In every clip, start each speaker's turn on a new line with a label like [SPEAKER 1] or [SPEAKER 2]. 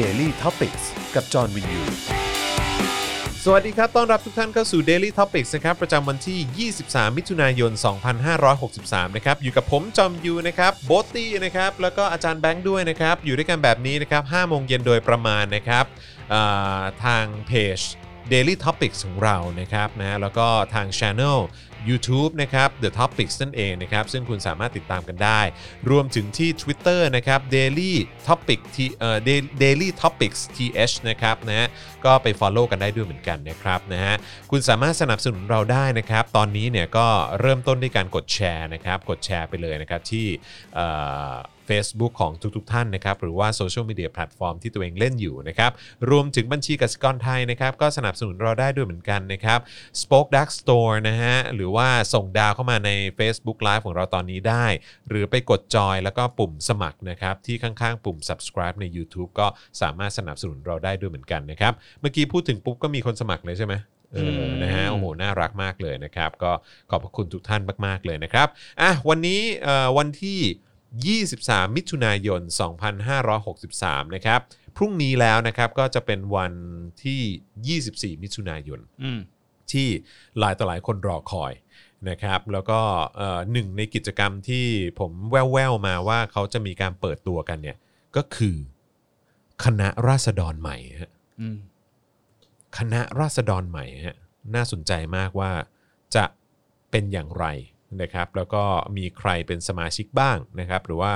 [SPEAKER 1] Daily t o p i c กกับจอห์นวินยู สวัสดีครับ ต้อนรับทุกท่านเข้าสู่ Daily Topics นะครับ ประจำวันที่ 23 มิถุนายน 2563 นะครับ อยู่กับผมจอมยูนะครับ โบทตี้นะครับ แล้วก็อาจารย์แบงค์ด้วยนะครับ อยู่ด้วยกันแบบนี้นะครับ5โมงเย็นโดยประมาณนะครับอ่าทางเพจ Daily Topics ของเรานะครับนะแล้วก็ทาง Channel YouTube นะครับ The Topics นั่นเองนะครับ ซึ่งคุณสามารถติดตามกันได้ รวมถึงที่ Twitter นะครับ Daily Topic T เอ่อ Daily- Daily Topics TH นะครับนะฮะก็ไป Follow กันได้ด้วยเหมือนกันนะครับนะฮะคุณสามารถสนับสนุนเราได้นะครับ ตอนนี้เนี่ยก็เริ่มต้นด้วยการกดแชร์นะครับ กดแชร์ไปเลยนะครับที่เอ่อ Facebook ของทุกๆทท่านนะครับ หรือว่าโซเชียลมีเดียแพลตฟอร์มที่ตัวเองเล่นอยู่นะครับ รวมถึงบัญชีกสิกรไทยนะครับ ก็สนับสนุนเราได้ด้วยเหมือนกันนะครับ Spoke Dark Store นะฮะ หรือว่าส่งดาวเข้ามาใน Facebook Live ของเราตอนนี้ได้ หรือไปกดจอยแล้วก็ปุ่มสมัครนะครับ ที่ข้างๆ ปุ่ม subscribe ใน YouTube ก็สามารถสนับสนุนเราได้ด้วยเหมือนกันนะครับ เมื่อกี้พูดถึงปุ๊บก็มีคนสมัครเลยใช่ไหมเออนะฮะโอ้โห น่ารักมากเลยนะครับ ก็ขอบพระคุณทุกท่านมากๆเลยนะครับอ่ะวันนี้เอ่อวันที่ 23 มิถุนายน 2563 นะครับ พรุ่งนี้แล้วนะครับก็จะเป็นวันที่ 24 มิถุนายน
[SPEAKER 2] อืม
[SPEAKER 1] ที่หลายต่อหลายคนรอคอยนะครับแล้วก็เอ่อหนึ่งในกิจกรรมที่ผมแว่วๆมาว่าเขาจะมีการเปิดตัวกันเนี่ยก็คือคณะราษฎรใหม่ฮะ
[SPEAKER 2] อืม
[SPEAKER 1] คณะราษฎรใหม่ฮะน่าสนใจมากว่าจะเป็นอย่างไรนะครับ แล้วก็มีใครเป็นสมาชิกบ้างนะครับ หรือว่า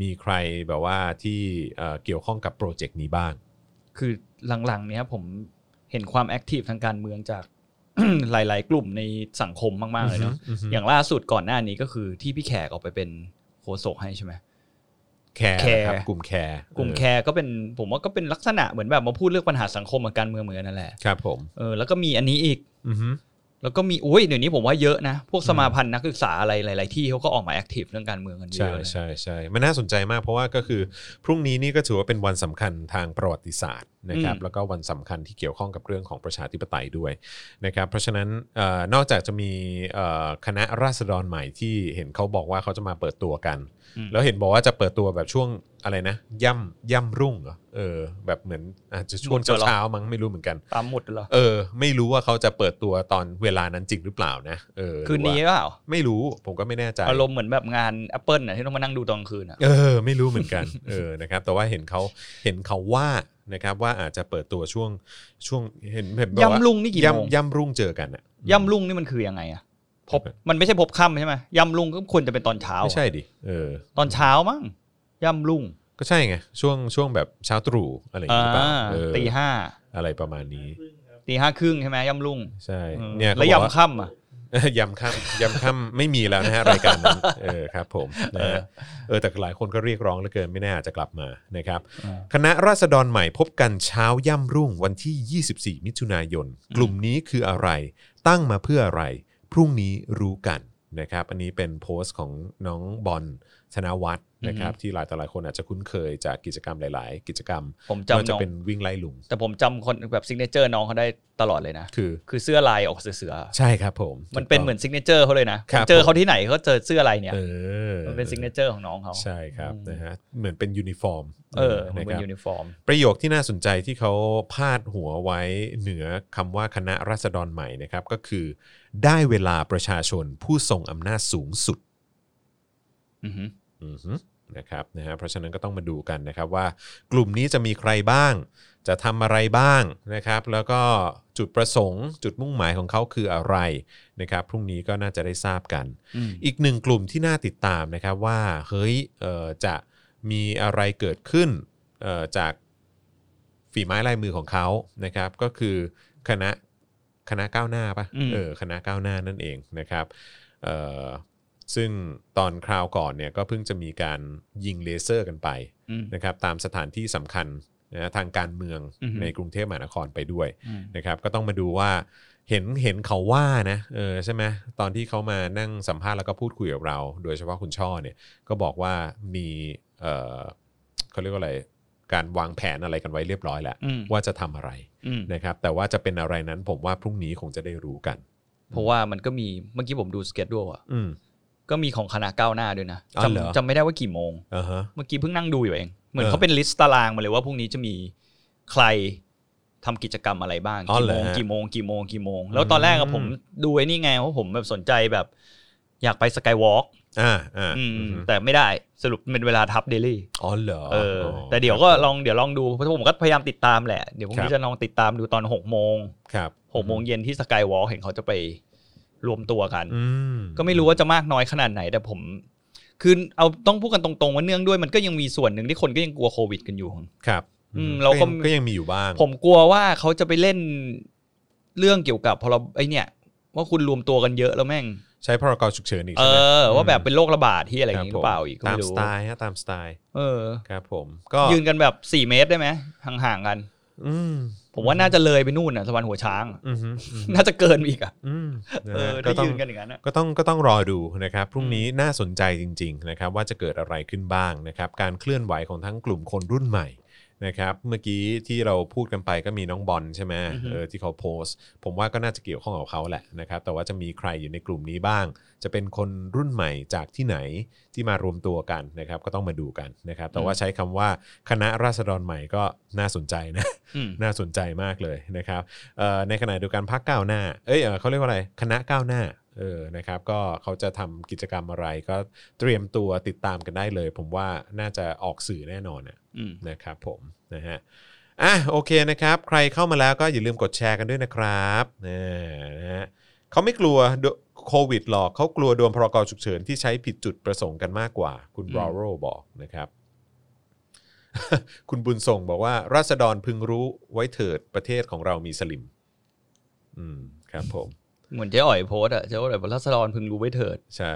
[SPEAKER 1] มีใครแบบว่าที่เอ่อเกี่ยวข้องกับโปรเจกต์นี้บ้าง
[SPEAKER 2] คือหลังๆ เนี้ยผมเห็นความแอคทีฟทางการเมืองจาก หลาย ๆ กลุ่มในสังคมมาก ๆ เลยเนาะ
[SPEAKER 1] อือฮึ
[SPEAKER 2] อย่างล่าสุดก่อนหน้านี้ก็คือที่พี่แขกออกไปเป็นโฆษกให้ใช่ไหม
[SPEAKER 1] แคร์นะครับ
[SPEAKER 2] แคร์
[SPEAKER 1] กลุ่มแคร์
[SPEAKER 2] กลุ่มแคร์ก็เป็นผมว่าก็เป็นลักษณะเหมือนแบบมาพูดเรื่องปัญหาสังคมกับการเมืองเหมือนกันนั่นแหละ
[SPEAKER 1] ครับผม
[SPEAKER 2] เออแล้วก็มีอันนี้อีก
[SPEAKER 1] อือฮึ
[SPEAKER 2] แล้วก็มีอุ้ยเดี๋ยวนี้ผมว่าเยอะนะ พวกสมาพันธ์นักศึกษาอะไรหลาย ๆ ที่เขาก็ออกมาแอคทีฟเรื่องการเมืองกันเย
[SPEAKER 1] ใช่
[SPEAKER 2] อะเลย
[SPEAKER 1] ใช่ใช่ มันน่าสนใจมากเพราะว่าก็คือพรุ่งนี้นี่ก็ถือว่าเป็นวันสำคัญทางประวัติศาสตร์นะครับแล้วก็วันสำคัญที่เกี่ยวข้องกับเรื่องของประชาธิปไตยด้วยนะครับเพราะฉะนั้นเอ่อนอกจากจะมีเอ่อคณะราษฎรใหม่ที่เห็นเขาบอกว่าเขาจะมาเปิดตัวกัน
[SPEAKER 2] อืม
[SPEAKER 1] แล้วเห็นบอกว่าจะเปิดตัวแบบช่วงอะไรนะ ย่ำย่ำรุ่งเหรอเออแบบเหมือนอาจจะช่วงเช้าๆมั้งไม่รู้เหมือนกัน
[SPEAKER 2] ตามหมดเหรอ
[SPEAKER 1] เออ ไม่รู้ว่าเขาจะเปิดตัวตอนเวลานั้นจริงหรือเปล่านะเออ
[SPEAKER 2] คืนนี้
[SPEAKER 1] หรือว่า
[SPEAKER 2] เปล่า
[SPEAKER 1] ไม่รู้ผมก็ไม่แน่ใจ
[SPEAKER 2] อารมณ์เหมือนแบบงาน Apple น่ะที่ต้องมานั่งดูตอนกลางคืนอ่ะ
[SPEAKER 1] เออไม่รู้เหมือนกัน เออนะครับแต่ว่าเห็นเขาเห็นเขาว่านะครับว่าอาจจะเปิดตัวช่วงช่วงเห็นเห็นแบบว่า
[SPEAKER 2] ย่ำรุ่งนี่กี่โมง
[SPEAKER 1] ย่ำย่ำรุ่งเจอกันอ่ะ
[SPEAKER 2] ย่ำรุ่งนี่มันคือยังไงอะพบมันไม่ใช่พบค่ำใช่ไหมย่ำรุ่งก็ควรจะเป็นตอนเช้า
[SPEAKER 1] ไม่
[SPEAKER 2] อะ
[SPEAKER 1] ใช่ดิเออ
[SPEAKER 2] ตอนเช้ามั้งย่ำรุ่ง
[SPEAKER 1] ก็ใช่ไงช่วงช่วงแบบเช้าตรู่อะไรอย่าง
[SPEAKER 2] อ่า
[SPEAKER 1] งี้ป่ะเออ
[SPEAKER 2] ตีห้า
[SPEAKER 1] อะไรประมาณนี้
[SPEAKER 2] ตีห้าครึ่งใช่ไหมย่ำรุ่ง
[SPEAKER 1] ใช่
[SPEAKER 2] เออ
[SPEAKER 1] เนี่ย
[SPEAKER 2] แล้ว
[SPEAKER 1] เขาบอกา
[SPEAKER 2] ย่ำค่ำอ่ะ
[SPEAKER 1] ยำค่ำ ยำค่ำไม่มีแล้วนะฮะรายการนั้นเออครับผมนะฮะเออแต่หลายคนก็เรียกร้องเหลือเกินไม่แน่อาจจะกลับมานะครับ
[SPEAKER 2] อ่า
[SPEAKER 1] คณะราษฎรใหม่พบกันเช้าย่ำรุ่งวันที่ 24 มิถุนายน กลุ่มนี้คืออะไร ตั้งมาเพื่ออะไร พรุ่งนี้รู้กันนะครับ อันนี้เป็นโพสต์ของน้องบอลธนวัฒน์นะครับ ที่หลายต่อหลายคนอาจจะคุ้นเคยจากกิจกรรมหลาย ๆ กิจกรรม
[SPEAKER 2] ผม
[SPEAKER 1] ไม่ว่า
[SPEAKER 2] จำ
[SPEAKER 1] จะ
[SPEAKER 2] น้อง
[SPEAKER 1] เป็นวิ่งไล่ลุง
[SPEAKER 2] แต่ผมจำคนแบบซิกเนเจอร์น้องเขาได้ตลอดเลยนะ
[SPEAKER 1] คือ
[SPEAKER 2] คือเสื้อลายออกเสือ
[SPEAKER 1] ใช่ครับผม
[SPEAKER 2] ๆมันเป็น
[SPEAKER 1] ถูกต้ง
[SPEAKER 2] เหมือนซิกเนเจอร์เขาเลยนะครับ ผมเจอ
[SPEAKER 1] ผม
[SPEAKER 2] เขาที่ไหนเขาเจอเสื้ออะไรเนี่ย
[SPEAKER 1] เออ
[SPEAKER 2] มันเป็นซิกเนเจอร์ของน้องเขา
[SPEAKER 1] ใช่ครับ
[SPEAKER 2] อืม
[SPEAKER 1] นะฮะเหมือนเป็นยูนิฟอร์ม
[SPEAKER 2] เออเห
[SPEAKER 1] นะค
[SPEAKER 2] มือ
[SPEAKER 1] น รับ
[SPEAKER 2] ยูนิฟอร์ม
[SPEAKER 1] ประโยคที่น่าสนใจที่เขาพาดหัวไว้เหนือคำว่าคณะราษฎรใหม่นะครับ ก็คือ ได้เวลาประชาชนผู้ทรงอำนาจสูงสุด
[SPEAKER 2] อือหือ
[SPEAKER 1] อือฮึนะครับนะฮะเพราะฉะนั้นก็ต้องมาดูกันนะครับว่ากลุ่มนี้จะมีใครบ้าง จะทำอะไรบ้างนะครับ แล้วก็จุดประสงค์ จุดมุ่งหมายของเขาคืออะไรนะครับพรุ่งนี้ก็น่าจะได้ทราบกัน
[SPEAKER 2] อืม
[SPEAKER 1] อีกหนึ่งกลุ่มที่น่าติดตามนะครับว่าเฮ้ยเอ่อจะมีอะไรเกิดขึ้นเอ่อจากฝีไม้ลายมือของเขานะครับ ก็คือคณะคณะก้าวหน้าปะ
[SPEAKER 2] อืม
[SPEAKER 1] เออคณะก้าวหน้านั่นเองนะครับเอ่อซึ่งตอนคราวก่อนเนี่ยก็เพิ่งจะมีการยิงเลเซอร์กันไป
[SPEAKER 2] อืม
[SPEAKER 1] นะครับตามสถานที่สำคัญนะทางการเมือง
[SPEAKER 2] อือฮึ
[SPEAKER 1] ในกรุงเทพมหานครไปด้วย
[SPEAKER 2] อืม
[SPEAKER 1] นะครับ ก็ต้องมาดูว่าเห็นเห็นเขาว่านะเออใช่ไหมตอนที่เขามานั่งสัมภาษณ์แล้วก็พูดคุยกับเรา โดยเฉพาะคุณช่อเนี่ยก็บอกว่ามีเออเขาเรียกว่าอะไรการวางแผนอะไรกันไว้เรียบร้อยแล้ว
[SPEAKER 2] อืม
[SPEAKER 1] ว่าจะทำอะไร
[SPEAKER 2] อืม
[SPEAKER 1] นะครับ แต่ว่าจะเป็นอะไรนั้นผมว่าพรุ่งนี้คงจะได้รู้กัน
[SPEAKER 2] เพราะว่ามันก็มีเมื่อกี้ผมดูสเก็ตด้วยอะ
[SPEAKER 1] อืม
[SPEAKER 2] ก็มีของคณะก้าวหน้าด้วยนะ
[SPEAKER 1] อ๋อเหรอ
[SPEAKER 2] จำจำไม่ได้ว่ากี่โมง
[SPEAKER 1] อ่าฮะ
[SPEAKER 2] เมื่อกี้เพิ่งนั่งดูอยู่เอง เหมือนเขาเป็นลิสต์ตารางมาเลยว่าพรุ่งนี้จะมีใครทำกิจกรรมอะไรบ้าง
[SPEAKER 1] อ๋อ
[SPEAKER 2] กี่
[SPEAKER 1] เหร
[SPEAKER 2] โม
[SPEAKER 1] อง ฮะ
[SPEAKER 2] กี่โมงกี่โมงกี่โมง แล้วตอนแรก
[SPEAKER 1] อื
[SPEAKER 2] อะ
[SPEAKER 1] ม
[SPEAKER 2] ผมดูไอ้นี่ไงเพราะผมแบบสนใจแบบ อยากไปสกายวอล์ก
[SPEAKER 1] อ่าอ่า
[SPEAKER 2] แต่ไม่ได้สรุปมันเป็นเวลาทับเดลี่
[SPEAKER 1] อ๋อเหรอ
[SPEAKER 2] เออ
[SPEAKER 1] อ
[SPEAKER 2] แต่เดี๋ยวก็ลองเดี๋ยวลองดูเพราะผมก็พยายามติดตามแหละ เดี๋ยวพรุ่ง
[SPEAKER 1] ครั
[SPEAKER 2] นี้
[SPEAKER 1] บ
[SPEAKER 2] จะลองติดตามดูตอนหกโมง
[SPEAKER 1] ครับ
[SPEAKER 2] หกโมงเย็นที่สกายวอล์กเห็นเขาจะไปรวมตัวกัน
[SPEAKER 1] อืม
[SPEAKER 2] ก็ไม่รู้ว่าจะมากน้อยขนาดไหน แต่ผม คือเอาต้องพูดกันตรงๆว่าเนื่องด้วยมันก็ยังมีส่วนหนึ่งที่คนก็ยังกลัวโควิดกันอยู่
[SPEAKER 1] ครับ
[SPEAKER 2] อืมเราก็
[SPEAKER 1] ยังก็ยังมีอยู่บ้าง
[SPEAKER 2] ผมกลัวว่าเขาจะไปเล่นเรื่องเกี่ยวกับพอเราไอเนี่ย ว่าคุณรวมตัวกันเยอะแล้วแม่ง
[SPEAKER 1] ใช้พรกฉุกเฉินอีก
[SPEAKER 2] เอ
[SPEAKER 1] ใช่ไหม
[SPEAKER 2] อ ว่าแบบเป็นโรคระบาดที่อะไรอย่างนี้
[SPEAKER 1] ค
[SPEAKER 2] ห
[SPEAKER 1] บ
[SPEAKER 2] รื
[SPEAKER 1] ผม
[SPEAKER 2] อเปล่าอีกก็
[SPEAKER 1] ตาม
[SPEAKER 2] ไม่
[SPEAKER 1] ส
[SPEAKER 2] รู้
[SPEAKER 1] ไตล์ฮะตามสไตล์
[SPEAKER 2] เออ
[SPEAKER 1] ครับผมก็
[SPEAKER 2] ยืนกันแบบสี่เมตรได้ไหมห่างๆกัน
[SPEAKER 1] อืม
[SPEAKER 2] ผมว่าน่าจะเลยไปนู่นอ่ะสะพานหัวช้าง อะ
[SPEAKER 1] อืมอืม
[SPEAKER 2] น่าจะเกินไปอีกอ่ะ
[SPEAKER 1] อืมนะ
[SPEAKER 2] เอ
[SPEAKER 1] ฮะ
[SPEAKER 2] อ
[SPEAKER 1] ก็
[SPEAKER 2] ถ้า
[SPEAKER 1] ต้อง
[SPEAKER 2] ยืนกันอย่างนั้นอะ
[SPEAKER 1] ก็ต้องก็ต้องรอดูนะครับพรุ่งนี้น่าสนใจจริง ๆ นะครับ ว่าจะเกิดอะไรขึ้นบ้างนะครับ การเคลื่อนไหวของทั้งกลุ่มคนรุ่นใหม่นะครับเมื่อกี้ที่เราพูดกันไปก็มีน้องบอลใช่ไหม
[SPEAKER 2] อือฮึ
[SPEAKER 1] เออที่เขาโพสต์ ผมว่าก็น่าจะเกี่ยวข้องกับเขาแหละนะครับ แต่ว่าจะมีใครอยู่ในกลุ่มนี้บ้าง จะเป็นคนรุ่นใหม่จากที่ไหนที่มารวมตัวกันนะครับ ก็ต้องมาดูกันนะครับ แต่ว่าใช้คำว่าคณะราษฎรใหม่ก็น่าสนใจนะ
[SPEAKER 2] อืม
[SPEAKER 1] น่าสนใจมากเลยนะครับเอ่อในขณะเดียวกันพักก้าวหน้า เอ้ยเอ่อเขาเรียกว่าอะไร คณะก้าวหน้า เออ นะครับ ก็เขาจะทำกิจกรรมอะไรก็เตรียมตัวติดตามกันได้เลย ผมว่าน่าจะออกสื่อแน่นอนน่ะ
[SPEAKER 2] อืม
[SPEAKER 1] นะครับผม นะฮะ อ่ะ โอเคนะครับ ใครเข้ามาแล้วก็อย่าลืมกดแชร์กันด้วยนะครับนี่นะฮะเขาไม่กลัวโดโควิดหรอกเขากลัวโดนพรกฉุกเฉินที่ใช้ผิดจุดประสงค์กันมากกว่า คุณ
[SPEAKER 2] อื
[SPEAKER 1] บ
[SPEAKER 2] ม
[SPEAKER 1] รอโรบอกนะครับ คุณบุญส่งบอกว่า ราษฎรพึงรู้ไว้เถิดประเทศของเรามีสลิม อืมครับผม
[SPEAKER 2] เหมือนเจ๊อ๋อยโพสต์อะเจ๊อ๋อยบอกรัศดรพึงรู้ไว้เถิด
[SPEAKER 1] ใช่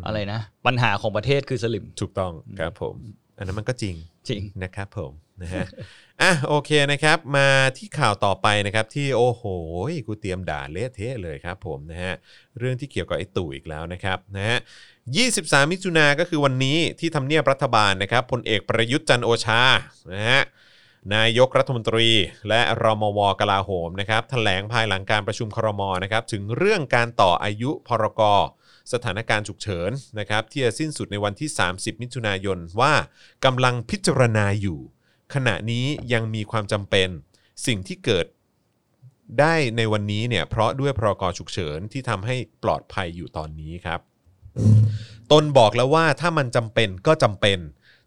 [SPEAKER 1] ม
[SPEAKER 2] อะไรนะ ปัญหาของประเทศคือสลิม
[SPEAKER 1] ถูกต้องครับผม อันนั้นมันก็จริง
[SPEAKER 2] จริง
[SPEAKER 1] นะครับผมนะฮะ อ่ะโอเคนะครับ มาที่ข่าวต่อไปนะครับ ที่โอ้โหกูเตรียมด่าเละเทะเลยครับผมนะฮะเรื่องที่เกี่ยวกับไอ้ตู่อีกแล้วนะครับนะฮะ23 มิถุนาก็คือวันนี้ที่ทำเนียบรัฐบาลนะครับพลเอกประยุทธ์จันทร์โอชานะฮะนายกรัฐมนตรีและรมวกลาโหมนะครับแถลงภายหลังการประชุมครมนะครับถึงเรื่องการต่ออายุพรกร สถานการณ์ฉุกเฉินนะครับที่จะสิ้นสุดในวันที่ 30 มิถุนายนว่ากำลังพิจารณาอยู่ ขณะนี้ยังมีความจำเป็น สิ่งที่เกิดได้ในวันนี้เนี่ยเพราะด้วยพรกฉุกเฉินที่ทำให้ปลอดภัยอยู่ตอนนี้ครับ ตนบอกแล้วว่าถ้ามันจำเป็นก็จำเป็น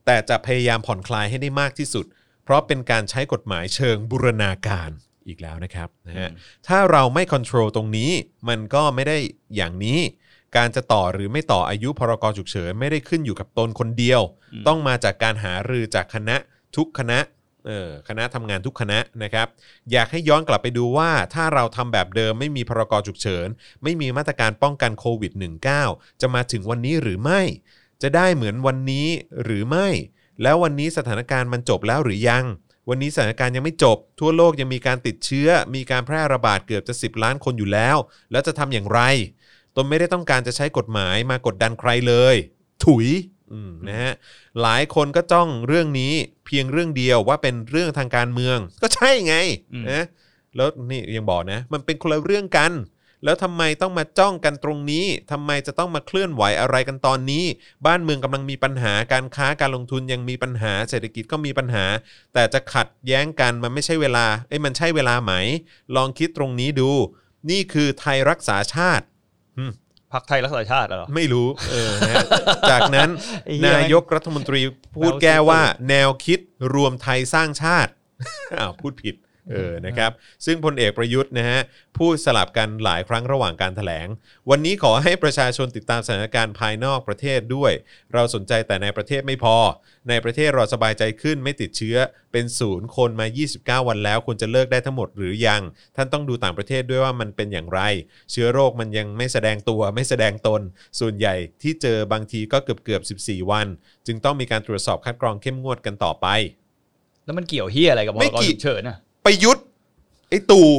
[SPEAKER 1] แต่จะพยายามผ่อนคลายให้ได้มากที่สุด เพราะเป็นการใช้กฎหมายเชิงบูรณาการอีกแล้วนะครับนะฮะ ถ้าเราไม่ค o n t r o l ตรงนี้มันก็ไม่ได้อย่างนี้ การจะต่อหรือไม่ต่ออายุพรกฉุกเฉินไม่ได้ขึ้นอยู่กับตนคนเดียว
[SPEAKER 2] อืม
[SPEAKER 1] ต้องมาจากการหารือจากคณะทุกคณะเออคณะทำงานทุกคณะนะครับ อยากให้ย้อนกลับไปดูว่า ถ้าเราทำแบบเดิมไม่มีพรกฉุกเฉิน ไม่มีมาตรการป้องกันโควิด -19 จะมาถึงวันนี้หรือไม่ จะได้เหมือนวันนี้หรือไม่ แล้ววันนี้สถานการณ์มันจบแล้วหรือยัง วันนี้สถานการณ์ยังไม่จบ ทั่วโลกยังมีการติดเชื้อ มีการแพร่ระบาดเกือบจะ 10 ล้านคนอยู่แล้ว แล้วจะทำอย่างไร ตนไม่ได้ต้องการจะใช้กฎหมายมากดดันใครเลย ถุยอืมนะฮะหลายคนก็จ้องเรื่องนี้เพียงเรื่องเดียวว่าเป็นเรื่องทางการเมือง ก็ใช่ไง
[SPEAKER 2] อืม
[SPEAKER 1] นะแล้วนี่ยังบอกนะ มันเป็นคนละเรื่องกัน แล้วทำไมต้องมาจ้องกันตรงนี้ทำไมจะต้องมาเคลื่อนไหวอะไรกันตอนนี้ บ้านเมืองกำลังมีปัญหาการค้าการลงทุนยังมีปัญหา เศรษฐกิจก็มีปัญหา แต่จะขัดแย้งกันมันไม่ใช่เวลาเอ้ยมันใช่เวลาไหม ลองคิดตรงนี้ดู นี่คือไทยรักษาชาติ
[SPEAKER 2] พักไทยรักษาชาติเหรอ
[SPEAKER 1] ไม่รู้เออนะฮะ จากนั้น
[SPEAKER 2] ไอ้เหี้ย
[SPEAKER 1] นายกรัฐมนตรีพูดแก้ว่า แนวคิดรวมไทยสร้างชาติ อ้าวพูดผิดเออนะครับ ซึ่งพลเอกประยุทธ์นะฮะพูดสลับกันหลายครั้งระหว่างการแถลง วันนี้ขอให้ประชาชนติดตามสถานการณ์ภายนอกประเทศด้วย เราสนใจแต่ในประเทศไม่พอ ในประเทศเราสบายใจขึ้นไม่ติดเชื้อเป็นศูนย์คนมา 29 วันแล้วควรจะเลิกได้ทั้งหมดหรือยัง ท่านต้องดูต่างประเทศด้วยว่ามันเป็นอย่างไร เชื้อโรคมันยังไม่แสดงตัวไม่แสดงตน ส่วนใหญ่ที่เจอบางทีก็เกือบเกือบๆ14 วัน จึงต้องมีการตรวจสอบคัดกรองเข้มงวดกันต่อไป
[SPEAKER 2] แล้วมันเกี่ยวเฮียอะไรกับพ
[SPEAKER 1] ไม่
[SPEAKER 2] รก
[SPEAKER 1] เกี่ยว
[SPEAKER 2] ฉุกเฉินอ่ะ
[SPEAKER 1] ประยุทธ์ไอ้ตู่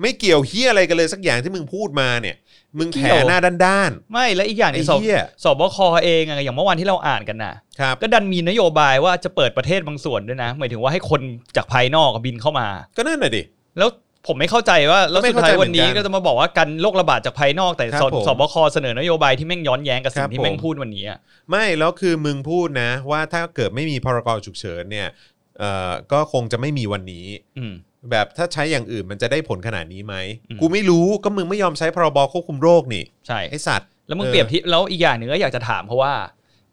[SPEAKER 1] ไม่เกี่ยวเฮียอะไรกันเลยสักอย่างที่มึงพูดมาเนี่ย มึงแถหน้าด้าน
[SPEAKER 2] ไม่แล้วอีกอย่างใน
[SPEAKER 1] ไอ้
[SPEAKER 2] สอบ
[SPEAKER 1] เหี้ย
[SPEAKER 2] สบคเองอะอย่างเมื่อวานที่เราอ่านกันน่ะ
[SPEAKER 1] ๆครับ
[SPEAKER 2] ก็ดันมีนโยบายว่าจะเปิดประเทศบางส่วนด้วยนะ หมายถึงว่าให้คนจากภายนอกบินเข้ามา
[SPEAKER 1] ก็นั่นน่ะดิ
[SPEAKER 2] แล้ว ผมไม่เข้าใจว่าแล้ว
[SPEAKER 1] ก็ไม่
[SPEAKER 2] สุดท้าย
[SPEAKER 1] เข้าใจ
[SPEAKER 2] วันนี้
[SPEAKER 1] เหมือนกั
[SPEAKER 2] ก็
[SPEAKER 1] น
[SPEAKER 2] จะมาบอกว่ากันโรคระบาดจากภายนอกแต่
[SPEAKER 1] ครับ
[SPEAKER 2] ส
[SPEAKER 1] ผม
[SPEAKER 2] สบคเสนอนโยบายที่แม่งย้อนแย้งกับสิ่
[SPEAKER 1] ครั
[SPEAKER 2] ง
[SPEAKER 1] บ
[SPEAKER 2] ที่แม่
[SPEAKER 1] ผ
[SPEAKER 2] ง
[SPEAKER 1] ม
[SPEAKER 2] พูดวันนี้อะ
[SPEAKER 1] ไม่แล้วคือมึงพูดนะว่าถ้าเกิดไม่มีพรกฉุกเฉินเนี่ยเอ่อก็คงจะไม่มีวันนี้
[SPEAKER 2] อืม
[SPEAKER 1] แบบถ้าใช้อย่างอื่นมันจะได้ผลขนาดนี้ไหม
[SPEAKER 2] อืม
[SPEAKER 1] กูไม่รู้ก็มึงไม่ยอมใช้พรบควบคุมโรคนี่
[SPEAKER 2] ใช่
[SPEAKER 1] ไอสัตว์
[SPEAKER 2] แล้วมึง
[SPEAKER 1] ออ
[SPEAKER 2] เปรียบที่แล้วอีกอย่างหนึ่งก็อยากจะถามเพราะว่า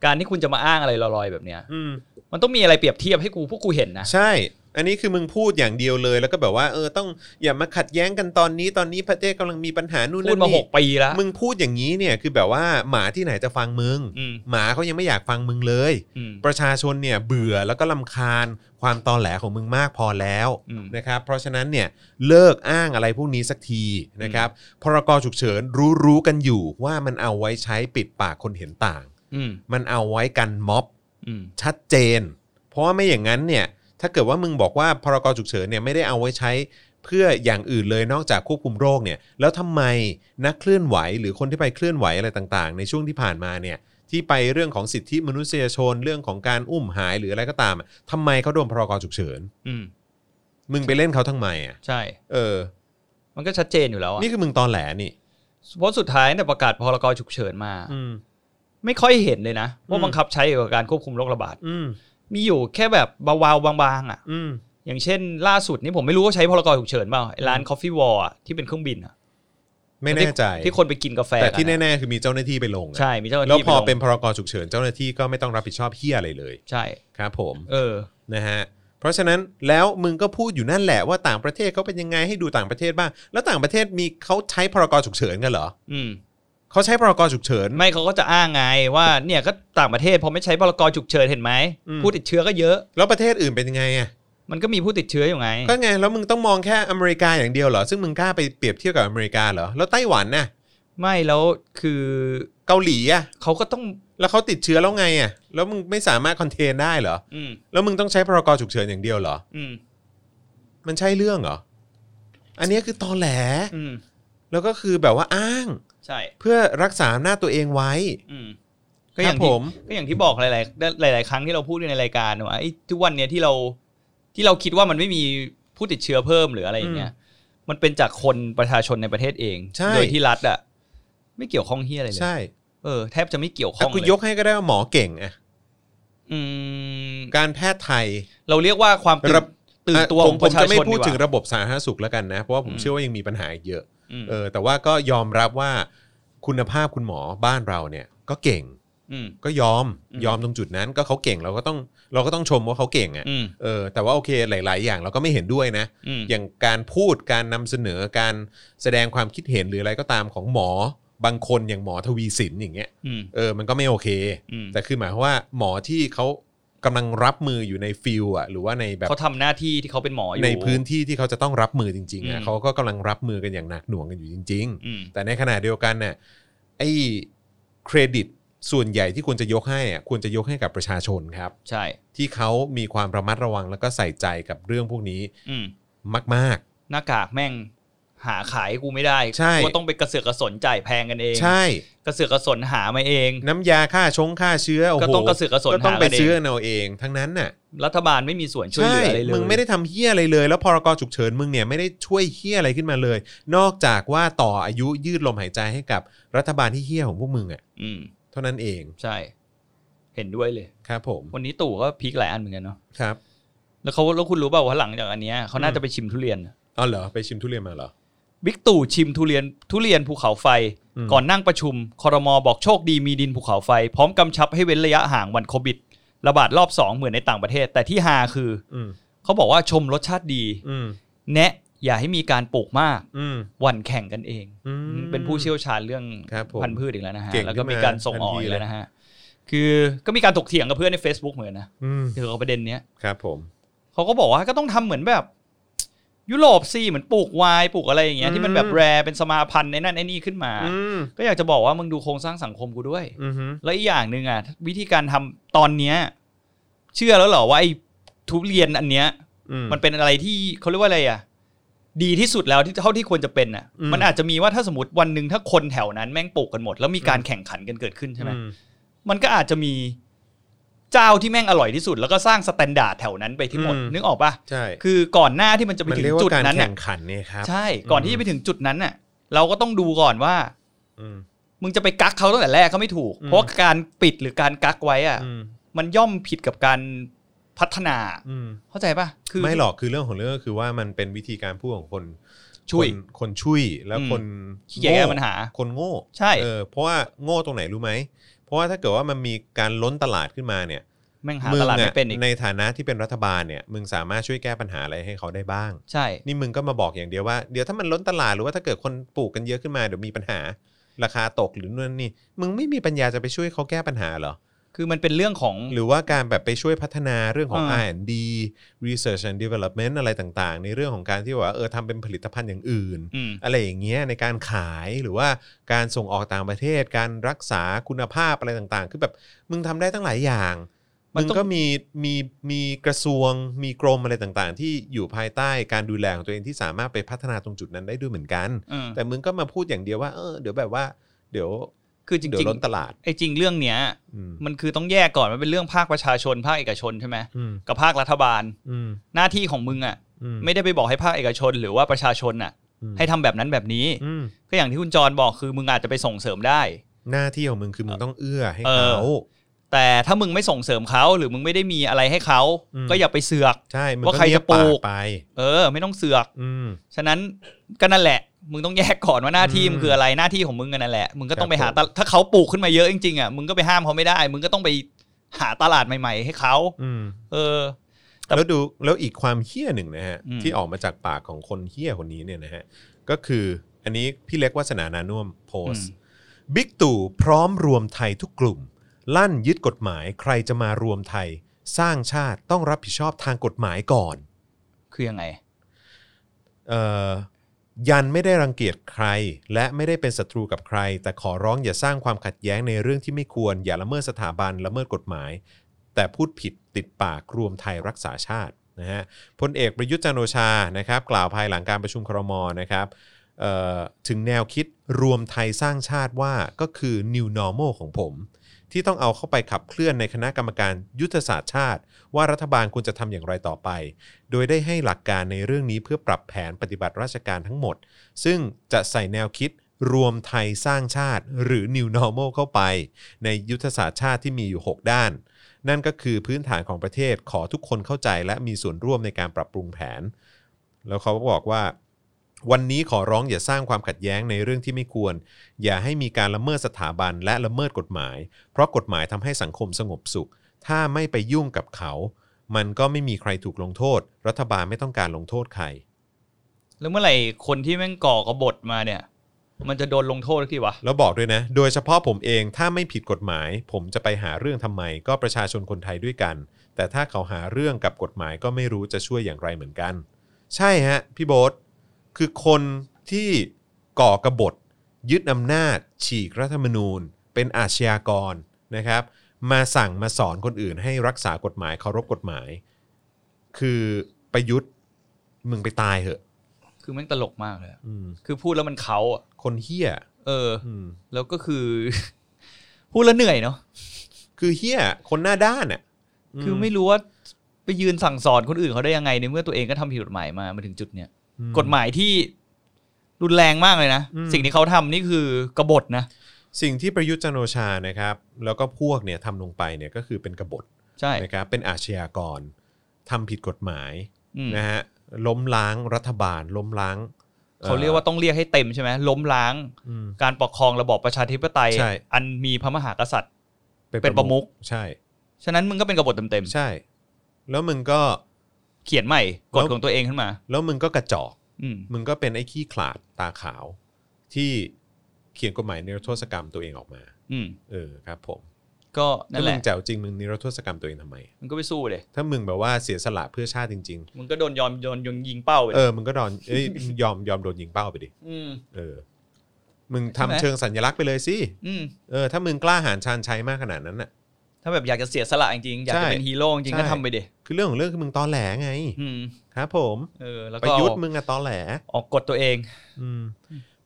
[SPEAKER 2] การที่คุณจะมาอ้างอะไรลอยๆแบบเนี้ย
[SPEAKER 1] อืม
[SPEAKER 2] มันต้องมีอะไรเปรียบเทียบให้กูพวกกูเห็นนะ
[SPEAKER 1] ใช่ อันนี้คือมึงพูดอย่างเดียวเลย แล้วก็แบบว่าเออต้องอย่ามาขัดแย้งกันตอนนี้ตอนนี้ประเทศกำลังมีปัญหานู่น
[SPEAKER 2] พู
[SPEAKER 1] นั่
[SPEAKER 2] ด
[SPEAKER 1] น
[SPEAKER 2] มาห
[SPEAKER 1] นี่
[SPEAKER 2] กปีแล้ว
[SPEAKER 1] มึงพูดอย่างนี้เนี่ยคือแบบว่าหมาที่ไหนจะฟังมึง
[SPEAKER 2] อืม
[SPEAKER 1] หมาเขายังไม่อยากฟังมึงเลย
[SPEAKER 2] อืม
[SPEAKER 1] ประชาชนเนี่ยเบื่อแล้วก็ลำคาญความตอแหลของมึงมากพอแล้ว
[SPEAKER 2] อืม
[SPEAKER 1] นะครับ เพราะฉะนั้นเนี่ยเลิกอ้างอะไรพวกนี้สักทีนะครับพรกฉุกเฉินรู้รู้ๆกันอยู่ว่ามันเอาไว้ใช้ปิดปากคนเห็นต่าง
[SPEAKER 2] อืม
[SPEAKER 1] มันเอาไว้กันม็อบ
[SPEAKER 2] อืม
[SPEAKER 1] ชัดเจน เพราะว่าไม่อย่างนั้นเนี่ย ถ้าเกิดว่ามึงบอกว่าพรกฉุกเฉินเนี่ยไม่ได้เอาไว้ใช้เพื่ออย่างอื่นเลยนอกจากควบคุมโรคเนี่ย แล้วทำไมนักเคลื่อนไหวหรือคนที่ไปเคลื่อนไหวอะไรต่างๆ ในช่วงที่ผ่านมาเนี่ย ที่ไปเรื่องของสิทธิมนุษยชนเรื่องของการอุ้มหายหรืออะไรก็ตามอะทำไมเขาโดนพรกฉุกเฉิน
[SPEAKER 2] อืม
[SPEAKER 1] มึงไปเล่นเขาทำไมอ่ะ
[SPEAKER 2] ใช่
[SPEAKER 1] เออ
[SPEAKER 2] มันก็ชัดเจนอยู่แล้วอะ
[SPEAKER 1] นี่คือมึงตอนแหลนี่
[SPEAKER 2] เพราะสุดท้ายแต่ยประกาศพรกฉุกเฉินมา
[SPEAKER 1] อืม
[SPEAKER 2] ไม่ค่อยเห็นเลยนะ ว่า
[SPEAKER 1] อืม
[SPEAKER 2] บังคับใช้เกี่ยวกับการควบคุมโรคระบาด
[SPEAKER 1] อืม
[SPEAKER 2] มีอยู่แค่แบบเบาๆบางๆอ่ะ
[SPEAKER 1] อืม
[SPEAKER 2] อย่างเช่น ล่าสุดนี่ผมไม่รู้ว่าใช้พรกฉุกเฉินเปล่าไอ้ร้าน Coffee War อะที่เป็นเครื่องบินอะ
[SPEAKER 1] ไม่แน่ใจ
[SPEAKER 2] ที่คนไปกินกาแฟ
[SPEAKER 1] แต่ที่
[SPEAKER 2] กัะ
[SPEAKER 1] แน่ ๆ คือมีเจ้าหน้าที่ไปลงอะ
[SPEAKER 2] ใช่มีเจ้าหน้า
[SPEAKER 1] แล้ว
[SPEAKER 2] ที่
[SPEAKER 1] พอ
[SPEAKER 2] ไลง
[SPEAKER 1] เป็นพรกฉุกเฉินเจ้าหน้าที่ก็ไม่ต้องรับผิดชอบเฮียอะไรเลย
[SPEAKER 2] ใช่
[SPEAKER 1] ครับผม
[SPEAKER 2] เออ
[SPEAKER 1] นะฮะ เพราะฉะนั้นแล้วมึงก็พูดอยู่นั่นแหละว่าต่างประเทศเขาเป็นยังไงให้ดูต่างประเทศบ้าง แล้วต่างประเทศมีเขาใช้พรกฉุกเฉินกันเหรอ
[SPEAKER 2] อืม
[SPEAKER 1] เขาใช้พรกฉุกเฉิน
[SPEAKER 2] ไม่เขาก็จะอ้างไงว่าเนี่ยก็ต่างประเทศพอไม่ใช้พรกฉุกเฉินเห็นไหม
[SPEAKER 1] อืม
[SPEAKER 2] ผู้ติดเชื้อก็เยอะ
[SPEAKER 1] แล้วประเทศอื่นเป็นยังไงอ่ะ
[SPEAKER 2] มันก็มีผู้ติดเชื้ออยู่ไง
[SPEAKER 1] ก็ไงแล้วมึงต้องมองแค่อเมริกาอย่างเดียวเหรอซึ่งมึงกล้าไปเปรียบเทียบกับอเมริกาเหรอแล้วไต้หวันน่ะ
[SPEAKER 2] ไม่แล้วคือ
[SPEAKER 1] เกาหลีอ่ะ
[SPEAKER 2] เขาก็ต้อง
[SPEAKER 1] แล้วเขาติดเชื้อแล้วไงอ่ะแล้วมึงไม่สามารถคอนเทนได้เหรอ
[SPEAKER 2] อืม
[SPEAKER 1] แล้วมึงต้องใช้พรกฉุกเฉินอย่างเดียวเหรอ
[SPEAKER 2] อืม
[SPEAKER 1] มันใช่เรื่องเหรออันเนี้ยคือตอแหล
[SPEAKER 2] อืม
[SPEAKER 1] แล้วก็คือแบบว่าอ้าง
[SPEAKER 2] ใช่
[SPEAKER 1] เพื่อรักษาหน้าตัวเองไว้
[SPEAKER 2] อืมก็อย่าง
[SPEAKER 1] ครับผ
[SPEAKER 2] ที่
[SPEAKER 1] ม
[SPEAKER 2] ก็อย่างที่บอกหลายๆได้หลาย ๆ ครั้งที่เราพูดในรายการว่าไอ้ทุกวันเนี้ยที่เราที่เราคิดว่ามันไม่มีผู้ติดเชื้อเพิ่มหรืออะไรอย่างเงี้ยมันเป็นจากคนประชาชนในประเทศเอง
[SPEAKER 1] ใช่
[SPEAKER 2] โดยที่รัฐอ่ะไม่เกี่ยวข้องเฮียอะไรเลย
[SPEAKER 1] ใช่
[SPEAKER 2] เออแทบจะไม่เกี่ยวข้
[SPEAKER 1] ถ้า
[SPEAKER 2] อง
[SPEAKER 1] กู
[SPEAKER 2] เลย
[SPEAKER 1] ยกให้ก็ได้ว่าหมอเก่งอะ
[SPEAKER 2] อืม
[SPEAKER 1] การแพทย์ไทย
[SPEAKER 2] เราเรียกว่าความตื่น
[SPEAKER 1] ระ
[SPEAKER 2] ตื่นตัว
[SPEAKER 1] เอ่อ
[SPEAKER 2] ข
[SPEAKER 1] ผ
[SPEAKER 2] อ
[SPEAKER 1] ม
[SPEAKER 2] ง
[SPEAKER 1] ผ
[SPEAKER 2] ป
[SPEAKER 1] ม
[SPEAKER 2] ระชาช
[SPEAKER 1] จะ
[SPEAKER 2] น
[SPEAKER 1] ไม่พูด
[SPEAKER 2] กว่า
[SPEAKER 1] ถึงระบบสาธารณสุขแล้วกันนะ เพราะว่าผม
[SPEAKER 2] อืม
[SPEAKER 1] เชื่อว่ายังมีปัญหาอีกเยอะ
[SPEAKER 2] อืม
[SPEAKER 1] เออแต่ว่าก็ยอมรับว่าคุณภาพคุณหมอบ้านเราเนี่ย ก็เก่ง
[SPEAKER 2] ม
[SPEAKER 1] ก็ยอม
[SPEAKER 2] อืม
[SPEAKER 1] ยอมตรงจุดนั้นก็เขาเก่งเราก็ต้องเราก็ต้องชมว่าเขาเก่งอะ
[SPEAKER 2] อืม
[SPEAKER 1] เออแต่ว่าโอเคหลาย ๆ อย่างเราก็ไม่เห็นด้วยนะ
[SPEAKER 2] อืม
[SPEAKER 1] อย่างการพูดการนำเสนอการแสดงความคิดเห็นหรืออะไรก็ตามของหมอบางคนอย่างหมอทวีสินอย่างเงี้ย
[SPEAKER 2] อืม
[SPEAKER 1] เออมันก็ไม่โอเค
[SPEAKER 2] อืม
[SPEAKER 1] แต่คือหมายความว่าหมอที่เขากำลังรับมืออยู่ในฟิลอะหรือว่าในแบบ
[SPEAKER 2] เขาทำหน้าที่ที่เขาเป็นหมออยู่
[SPEAKER 1] ในพื้นที่ที่เขาจะต้องรับมือจริงๆ
[SPEAKER 2] อื
[SPEAKER 1] อะ
[SPEAKER 2] ม
[SPEAKER 1] เขาก็กำลังรับมือกันอย่างหนักหน่วงกันอยู่จริง
[SPEAKER 2] อืม
[SPEAKER 1] ๆ แต่ในขณะเดียวกันเนี่ยไอ้เครดิตส่วนใหญ่ที่ควรจะยกให้อะควรจะยกให้กับประชาชนครับ
[SPEAKER 2] ใช่
[SPEAKER 1] ที่เขามีความระมัดระวังแล้วก็ใส่ใจกับเรื่องพวกนี้
[SPEAKER 2] อืม
[SPEAKER 1] มาก
[SPEAKER 2] หน้ากากแม่งหาขายกูไม่ได้
[SPEAKER 1] ใช่
[SPEAKER 2] กูก็ต้องไปกระเสือกกระสนจ่ายแพงกันเอง
[SPEAKER 1] ๆ ใช่
[SPEAKER 2] กระเสือกกระสนหามาเอง
[SPEAKER 1] น้ำยาฆ่าชงฆ่าเชื้อโอ้
[SPEAKER 2] ก็
[SPEAKER 1] โห
[SPEAKER 2] ต้องกระเสือกกระสน
[SPEAKER 1] ก็ต้อง
[SPEAKER 2] หา
[SPEAKER 1] ไป
[SPEAKER 2] กันเอง
[SPEAKER 1] ซื้อเอาเองทั้งนั้นน่ะ
[SPEAKER 2] รัฐบาลไม่มีส่วนช่วยเหลืออะไรเลย
[SPEAKER 1] มึงไม่ได้ทำเฮี้ยอะไรเลย แล้วพรกฉุกเฉินมึงเนี่ยไม่ได้ช่วยเฮี้ยอะไรขึ้นมาเลย นอกจากว่าต่ออายุยืดลมหายใจให้กับรัฐบาลที่เฮี้ยของพวกมึงอะ่ะ
[SPEAKER 2] อืม
[SPEAKER 1] เท่านั้นเอง
[SPEAKER 2] ใช่ เห็นด้วยเลย
[SPEAKER 1] ครับผม
[SPEAKER 2] วันนี้ตู่ก็พีคหลายอันเหมือนกันเนาะ
[SPEAKER 1] ครับ
[SPEAKER 2] แล้วเขาแล้วคุณรู้เปล่าว่าหลังจากอันเนี้ยเขาน่าจะไปชิมทุเรียน
[SPEAKER 1] อ๋อเหรอไปชิมทุเรียนมาเหรอ
[SPEAKER 2] บิ๊กตู่ชิมทุเรียนทุเรียนภูเขาไฟ
[SPEAKER 1] อืม
[SPEAKER 2] ก่อนนั่งประชุมคอรมอบอกโชคดีมีดินภูเขาไฟ พร้อมกำชับให้เว้นระยะห่างวันโควิด ระบาดรอบสองเหมือนในต่างประเทศ แต่ที่ฮาคือ
[SPEAKER 1] อืม
[SPEAKER 2] เขาบอกว่าชมรสชาติดี
[SPEAKER 1] อืม
[SPEAKER 2] แนะอย่าให้มีการปลูกมาก
[SPEAKER 1] อืม
[SPEAKER 2] หวันแข่งกันเอง
[SPEAKER 1] อืม
[SPEAKER 2] เป็นผู้เชี่ยวชาญเรื่อง
[SPEAKER 1] ครับผม
[SPEAKER 2] พันธุ์พืชอีกแล้วนะฮะ
[SPEAKER 1] เก่ง
[SPEAKER 2] แล้วก็
[SPEAKER 1] ขึ้นมามี
[SPEAKER 2] มีการส่งออ
[SPEAKER 1] ทัน
[SPEAKER 2] ก
[SPEAKER 1] ที
[SPEAKER 2] อีกแล้วนะฮะคือก็มีการถกเถียงกับเพื่อนใน Facebook เหมือนนะ
[SPEAKER 1] อืม
[SPEAKER 2] เกี่ยวกับประเด็นเนี้ย
[SPEAKER 1] ครับผม
[SPEAKER 2] เขาก็บอกว่าก็ต้องทำเหมือนแบบ ยุโรปสิเหมือนปลูกไวน์ปลูกอะไรอย่างเงี้ยที่มันแบบ
[SPEAKER 1] อืม
[SPEAKER 2] แรเป็นสมาพันธ์ในนั่นไอ้นี่ขึ้นมา
[SPEAKER 1] อืม
[SPEAKER 2] ก็อยากจะบอกว่ามึงดูโครงสร้างสังคมกูด้วย
[SPEAKER 1] อืม
[SPEAKER 2] แล้วอีกอย่างหนึ่งอ่ะวิธีการทำตอนเนี้ยเชื่อแล้วเหรอว่าไอ้ทุเรียนอันเนี้ย
[SPEAKER 1] อืม
[SPEAKER 2] มันเป็นอะไรที่เขาเรียกว่าอะไรอ่ะ ดีที่สุดแล้วที่เท่าที่ควรจะเป็นอ่ะ
[SPEAKER 1] อืม
[SPEAKER 2] มันอาจจะมีว่าถ้าสมมติวันหนึ่งถ้าคนแถวนั้นแม่งปลูกกันหมด แล้วมีการแข่งขันกันเกิดขึ้นใช่ไหม
[SPEAKER 1] อืม
[SPEAKER 2] มันก็อาจจะมี เจ้าที่แม่งอร่อยที่สุด แล้วก็สร้างสแตนดาร์ดแถวนั้นไปที่หมด
[SPEAKER 1] อืม
[SPEAKER 2] นึกออกปะ
[SPEAKER 1] ใช่
[SPEAKER 2] คือก่อนหน้าที่มันจะไป
[SPEAKER 1] มัน
[SPEAKER 2] ถึง
[SPEAKER 1] เรียกว่า
[SPEAKER 2] จุด
[SPEAKER 1] การ
[SPEAKER 2] นั้น
[SPEAKER 1] แข่
[SPEAKER 2] น่ะ
[SPEAKER 1] งขันเนี่ยครับ
[SPEAKER 2] ใช่ก่อนที่
[SPEAKER 1] อืม
[SPEAKER 2] จะไปถึงจุดนั้นน่ะ เราก็ต้องดูก่อนว่า
[SPEAKER 1] อืม
[SPEAKER 2] มึงจะไปกักเขาตั้งแต่แรกก็ไม่ถูก
[SPEAKER 1] อืม
[SPEAKER 2] เพราะการปิดหรือการกักไว้อะ
[SPEAKER 1] อืม
[SPEAKER 2] มันย่อมผิดกับการพัฒนา
[SPEAKER 1] อืม
[SPEAKER 2] เข้าใจปะคือ
[SPEAKER 1] ไม่หรอกคือเรื่องของเรื่องก็คือว่ามันเป็นวิธีการพูดของคน
[SPEAKER 2] ช่วย
[SPEAKER 1] คนคนช่วยแล้ว
[SPEAKER 2] อืม
[SPEAKER 1] คน
[SPEAKER 2] ขี้เกียจแก้
[SPEAKER 1] โง่
[SPEAKER 2] ปัญหา
[SPEAKER 1] คนโง่
[SPEAKER 2] ใช่
[SPEAKER 1] เออเพราะว่าโง่ตรงไหนรู้ไหม เพราะว่าถ้าเกิดว่ามันมีการล้นตลาดขึ้นมาเนี่ย
[SPEAKER 2] แม่งหาง ตลา
[SPEAKER 1] อะ
[SPEAKER 2] ดไม่เป็นอีก
[SPEAKER 1] ในฐานะที่เป็นรัฐบาลเนี่ย มึงสามารถช่วยแก้ปัญหาอะไรให้เขาได้บ้าง
[SPEAKER 2] ใช่
[SPEAKER 1] นี่มึงก็มาบอกอย่างเดียวว่าเดี๋ยวถ้ามันล้นตลาดหรือว่าถ้าเกิดคนปลูกกันเยอะขึ้นมาเดี๋ยวมีปัญหา ราคาตกหรือนู่นนี่ มึงไม่มีปัญญาจะไปช่วยเขาแก้ปัญหาเหรอ
[SPEAKER 2] คือมันเป็นเรื่องของ
[SPEAKER 1] หรือว่าการแบบไปช่วยพัฒนาเรื่องของ
[SPEAKER 2] อ่า
[SPEAKER 1] R&D Research and Development อะไรต่างๆ ในเรื่องของการที่ว่าเออทำเป็นผลิตภัณฑ์อย่างอื่น
[SPEAKER 2] อืม
[SPEAKER 1] อะไรอย่างเงี้ยในการขายหรือว่าการส่งออกต่างประเทศ การรักษาคุณภาพอะไรต่างๆ คือแบบมึงทำได้ตั้งหลายอย่าง
[SPEAKER 2] มั
[SPEAKER 1] มึ
[SPEAKER 2] น
[SPEAKER 1] ง
[SPEAKER 2] ต้อง
[SPEAKER 1] ก็มีมีมีกระทรวง มีกรมอะไรต่างๆ ที่อยู่ภายใต้การดูแลของตัวเองที่สามารถไปพัฒนาตรงจุดนั้นได้ด้วยเหมือนกัน
[SPEAKER 2] อืม
[SPEAKER 1] แต่มึงก็มาพูดอย่างเดียวว่าเออเดี๋ยวแบบว่า เดี๋ยว
[SPEAKER 2] คือจ
[SPEAKER 1] เดี๋ย
[SPEAKER 2] ริ
[SPEAKER 1] ว
[SPEAKER 2] ง
[SPEAKER 1] ล้นตลาด
[SPEAKER 2] ๆไอ้จริงเรื่องเนี้ย
[SPEAKER 1] อืม
[SPEAKER 2] มันคือต้องแยกก่อนมันเป็นเรื่องภาคประชาชน ภาคเอกชนใช่ไหม
[SPEAKER 1] อืม
[SPEAKER 2] กับภาครัฐบาล
[SPEAKER 1] อืม
[SPEAKER 2] หน้าที่ของมึงอ่ะ
[SPEAKER 1] อืม
[SPEAKER 2] ไม่ได้ไปบอกให้ภาคเอกชน หรือว่าประชาชนอ่ะ
[SPEAKER 1] อืม
[SPEAKER 2] ให้ทำแบบนั้นแบบนี้
[SPEAKER 1] อืม
[SPEAKER 2] ก็อย่างที่คุณจรบอกคือมึงอาจจะไปส่งเสริมได้
[SPEAKER 1] หน้าที่ของมึงคือมึงต้องเอื้อให้
[SPEAKER 2] เออ
[SPEAKER 1] เขา
[SPEAKER 2] แต่ถ้ามึงไม่ส่งเสริมเขาหรือมึงไม่ได้มีอะไรให้เขา
[SPEAKER 1] อืม
[SPEAKER 2] ก็อย่าไปเสือก
[SPEAKER 1] ใช่มึง
[SPEAKER 2] ว่า
[SPEAKER 1] ก็
[SPEAKER 2] ใคร
[SPEAKER 1] เงียบ
[SPEAKER 2] จะปลู
[SPEAKER 1] ปาก
[SPEAKER 2] ก
[SPEAKER 1] ไป
[SPEAKER 2] เออ ไม่ต้องเสือก
[SPEAKER 1] อืม
[SPEAKER 2] ฉะนั้นก็นั่นแหละ มึงต้องแยกก่อนว่าหน้าที่
[SPEAKER 1] อืม
[SPEAKER 2] มึงคืออะไรหน้าที่ของมึงกันนั่นแหละมึงก็ต้องไป
[SPEAKER 1] ครับ
[SPEAKER 2] หาตลาดถ้าเขาปลูกขึ้นมาเยอะจริงๆอ่ะมึงก็ไปห้ามเขาไม่ได้ มึงก็ต้องไปหาตลาดใหม่ ๆ ให้เขา
[SPEAKER 1] อืม
[SPEAKER 2] เออ แต่
[SPEAKER 1] แล้วดูแล้วอีกความเฮี้ยหนึ่งนะฮะ
[SPEAKER 2] อืม
[SPEAKER 1] ที่ออกมาจากปากของคนเฮี้ยคนนี้เนี่ยนะฮะ ก็คืออันนี้พี่เล็กวัฒนานานุ่วมโพ
[SPEAKER 2] อ
[SPEAKER 1] สต์บิ๊กตู่พร้อมรวมไทยทุกกลุ่ม ลั่นยึดกฎหมายใครจะมารวมไทย สร้างชาติต้องรับผิดชอบทางกฎหมายก่อน
[SPEAKER 2] คือยังไง
[SPEAKER 1] เอ่อยันไม่ได้รังเกียจใคร และไม่ได้เป็นศัตรูกับใคร แต่ขอร้องอย่าสร้างความขัดแย้งในเรื่องที่ไม่ควร อย่าละเมิดสถาบันละเมิดกฎหมาย แต่พูดผิดติดปากรวมไทยรักษาชาตินะฮะพลเอกประยุทธ์จันทร์โอชานะครับ กล่าวภายหลังการประชุมครมนะครับเอ่อถึงแนวคิดรวมไทยสร้างชาติว่าก็คือ new normal ของผม ที่ต้องเอาเข้าไปขับเคลื่อนในคณะกรรมการยุทธศาสตร์ชาติ ว่ารัฐบาลควรจะทำอย่างไรต่อไป โดยได้ให้หลักการในเรื่องนี้เพื่อปรับแผนปฏิบัติราชการทั้งหมด ซึ่งจะใส่แนวคิดรวมไทยสร้างชาติหรือ new normal เข้าไป ในยุทธศาสตร์ชาติที่มีอยู่ 6 ด้าน นั่นก็คือพื้นฐานของประเทศขอทุกคนเข้าใจและมีส่วนร่วมในการปรับปรุงแผน แล้วเขาก็บอกว่า วันนี้ขอร้องอย่าสร้างความขัดแย้งในเรื่องที่ไม่ควร อย่าให้มีการละเมิดสถาบันและละเมิดกฎหมาย เพราะกฎหมายทำให้สังคมสงบสุข ถ้าไม่ไปยุ่งกับเขา มันก็ไม่มีใครถูกลงโทษ รัฐบาลไม่ต้องการลงโทษใคร
[SPEAKER 2] แล้วเมื่อไหร่คนที่แม่งก่อกบฏมาเนี่ย มันจะโดนลงโทษสักที่วะ
[SPEAKER 1] แล้วบอกด้วยนะ โดยเฉพาะผมเองถ้าไม่ผิดกฎหมาย ผมจะไปหาเรื่องทำไม ก็ประชาชนคนไทยด้วยกัน แต่ถ้าเขาหาเรื่องกับกฎหมายก็ไม่รู้จะช่วยอย่างไรเหมือนกัน ใช่ฮะ พี่โบ๊ทคือคนที่ก่อกบฏ ยึดอำนาจ ฉีกรัฐธรรมนูญ เป็นอาชญากรนะครับ มาสั่งมาสอนคนอื่นให้รักษากฎหมายเคารพกฎหมาย คือประยุทธ์มึงไปตายเหอะ
[SPEAKER 2] คือแม่งตลกมากเลยอะ
[SPEAKER 1] อืม
[SPEAKER 2] คือพูดแล้วมันเขาอะ
[SPEAKER 1] คนเฮี้ย
[SPEAKER 2] เออ
[SPEAKER 1] อืม
[SPEAKER 2] แล้วก็คือ พูดแล้วเหนื่อยเนาะ
[SPEAKER 1] คือเฮี้ยคนหน้าด้านอ่ะม
[SPEAKER 2] คือไม่รู้ว่าไปยืนสั่งสอนคนอื่นเขาได้ยังไงในเมื่อตัวเองก็ทำผิดกฎหมายมามาถึงจุดเนี้ย
[SPEAKER 1] อื
[SPEAKER 2] กฎหมายที่รุนแรงมากเลยนะ
[SPEAKER 1] อืม
[SPEAKER 2] สิ่งที่เขาทำนี่คือกบฏนะ
[SPEAKER 1] สิ่งที่ประยุทธ์จันทร์โอชานะครับแล้วก็พวกเนี่ยทำลงไปเนี่ยก็คือเป็นกบฏ
[SPEAKER 2] ใช่
[SPEAKER 1] นะครับเป็นอาชญากรทำผิดกฎหมาย
[SPEAKER 2] อืม
[SPEAKER 1] นะฮะล้มล้างรัฐบาล ล้มล้าง
[SPEAKER 2] เขาเรียกว่าต้องเรียกให้เต็มใช่ไหมล้มล้าง
[SPEAKER 1] อืม
[SPEAKER 2] การปกครองระบอบประชาธิปไตย
[SPEAKER 1] ใช่
[SPEAKER 2] อันมีพระมหากษัตริย์ เป็นประมุข
[SPEAKER 1] ใช่
[SPEAKER 2] ฉะนั้นมึงก็เป็นกบฏเต็ม
[SPEAKER 1] ใช่ แล้วมึงก็
[SPEAKER 2] ๆเขียนใหม่กฎ
[SPEAKER 1] แล้ว
[SPEAKER 2] ของตัวเองขึ้นมา
[SPEAKER 1] แล้วมึงก็กระจอก
[SPEAKER 2] อืม
[SPEAKER 1] มึงก็เป็นไอ้ขี้ขลาดตาขาว ที่เขียนกฎหมายนิรโทษกรรมตัวเองออกมา
[SPEAKER 2] อืม
[SPEAKER 1] เออครับผม
[SPEAKER 2] ก็
[SPEAKER 1] ถ้า
[SPEAKER 2] นั่นแห
[SPEAKER 1] มึ
[SPEAKER 2] ละ
[SPEAKER 1] งแจ๋วจริงมึงนิรโทษกรรมตัวเองทำไม
[SPEAKER 2] มึงก็ไปสู้เลย
[SPEAKER 1] ถ้ามึงแบบว่าเสียสละเพื่อชาติจริง
[SPEAKER 2] มึงก็โดนยอมโดนยงยิงเป้าไป
[SPEAKER 1] ๆ
[SPEAKER 2] เล
[SPEAKER 1] เอย อมึงก็โด นเอ้ยยอมยอมโดนยิงเป้าไปดิ
[SPEAKER 2] ม
[SPEAKER 1] เออ มึงทำ
[SPEAKER 2] ใช่ไหม
[SPEAKER 1] เชิงสัญลักษณ์ไปเลยสิ
[SPEAKER 2] อืม
[SPEAKER 1] เออ ถ้ามึงกล้าหาญชาญชัยมากขนาดนั้นน่ะ
[SPEAKER 2] ถ้าแบบอยากจะเสียสละจริงๆอยาก
[SPEAKER 1] ใช่
[SPEAKER 2] จะเป็นฮีโร่จริง
[SPEAKER 1] ใช่
[SPEAKER 2] ๆก็ทำไปเด
[SPEAKER 1] คือเรื่องของเรื่องคือมึงตอแหลไง
[SPEAKER 2] อืม
[SPEAKER 1] ครับผม
[SPEAKER 2] เออ แล้ว
[SPEAKER 1] ป
[SPEAKER 2] ก็
[SPEAKER 1] ระ
[SPEAKER 2] เอา
[SPEAKER 1] ยุทธ์มึงอะตอแหล
[SPEAKER 2] ออกกฎตัวเอง
[SPEAKER 1] อืม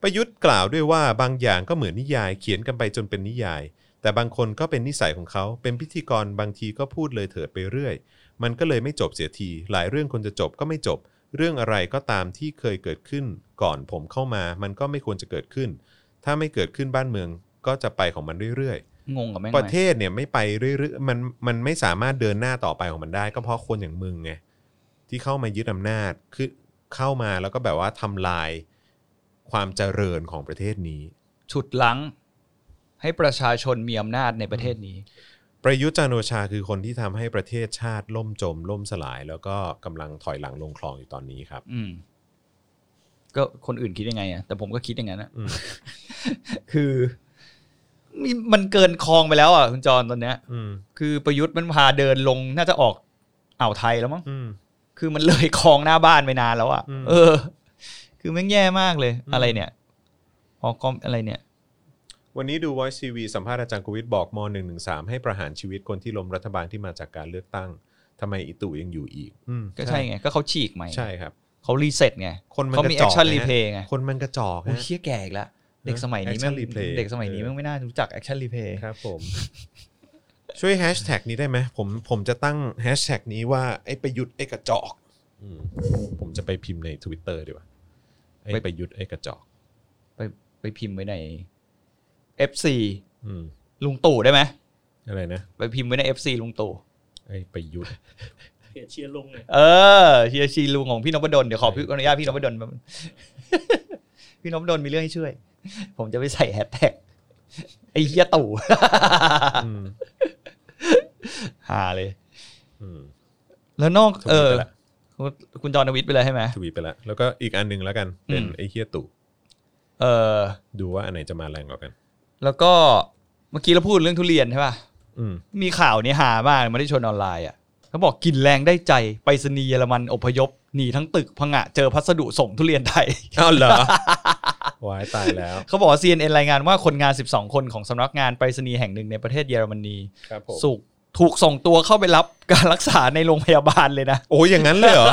[SPEAKER 1] ประยุทธ์กล่าวด้วยว่าบางอย่างก็เหมือนนิยาย เขียนกันไปจนเป็นนิยาย แ แต่บางคนก็เป็นนิสัยของเขา เป็นพิธีกรบางทีก็พูดเลยเถิดไปเรื่อย มันก็เลยไม่จบเสียที หลายเรื่องคนจะจบก็ไม่จบ เรื่องอะไรก็ตามที่เคยเกิดขึ้น ก่อนผมเข้ามา มันก็ไม่ควรจะเกิดขึ้น ถ้าไม่เกิดขึ้นบ้านเมืองก็จะไปของมันเรื่อย
[SPEAKER 2] งงกับแม่ง
[SPEAKER 1] ๆ ประเทศเนี่ยไม่ไปเรื่อยๆ มันมันไม่สามารถเดินหน้าต่อไปของมันได้ ก็เพราะคนอย่างมึงไงที่เข้ามายึดอำนาจคือเข้ามาแล้วก็แบบว่าทำลายความเจริญของประเทศนี้
[SPEAKER 2] ฉุดลัง ให้ประชาชนมีอำนาจในประเทศนี้
[SPEAKER 1] ประยุทธ์จันทร์โอชาคือคนที่ทำให้ประเทศชาติล่มจม ล่มสลาย แล้วก็กำลังถอยหลังลงคลองอยู่ตอนนี้ครับ
[SPEAKER 2] อืม ก็คนอื่นคิดยังไงอะแต่ผมก็คิดอย่างนั้นอะ
[SPEAKER 1] อืม
[SPEAKER 2] คือมีมันเกินคลองไปแล้วอ่ะคุณจรตอนเนี้ย
[SPEAKER 1] อืม
[SPEAKER 2] คือประยุทธ์มันพาเดินลงน่าจะออกอ่าวไทยแล้วมั้ง
[SPEAKER 1] อืม
[SPEAKER 2] คือมันเลยคลองหน้าบ้านไปนานแล้วอ่ะ
[SPEAKER 1] อืม
[SPEAKER 2] เออ คือแม่งแย่มากเลย
[SPEAKER 1] อืม
[SPEAKER 2] อะไรเนี่ยพอกอมอะไรเนี่ย
[SPEAKER 1] วันนี้ดู Voice TV สัมภาษณ์อาจารย์กวิทย์บอกม .113 ให้ประหารชีวิตคนที่ล้มรัฐบาลที่มาจากการเลือกตั้งทำไมอีตู่ยังอยู่อีกอืม
[SPEAKER 2] ก็ใช่ไง ก็เขาฉีกใหม่
[SPEAKER 1] ใช่ครับ
[SPEAKER 2] เขารีเซ็ตไง
[SPEAKER 1] คนมัน
[SPEAKER 2] เขา
[SPEAKER 1] กระ
[SPEAKER 2] มี
[SPEAKER 1] จ
[SPEAKER 2] แอ
[SPEAKER 1] อก
[SPEAKER 2] คชั่นรี
[SPEAKER 1] นะ
[SPEAKER 2] เพย์ไง
[SPEAKER 1] คนมันกระจอก
[SPEAKER 2] โอ้ย
[SPEAKER 1] นะ
[SPEAKER 2] เชี่ยแก่อีกแล้วเด็กสมัยนี้แม่ง
[SPEAKER 1] Action replay
[SPEAKER 2] เด็กสมัยนี้
[SPEAKER 1] เออ
[SPEAKER 2] แม่งไม่น่ารู้จักแอคชั่นรีเพย์
[SPEAKER 1] ครับผม ช่วยแฮชแท็กนี้ได้ไหมผมผมจะตั้งแฮชแท็กนี้ว่า ไอ้ประยุทธ์ไอ้กระจอกอืมผมจะไปพิมพ์ใน Twitter ดีกว่าไอ้ประยุทธ์ไอ้กระจอก
[SPEAKER 2] ไปไปพิมพ์ไว้ใน FC
[SPEAKER 1] อืม
[SPEAKER 2] ลุงตู่ได้ไหม
[SPEAKER 1] อะไรนะ
[SPEAKER 2] ไปพิมพ์ไว้ใน FC ลุงตู่
[SPEAKER 1] ไอ้ประ ยุทธ์
[SPEAKER 3] เสียเชียร์ลงเนี่ย
[SPEAKER 2] เออเชียร์ชีลุงของพี่นพดลเดี๋ยวขอพี่อนุญาตพี่นพดลแป๊บนึง พี่นพดลมีเรื่องให้ช่วย ผมจะไปใส่แฮชแท็กไอ้เฮียตู่
[SPEAKER 1] อืม
[SPEAKER 2] หาเลย
[SPEAKER 1] อืม
[SPEAKER 2] แล้วนอก
[SPEAKER 1] ทวีตไป
[SPEAKER 2] เออ
[SPEAKER 1] ละ
[SPEAKER 2] คุณคุณจอห์นวิทย์ไปเลยใช่ไหม
[SPEAKER 1] ทวีตไปแล้วแล้วก็อีกอันหนึงแล้วกัน เป็น
[SPEAKER 2] อืม
[SPEAKER 1] ไอ้เฮียตู่
[SPEAKER 2] เออ
[SPEAKER 1] ดูว่าอันไหนจะมาแรงกว่ากัน
[SPEAKER 2] แล้วก็เมื่อกี้เราพูดเรื่องทุเรียนใช่ป่ะ
[SPEAKER 1] อืม
[SPEAKER 2] มีข่าวนี้หามากมาที่ชนออนไลน์อ่ะเขาบอกกินแรงได้ใจไปรษณีย์เยอรมันอพยพหนีทั้งตึกพังงะเจอพัสดุส่งทุเรียนไทย
[SPEAKER 1] อ้าวเหรอ วายตายแล้ว
[SPEAKER 2] เขาบอกว่า CNN รายงานว่าคนงาน 12 คนของสำนักงานไปรษณีย์แห่งหนึ่งในประเทศเยอรมนี
[SPEAKER 1] ครับผม
[SPEAKER 2] สุกถูกส่งตัวเข้าไปรับการรักษาในโรงพยาบาลเลยนะ
[SPEAKER 1] โอ้ยอย่างนั้นเลยเหรอ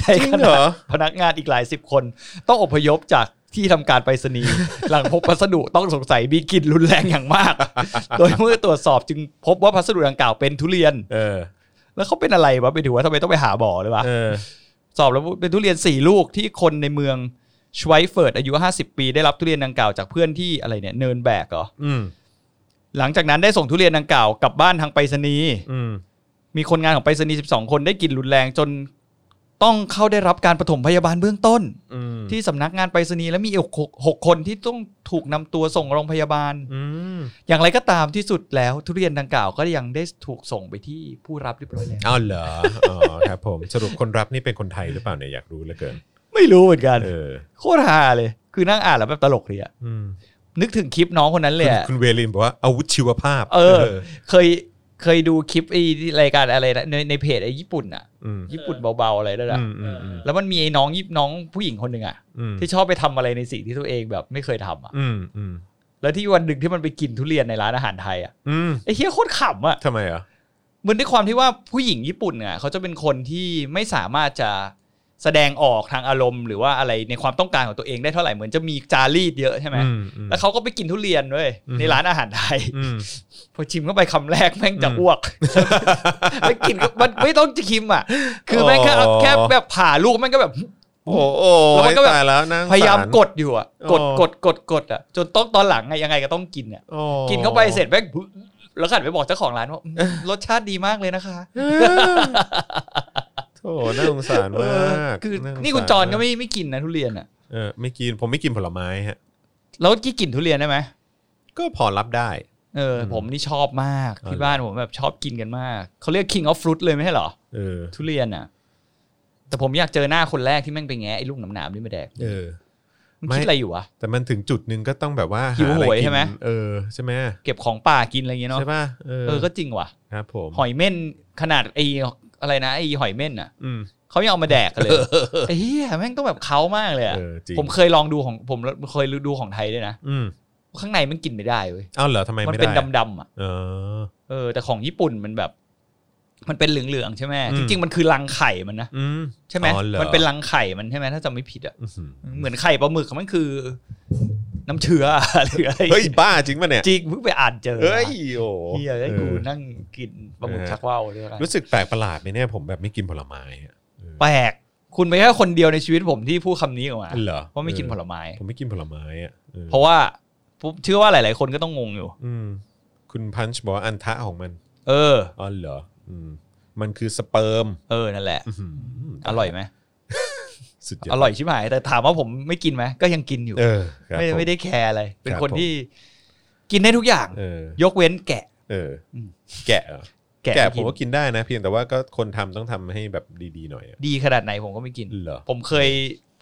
[SPEAKER 2] ใน
[SPEAKER 1] จริง
[SPEAKER 2] ข
[SPEAKER 1] เหรอ
[SPEAKER 2] ณะพนักงานอีกหลายสิบคน ต้องอพยพจากที่ทำการไปรษณีย์ หลังพบพัสดุต้องสงสัยมีกลิ่นรุนแรงอย่างมาก โดยเมื่อตรวจสอบจึงพบว่าพัสดุดังกล่าวเป็นทุเรียน
[SPEAKER 1] เออ
[SPEAKER 2] แล้วเขาเป็นอะไรวะไปถือว่าทำไมต้องไปหาหมอเลยวะ
[SPEAKER 1] เออ
[SPEAKER 2] สอบแล้วเป็นทุเรียน 4 ลูกที่คนในเมืองชไวเฟิร์ดอายุ 50 ปีได้รับทุเรียนดังกล่าวจากเพื่อนที่อะไรเนี่ยเนินแบกเหรอ
[SPEAKER 1] อืม
[SPEAKER 2] หลังจากนั้นได้ส่งทุเรียนดังกล่าวกลับบ้านทางไปรษณีย์
[SPEAKER 1] อืม
[SPEAKER 2] มีคนงานของไปรษณีย์ 12 คนได้กลิ่นรุนแรงจนต้องเข้าได้รับการปฐมพยาบาลเบื้องต้น
[SPEAKER 1] อืม
[SPEAKER 2] ที่สำนักงานไปรษณีย์และมีอีกหกคนที่ต้องถูกนำตัวส่งโรงพยาบาล
[SPEAKER 1] อืม
[SPEAKER 2] อย่างไรก็ตามที่สุดแล้วทุเรียนดังกล่าวก็ยังได้ถูกส่งไปที่ผู้รับเรียบร้อยแล้ว
[SPEAKER 1] อ้าวเหรอ อ๋อครับผม สรุปคนรับนี่เป็นคนไทยหรือเปล่าเนี่ยอยากรู้เหลือเกิน
[SPEAKER 2] ไม่รู้เหมือนกัน
[SPEAKER 1] เออ
[SPEAKER 2] โคตรฮาเลย คือนั่งอ่านแล้วแบบตลกเลยอะ
[SPEAKER 1] อืม
[SPEAKER 2] นึกถึงคลิปน้องคนนั้นเลย
[SPEAKER 1] คุณ
[SPEAKER 2] อะ
[SPEAKER 1] คุณเวลินบอกว่าอาวุธชีวภาพ
[SPEAKER 2] เออ เคยเคยดูคลิปไอ้รายการอะไรนะในในเพจไอ้ญี่ปุ่นอะ
[SPEAKER 1] อืม
[SPEAKER 2] ญี่ปุ่นเบาๆอะไรด้วยนะ
[SPEAKER 1] อืมอืมอืม
[SPEAKER 2] แล้วมันมีไอ้น้องยิบน้องผู้หญิงคนหนึ่งอะ
[SPEAKER 1] อืม
[SPEAKER 2] ที่ชอบไปทำอะไรในสิ่งที่ตัวเองแบบไม่เคยทำอะ
[SPEAKER 1] อืมอืม
[SPEAKER 2] แล้วที่วันหนึ่งที่มันไปกินทุเรียนในร้านอาหารไทยอะ
[SPEAKER 1] อืม
[SPEAKER 2] ไอ้เฮียโคตรขำอะ
[SPEAKER 1] ทำไมอ่ะ
[SPEAKER 2] มันด้วยความที่ว่าผู้หญิงญี่ปุ่นอะเขาจะเป็นคนที่ไม่สามารถจะแสดงออกทางอารมณ์ หรือว่าอะไรในความต้องการของตัวเองได้เท่าไหร่เหมือนจะมีจารีตเยอะใช่ไหม
[SPEAKER 1] อืมอืม
[SPEAKER 2] แล้วเขาก็ไปกินทุเรียนด้วย
[SPEAKER 1] อืม
[SPEAKER 2] ในร้านอาหารไทย
[SPEAKER 1] อืม
[SPEAKER 2] พอชิมเข้าไปคำแรก แม่งจะ
[SPEAKER 1] อืม
[SPEAKER 2] อ้วก ไม่กินก็มันไม่ต้องจะชิมอ่ะ คือแม่งแค่
[SPEAKER 1] อ๋อ
[SPEAKER 2] แค่แบบผ่าลูกแม่งก็แบบ
[SPEAKER 1] โอ้โห
[SPEAKER 2] แล้วมันก็แบบ
[SPEAKER 1] ตายแล้วนั่ง
[SPEAKER 2] พยายามกดอยู่อ่ะ กด
[SPEAKER 1] อ๋อ
[SPEAKER 2] กดกดกดอ่ะ จนต้องตอนหลังไงยังไงก็ต้องกินอ่ะ
[SPEAKER 1] โอ้
[SPEAKER 2] กินเข้าไปเสร็จแม่งแล้วขันไปบอกเจ้าของร้านว่าอืมรสชาติดีมากเลยนะคะ
[SPEAKER 1] โถน่าสงสาร
[SPEAKER 2] เอ
[SPEAKER 1] มา
[SPEAKER 2] อก คือ
[SPEAKER 1] าสง
[SPEAKER 2] นี่คุณจรก็ไม่ไม่กินนะทุเรียนอ่ะ
[SPEAKER 1] เออไม่กินผมไม่กินผลไม้ฮะ
[SPEAKER 2] แล้วกี่กินทุเรียนได้ไหม
[SPEAKER 1] ก็พอรับได้
[SPEAKER 2] เอออ
[SPEAKER 1] ม
[SPEAKER 2] ผมนี่ชอบมาก
[SPEAKER 1] อ๋อ
[SPEAKER 2] ที่
[SPEAKER 1] เหรอ
[SPEAKER 2] บ้านผมแบบชอบกินกันมากเขาเรียก king of fruit เลยไม่ใช่เหรอ
[SPEAKER 1] เออ
[SPEAKER 2] ทุเรียนอ่ะ แต่ผมอยากเจอหน้าคนแรกที่แม่งไปแงะไอ้ลูกหนามๆนี่มาแดก
[SPEAKER 1] เออ
[SPEAKER 2] มัน
[SPEAKER 1] ไม่
[SPEAKER 2] คิดอะไรอยู่วะ
[SPEAKER 1] แต่มันถึงจุดหนึ่งก็ต้องแบบว่าา
[SPEAKER 2] หิวโหย
[SPEAKER 1] อะไรกิน
[SPEAKER 2] ใช่ไหม
[SPEAKER 1] เออใช่ไหม
[SPEAKER 2] เก็บของป่ากินอะไรอย่างเงี้ยเนาะ
[SPEAKER 1] ใช่ป่ะเออ
[SPEAKER 2] เออก็จริงว่ะ
[SPEAKER 1] ครับผม
[SPEAKER 2] หอยเม่นขนาดไอ้อะไรนะไอ้หอยเม่นอ่ะ
[SPEAKER 1] อืม
[SPEAKER 2] เขายังเอามาแดกกันเลยไอ้เหี้ยแม่งต้องแบบเขามากเลยอะ
[SPEAKER 1] เออจริง
[SPEAKER 2] ผมเคยลองดูของผมเคยดูของไทยด้วยนะ
[SPEAKER 1] อืม
[SPEAKER 2] ข้างในมันกินไม่ได้เว้ย
[SPEAKER 1] เอ้าเหรอทำไม
[SPEAKER 2] มัน
[SPEAKER 1] ไม่ได้
[SPEAKER 2] เป็นดำๆอ่ะ
[SPEAKER 1] เออ
[SPEAKER 2] เออแต่ของญี่ปุ่นมันแบบ มันเป็นเหลืองๆใช่ไหม
[SPEAKER 1] อื
[SPEAKER 2] จ
[SPEAKER 1] ม
[SPEAKER 2] ริงๆมันคือรังไข่มันนะ
[SPEAKER 1] อืม
[SPEAKER 2] ใช่ไหม
[SPEAKER 1] อ๋อหรอ
[SPEAKER 2] มันเป็นรังไข่มันใช่ไหมถ้าจำไม่ผิดอ่ะ
[SPEAKER 1] อื้อหือ
[SPEAKER 2] เหมือนไข่ปลาหมึกมันคือ น้ำเชื้อ หรืออะไร
[SPEAKER 1] เฮ้ยบ้าจริงป่ะเนี่ย
[SPEAKER 2] จริงเพิ่งไปอ่านเจอ
[SPEAKER 1] เฮ้ยโอ้
[SPEAKER 2] เฮียไอ้
[SPEAKER 1] เอ
[SPEAKER 2] กู
[SPEAKER 1] อ
[SPEAKER 2] นั่งกินปลาหมึก
[SPEAKER 1] เออ
[SPEAKER 2] ชักว่าวหรืออะไร
[SPEAKER 1] รู้สึกแปลกประหลาดไหมเนี่ยผมแบบไม่กินผลไม้อะ
[SPEAKER 2] แปลกคุณเป็นแค่คนเดียวในชีวิตผมที่พูดคำนี้ออกมา
[SPEAKER 1] เหรอ
[SPEAKER 2] ว่าไม่กินผลไม้
[SPEAKER 1] ผมไม่กินผลไม้อ่ะเออ
[SPEAKER 2] เพราะว่าผมเชื่อว่าหลาย ๆ คนก็ต้องงงอยู่
[SPEAKER 1] อืมคุณพันช์บอกว่าอันทะของมัน
[SPEAKER 2] เออ
[SPEAKER 1] อ๋อเหรออืมมันคือสเปิร์ม
[SPEAKER 2] เออนั่นแหละ
[SPEAKER 1] อื้อหือ
[SPEAKER 2] อร่อยไหม
[SPEAKER 1] สุดยอ
[SPEAKER 2] อ
[SPEAKER 1] ด
[SPEAKER 2] ร่อยชิบหายแต่ถามว่าผมไม่กินไหมก็ยังกินอยู่
[SPEAKER 1] เออครับ
[SPEAKER 2] ไม่
[SPEAKER 1] ผ
[SPEAKER 2] ไม่ได้แคร์อะไรเป็น
[SPEAKER 1] ครับ
[SPEAKER 2] คน
[SPEAKER 1] ผม
[SPEAKER 2] ที่กินได้ทุกอย่าง
[SPEAKER 1] เออย
[SPEAKER 2] กเว้นแกะ
[SPEAKER 1] เอออ
[SPEAKER 2] ม
[SPEAKER 1] แกะเหรอ
[SPEAKER 2] แกะ
[SPEAKER 1] แกะผ
[SPEAKER 2] ไม่
[SPEAKER 1] มก็
[SPEAKER 2] กิน
[SPEAKER 1] กินได้นะ เพียงแต่ว่าก็คนทำต้องทำให้แบบดีๆหน่อยอะ
[SPEAKER 2] ดีขนาดไหนผมก็ไม่กิน
[SPEAKER 1] เหรอ
[SPEAKER 2] ผมเคย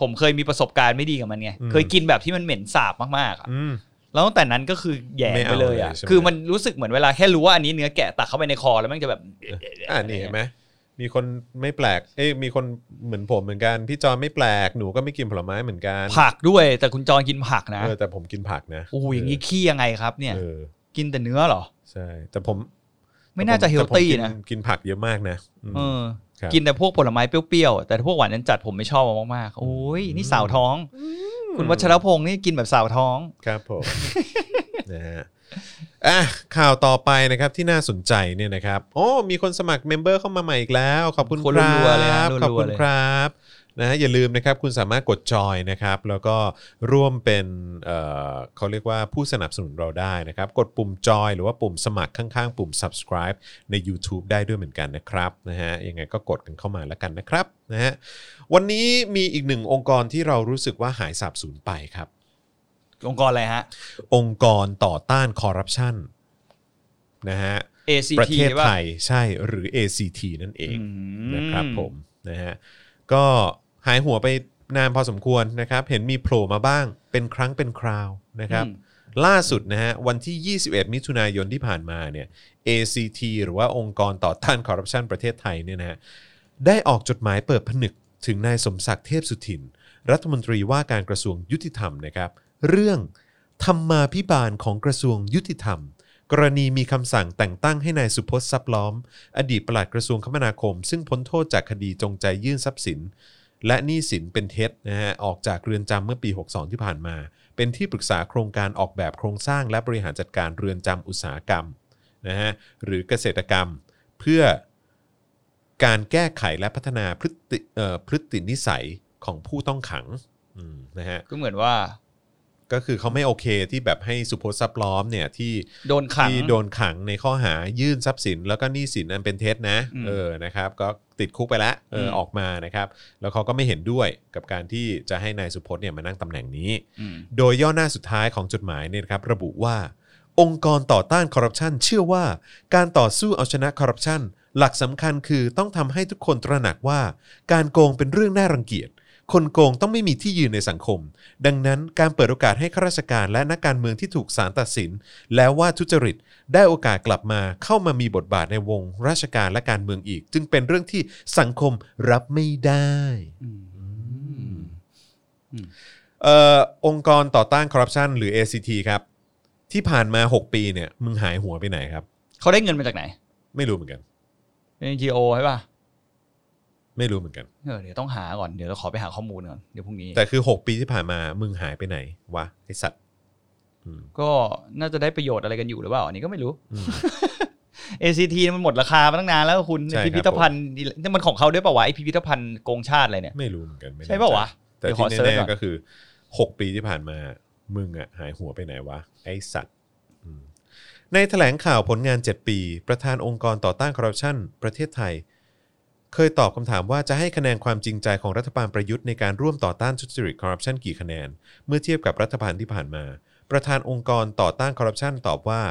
[SPEAKER 2] ผมเคยมีประสบการณ์ไม่ดีกับมันไง
[SPEAKER 1] อืม
[SPEAKER 2] เคยกินแบบที่มันเหม็นสาบมากๆอะ
[SPEAKER 1] อืม
[SPEAKER 2] แล้วตั้งแต่นั้นก็คือแหย่
[SPEAKER 1] ไม่
[SPEAKER 2] ไป
[SPEAKER 1] เอา
[SPEAKER 2] เลยอ่ะ
[SPEAKER 1] เลยใช่ไหม
[SPEAKER 2] คือมันรู้สึกเหมือนเวลาแค่รู้ว่าอันนี้เนื้อแกะตักเข้าไปในคอแล้วมันจะแบบ
[SPEAKER 1] อ่านี่เห็นไหมมีคนไม่แปลก เอ้ยมีคนเหมือนผมเหมือนกัน พี่จอนไม่แปลกหนูก็ไม่กินผลไม้เหมือนกัน
[SPEAKER 2] ผักด้วยแต่คุณจอนกินผักนะ
[SPEAKER 1] เออแต่ผมกินผักนะ
[SPEAKER 2] โอ้โหอย่างนี้ขี้ยังไงครับเนี่ย
[SPEAKER 1] เออ
[SPEAKER 2] กินแต่เนื้อเหรอ
[SPEAKER 1] ใช่ แต่ผม
[SPEAKER 2] ไม่น่าจะเฮ
[SPEAKER 1] แต่
[SPEAKER 2] ล
[SPEAKER 1] ผม
[SPEAKER 2] ตี้
[SPEAKER 1] กิ
[SPEAKER 2] นะ
[SPEAKER 1] กินผักเยอะมากนะม
[SPEAKER 2] เออ
[SPEAKER 1] ครับ
[SPEAKER 2] กินแต่พวกผลไม้เปรี้ยวๆ แต่พวกหวานนั้นจัดผมไม่ชอบมากๆ โอ้ยนี่สาวท้อง คุณวัชรพงศ์นี่กินแบบสาวท้อง
[SPEAKER 1] ครับผม นะฮะอ่ะข่าวต่อไปนะครับที่น่าสนใจเนี่ยนะครับโอ้มีคนสมัครเมมเบอร์เข้ามาใหม่อีกแล้ว ขอบคุณ
[SPEAKER 2] คน
[SPEAKER 1] คร
[SPEAKER 2] รัวั ๆเลย
[SPEAKER 1] บ
[SPEAKER 2] ฮะ
[SPEAKER 1] ขอบคุณ
[SPEAKER 2] รัวๆเลย
[SPEAKER 1] ครับนะฮะอย่าลืมนะครับ คุณสามารถกดจอยนะครับ แล้วก็ร่วมเป็นเอ่อเขาเรียกว่าผู้สนับสนุนเราได้นะครับ กดปุ่มจอยหรือว่าปุ่มสมัครข้างๆ ปุ่ม subscribe ใน YouTube ได้ด้วยเหมือนกันนะครับนะฮะยังไงก็กดกันเข้ามาแล้วกันนะครับนะฮะวันนี้มีอีกหนึ่งองค์กรที่เรารู้สึกว่าหายสาบสูญไปครับ
[SPEAKER 2] องค์กรอะไรฮะ
[SPEAKER 1] องค์กรต่อต้านคอร์รัปชันนะฮะ
[SPEAKER 2] ACT
[SPEAKER 1] ประเทศ
[SPEAKER 2] ป่ะ
[SPEAKER 1] ไทยใช่หรือ ACT นั่นเอง
[SPEAKER 2] อืม
[SPEAKER 1] นะครับผมนะฮะก็หายหัวไปนานพอสมควรนะครับ เห็นมีโผล่มาบ้างเป็นครั้งเป็นคราวนะครับ
[SPEAKER 2] อืม
[SPEAKER 1] ล่าสุดนะฮะวันที่ 21 มิถุนายนที่ผ่านมาเนี่ย ACT หรือว่าองค์กรต่อต้านคอร์รัปชันประเทศไทยเนี่ยนะฮะได้ออกจดหมายเปิดผนึกถึงนายสมศักดิ์เทพสุทิน รัฐมนตรีว่าการกระทรวงยุติธรรมนะครับ เรื่องธรรมาพิบาลของกระทรวงยุติธรรม กรณีมีคำสั่งแต่งตั้งให้นายสุพจน์ทรัพย์ล้อม อดีตปลัดกระทรวงคมนาคม ซึ่งพ้นโทษจากคดีจงใจยื่นทรัพย์สิน และหนี้สินเป็นเท็จนะฮะออกจากเรือนจำเมื่อปี 62 ที่ผ่านมา เป็นที่ปรึกษาโครงการออกแบบโครงสร้างและบริหารจัดการเรือนจำอุตสาหกรรมนะฮะหรือเกษตรกรรม เพื่อการแก้ไขและพัฒนาพฤติเอ่อพฤตินิสัยของผู้ต้องขังอืมนะฮะ
[SPEAKER 2] ก็เหมือนว่า
[SPEAKER 1] ก็คือเขาไม่โอเคที่แบบให้สุโพสซับล้อมเนี่ยที่
[SPEAKER 2] โดนขัง
[SPEAKER 1] ที่โดนขังในข้อหายื่นทรัพย์สิน แล้วก็หนี้สินอันเป็นเท็จนะ
[SPEAKER 2] อืม
[SPEAKER 1] เออนะครับ ก็ติดคุกไปแล้วเออ
[SPEAKER 2] ม
[SPEAKER 1] ออกมานะครับ แล้วเขาก็ไม่เห็นด้วยกับการที่จะให้นายสุพจน์เนี่ยมานั่งตำแหน่งนี้
[SPEAKER 2] อืม
[SPEAKER 1] โดยย่อหน้าสุดท้ายของจดหมายเนี่ยนะครับระบุว่า องค์กรต่อต้านคอร์รัปชันเชื่อว่า การต่อสู้เอาชนะคอร์รัปชันหลักสำคัญคือต้องทำให้ทุกคนตระหนักว่า การโกงเป็นเรื่องน่ารังเกียจ คนโกงต้องไม่มีที่ยืนในสังคม ดังนั้นการเปิดโอกาสให้ข้าราชการและนักการเมืองที่ถูกศาลตัดสิน แล้วว่าทุจริตได้โอกาสกลับมาเข้ามามีบทบาทในวง ราชการและการเมืองอีก จึงเป็นเรื่องที่สังคมรับไม่ได้ เอ่อองค์กรต่อต้านคอร์รัปชันหรือ ACT ครับ ที่ผ่านมา 6 ปีเนี่ยมึงหายหัวไปไหนครับ
[SPEAKER 2] เขาได้เงินมาจากไหน
[SPEAKER 1] ไม่รู้เหมือนกัน
[SPEAKER 2] NGO ใช่ป่ะ
[SPEAKER 1] ไม่รู้เหมือนกัน
[SPEAKER 2] เออเดี๋ยวต้องหาก่อน เดี๋ยวเราขอไปหาข้อมูลก่อน เดี๋ยวพรุ่งนี้
[SPEAKER 1] แต่คือ 6 ปีที่ผ่านมามึงหายไปไหนวะไอสัตว์อืม
[SPEAKER 2] ก็น่าจะได้ประโยชน์อะไรกันอยู่หรือเปล่า อันนี้ก็ไม่รู้
[SPEAKER 1] อืม
[SPEAKER 2] ACT มันหมดราคามาตั้งนานแล้วคุณ
[SPEAKER 1] ใช่ครับ
[SPEAKER 2] พิพิธภัณฑ์นี่มันของเขาด้วยป่าวะไอพิพิธภัณฑ์โกงชาติอะไรเนี่ย
[SPEAKER 1] ไม่รู้เหมือนกันไม่แน่จ
[SPEAKER 2] ใช่ป่าวะ
[SPEAKER 1] แต่
[SPEAKER 2] เดี๋ยวขอ
[SPEAKER 1] ที่
[SPEAKER 2] เซิร์ช
[SPEAKER 1] แน่
[SPEAKER 2] ก่อน
[SPEAKER 1] ๆก็คือ 6 ปีที่ผ่านมามึงอะหายหัวไปไหนวะไอสัตว์อืมในแถลงข่าวผลงาน 7 ปี ประธานองค์กรต่อต้านคอร์รัปชันประเทศไทย เคยตอบคำถามว่าจะให้คะแนนความจริงใจของรัฐบาลประยุทธ์ในการร่วมต่อต้านทุจริตคอร์รัปชันกี่คะแนน เมื่อเทียบกับรัฐบาลที่ผ่านมา ประธานองค์กรต่อต้านคอร์รัปชันตอบว่า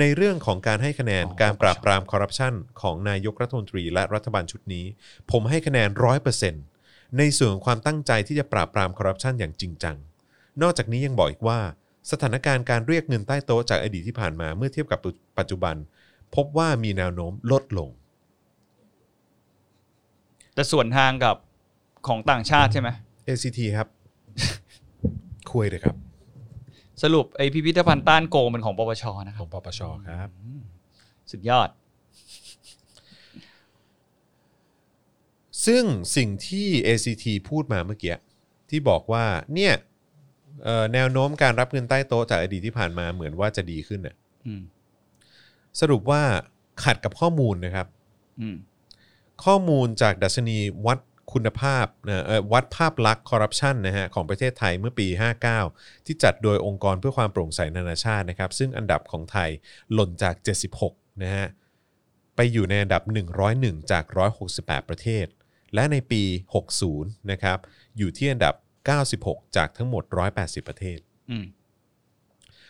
[SPEAKER 1] ในเรื่องของการให้คะแนน
[SPEAKER 2] อ๋อ
[SPEAKER 1] การปราบปรามคอร์รัปชันของนายกรัฐมนตรีและรัฐบาลชุดนี้ ผมให้คะแนนร้อยเปอร์เซ็นต์ในส่วนของความตั้งใจที่จะปราบปรามคอร์รัปชันอย่างจริงจัง นอกจากนี้ยังบอกอีกว่า สถานการณ์การเรียกเงินใต้โต๊ะจากอดีตที่ผ่านมาเมื่อเทียบกับปัจจุบัน พบว่ามีแนวโน้มลดลง
[SPEAKER 2] แต่ส่วนทางกับของต่างชาติใช่ไหม
[SPEAKER 1] ACT ครับ คุยเลยครับ
[SPEAKER 2] สรุปไอพิพิธภัณฑ์ต้านโกงเป็นของปปชนะค
[SPEAKER 1] ข
[SPEAKER 2] รั
[SPEAKER 1] อบ งปปชครับ
[SPEAKER 2] สุดยอด
[SPEAKER 1] ซึ่งสิ่งที่ ACT พูดมาเมื่อกี้ที่บอกว่าเนี่ย เอ่อแนวโน้มการรับเงินใต้โต๊ะจากอดีตที่ผ่านมาเหมือนว่าจะดีขึ้นน่ะ
[SPEAKER 2] อืม
[SPEAKER 1] สรุปว่าขัดกับข้อมูลนะครับ
[SPEAKER 2] อืม
[SPEAKER 1] ข้อมูลจากดัชนีวัดคุณภาพนะเอ่อวัดภาพลักษณ์คอร์รัปชันนะฮะของประเทศไทยเมื่อปี 59 ที่จัดโดยองค์กรเพื่อความโปร่งใสนานาชาตินะครับ ซึ่งอันดับของไทยหล่นจาก 76 นะฮะ ไปอยู่ในอันดับ 101 จาก 168 ประเทศ และในปี 60 นะครับ อยู่ที่อันดับ 96 จากทั้งหมด 180 ประเทศ
[SPEAKER 2] อืม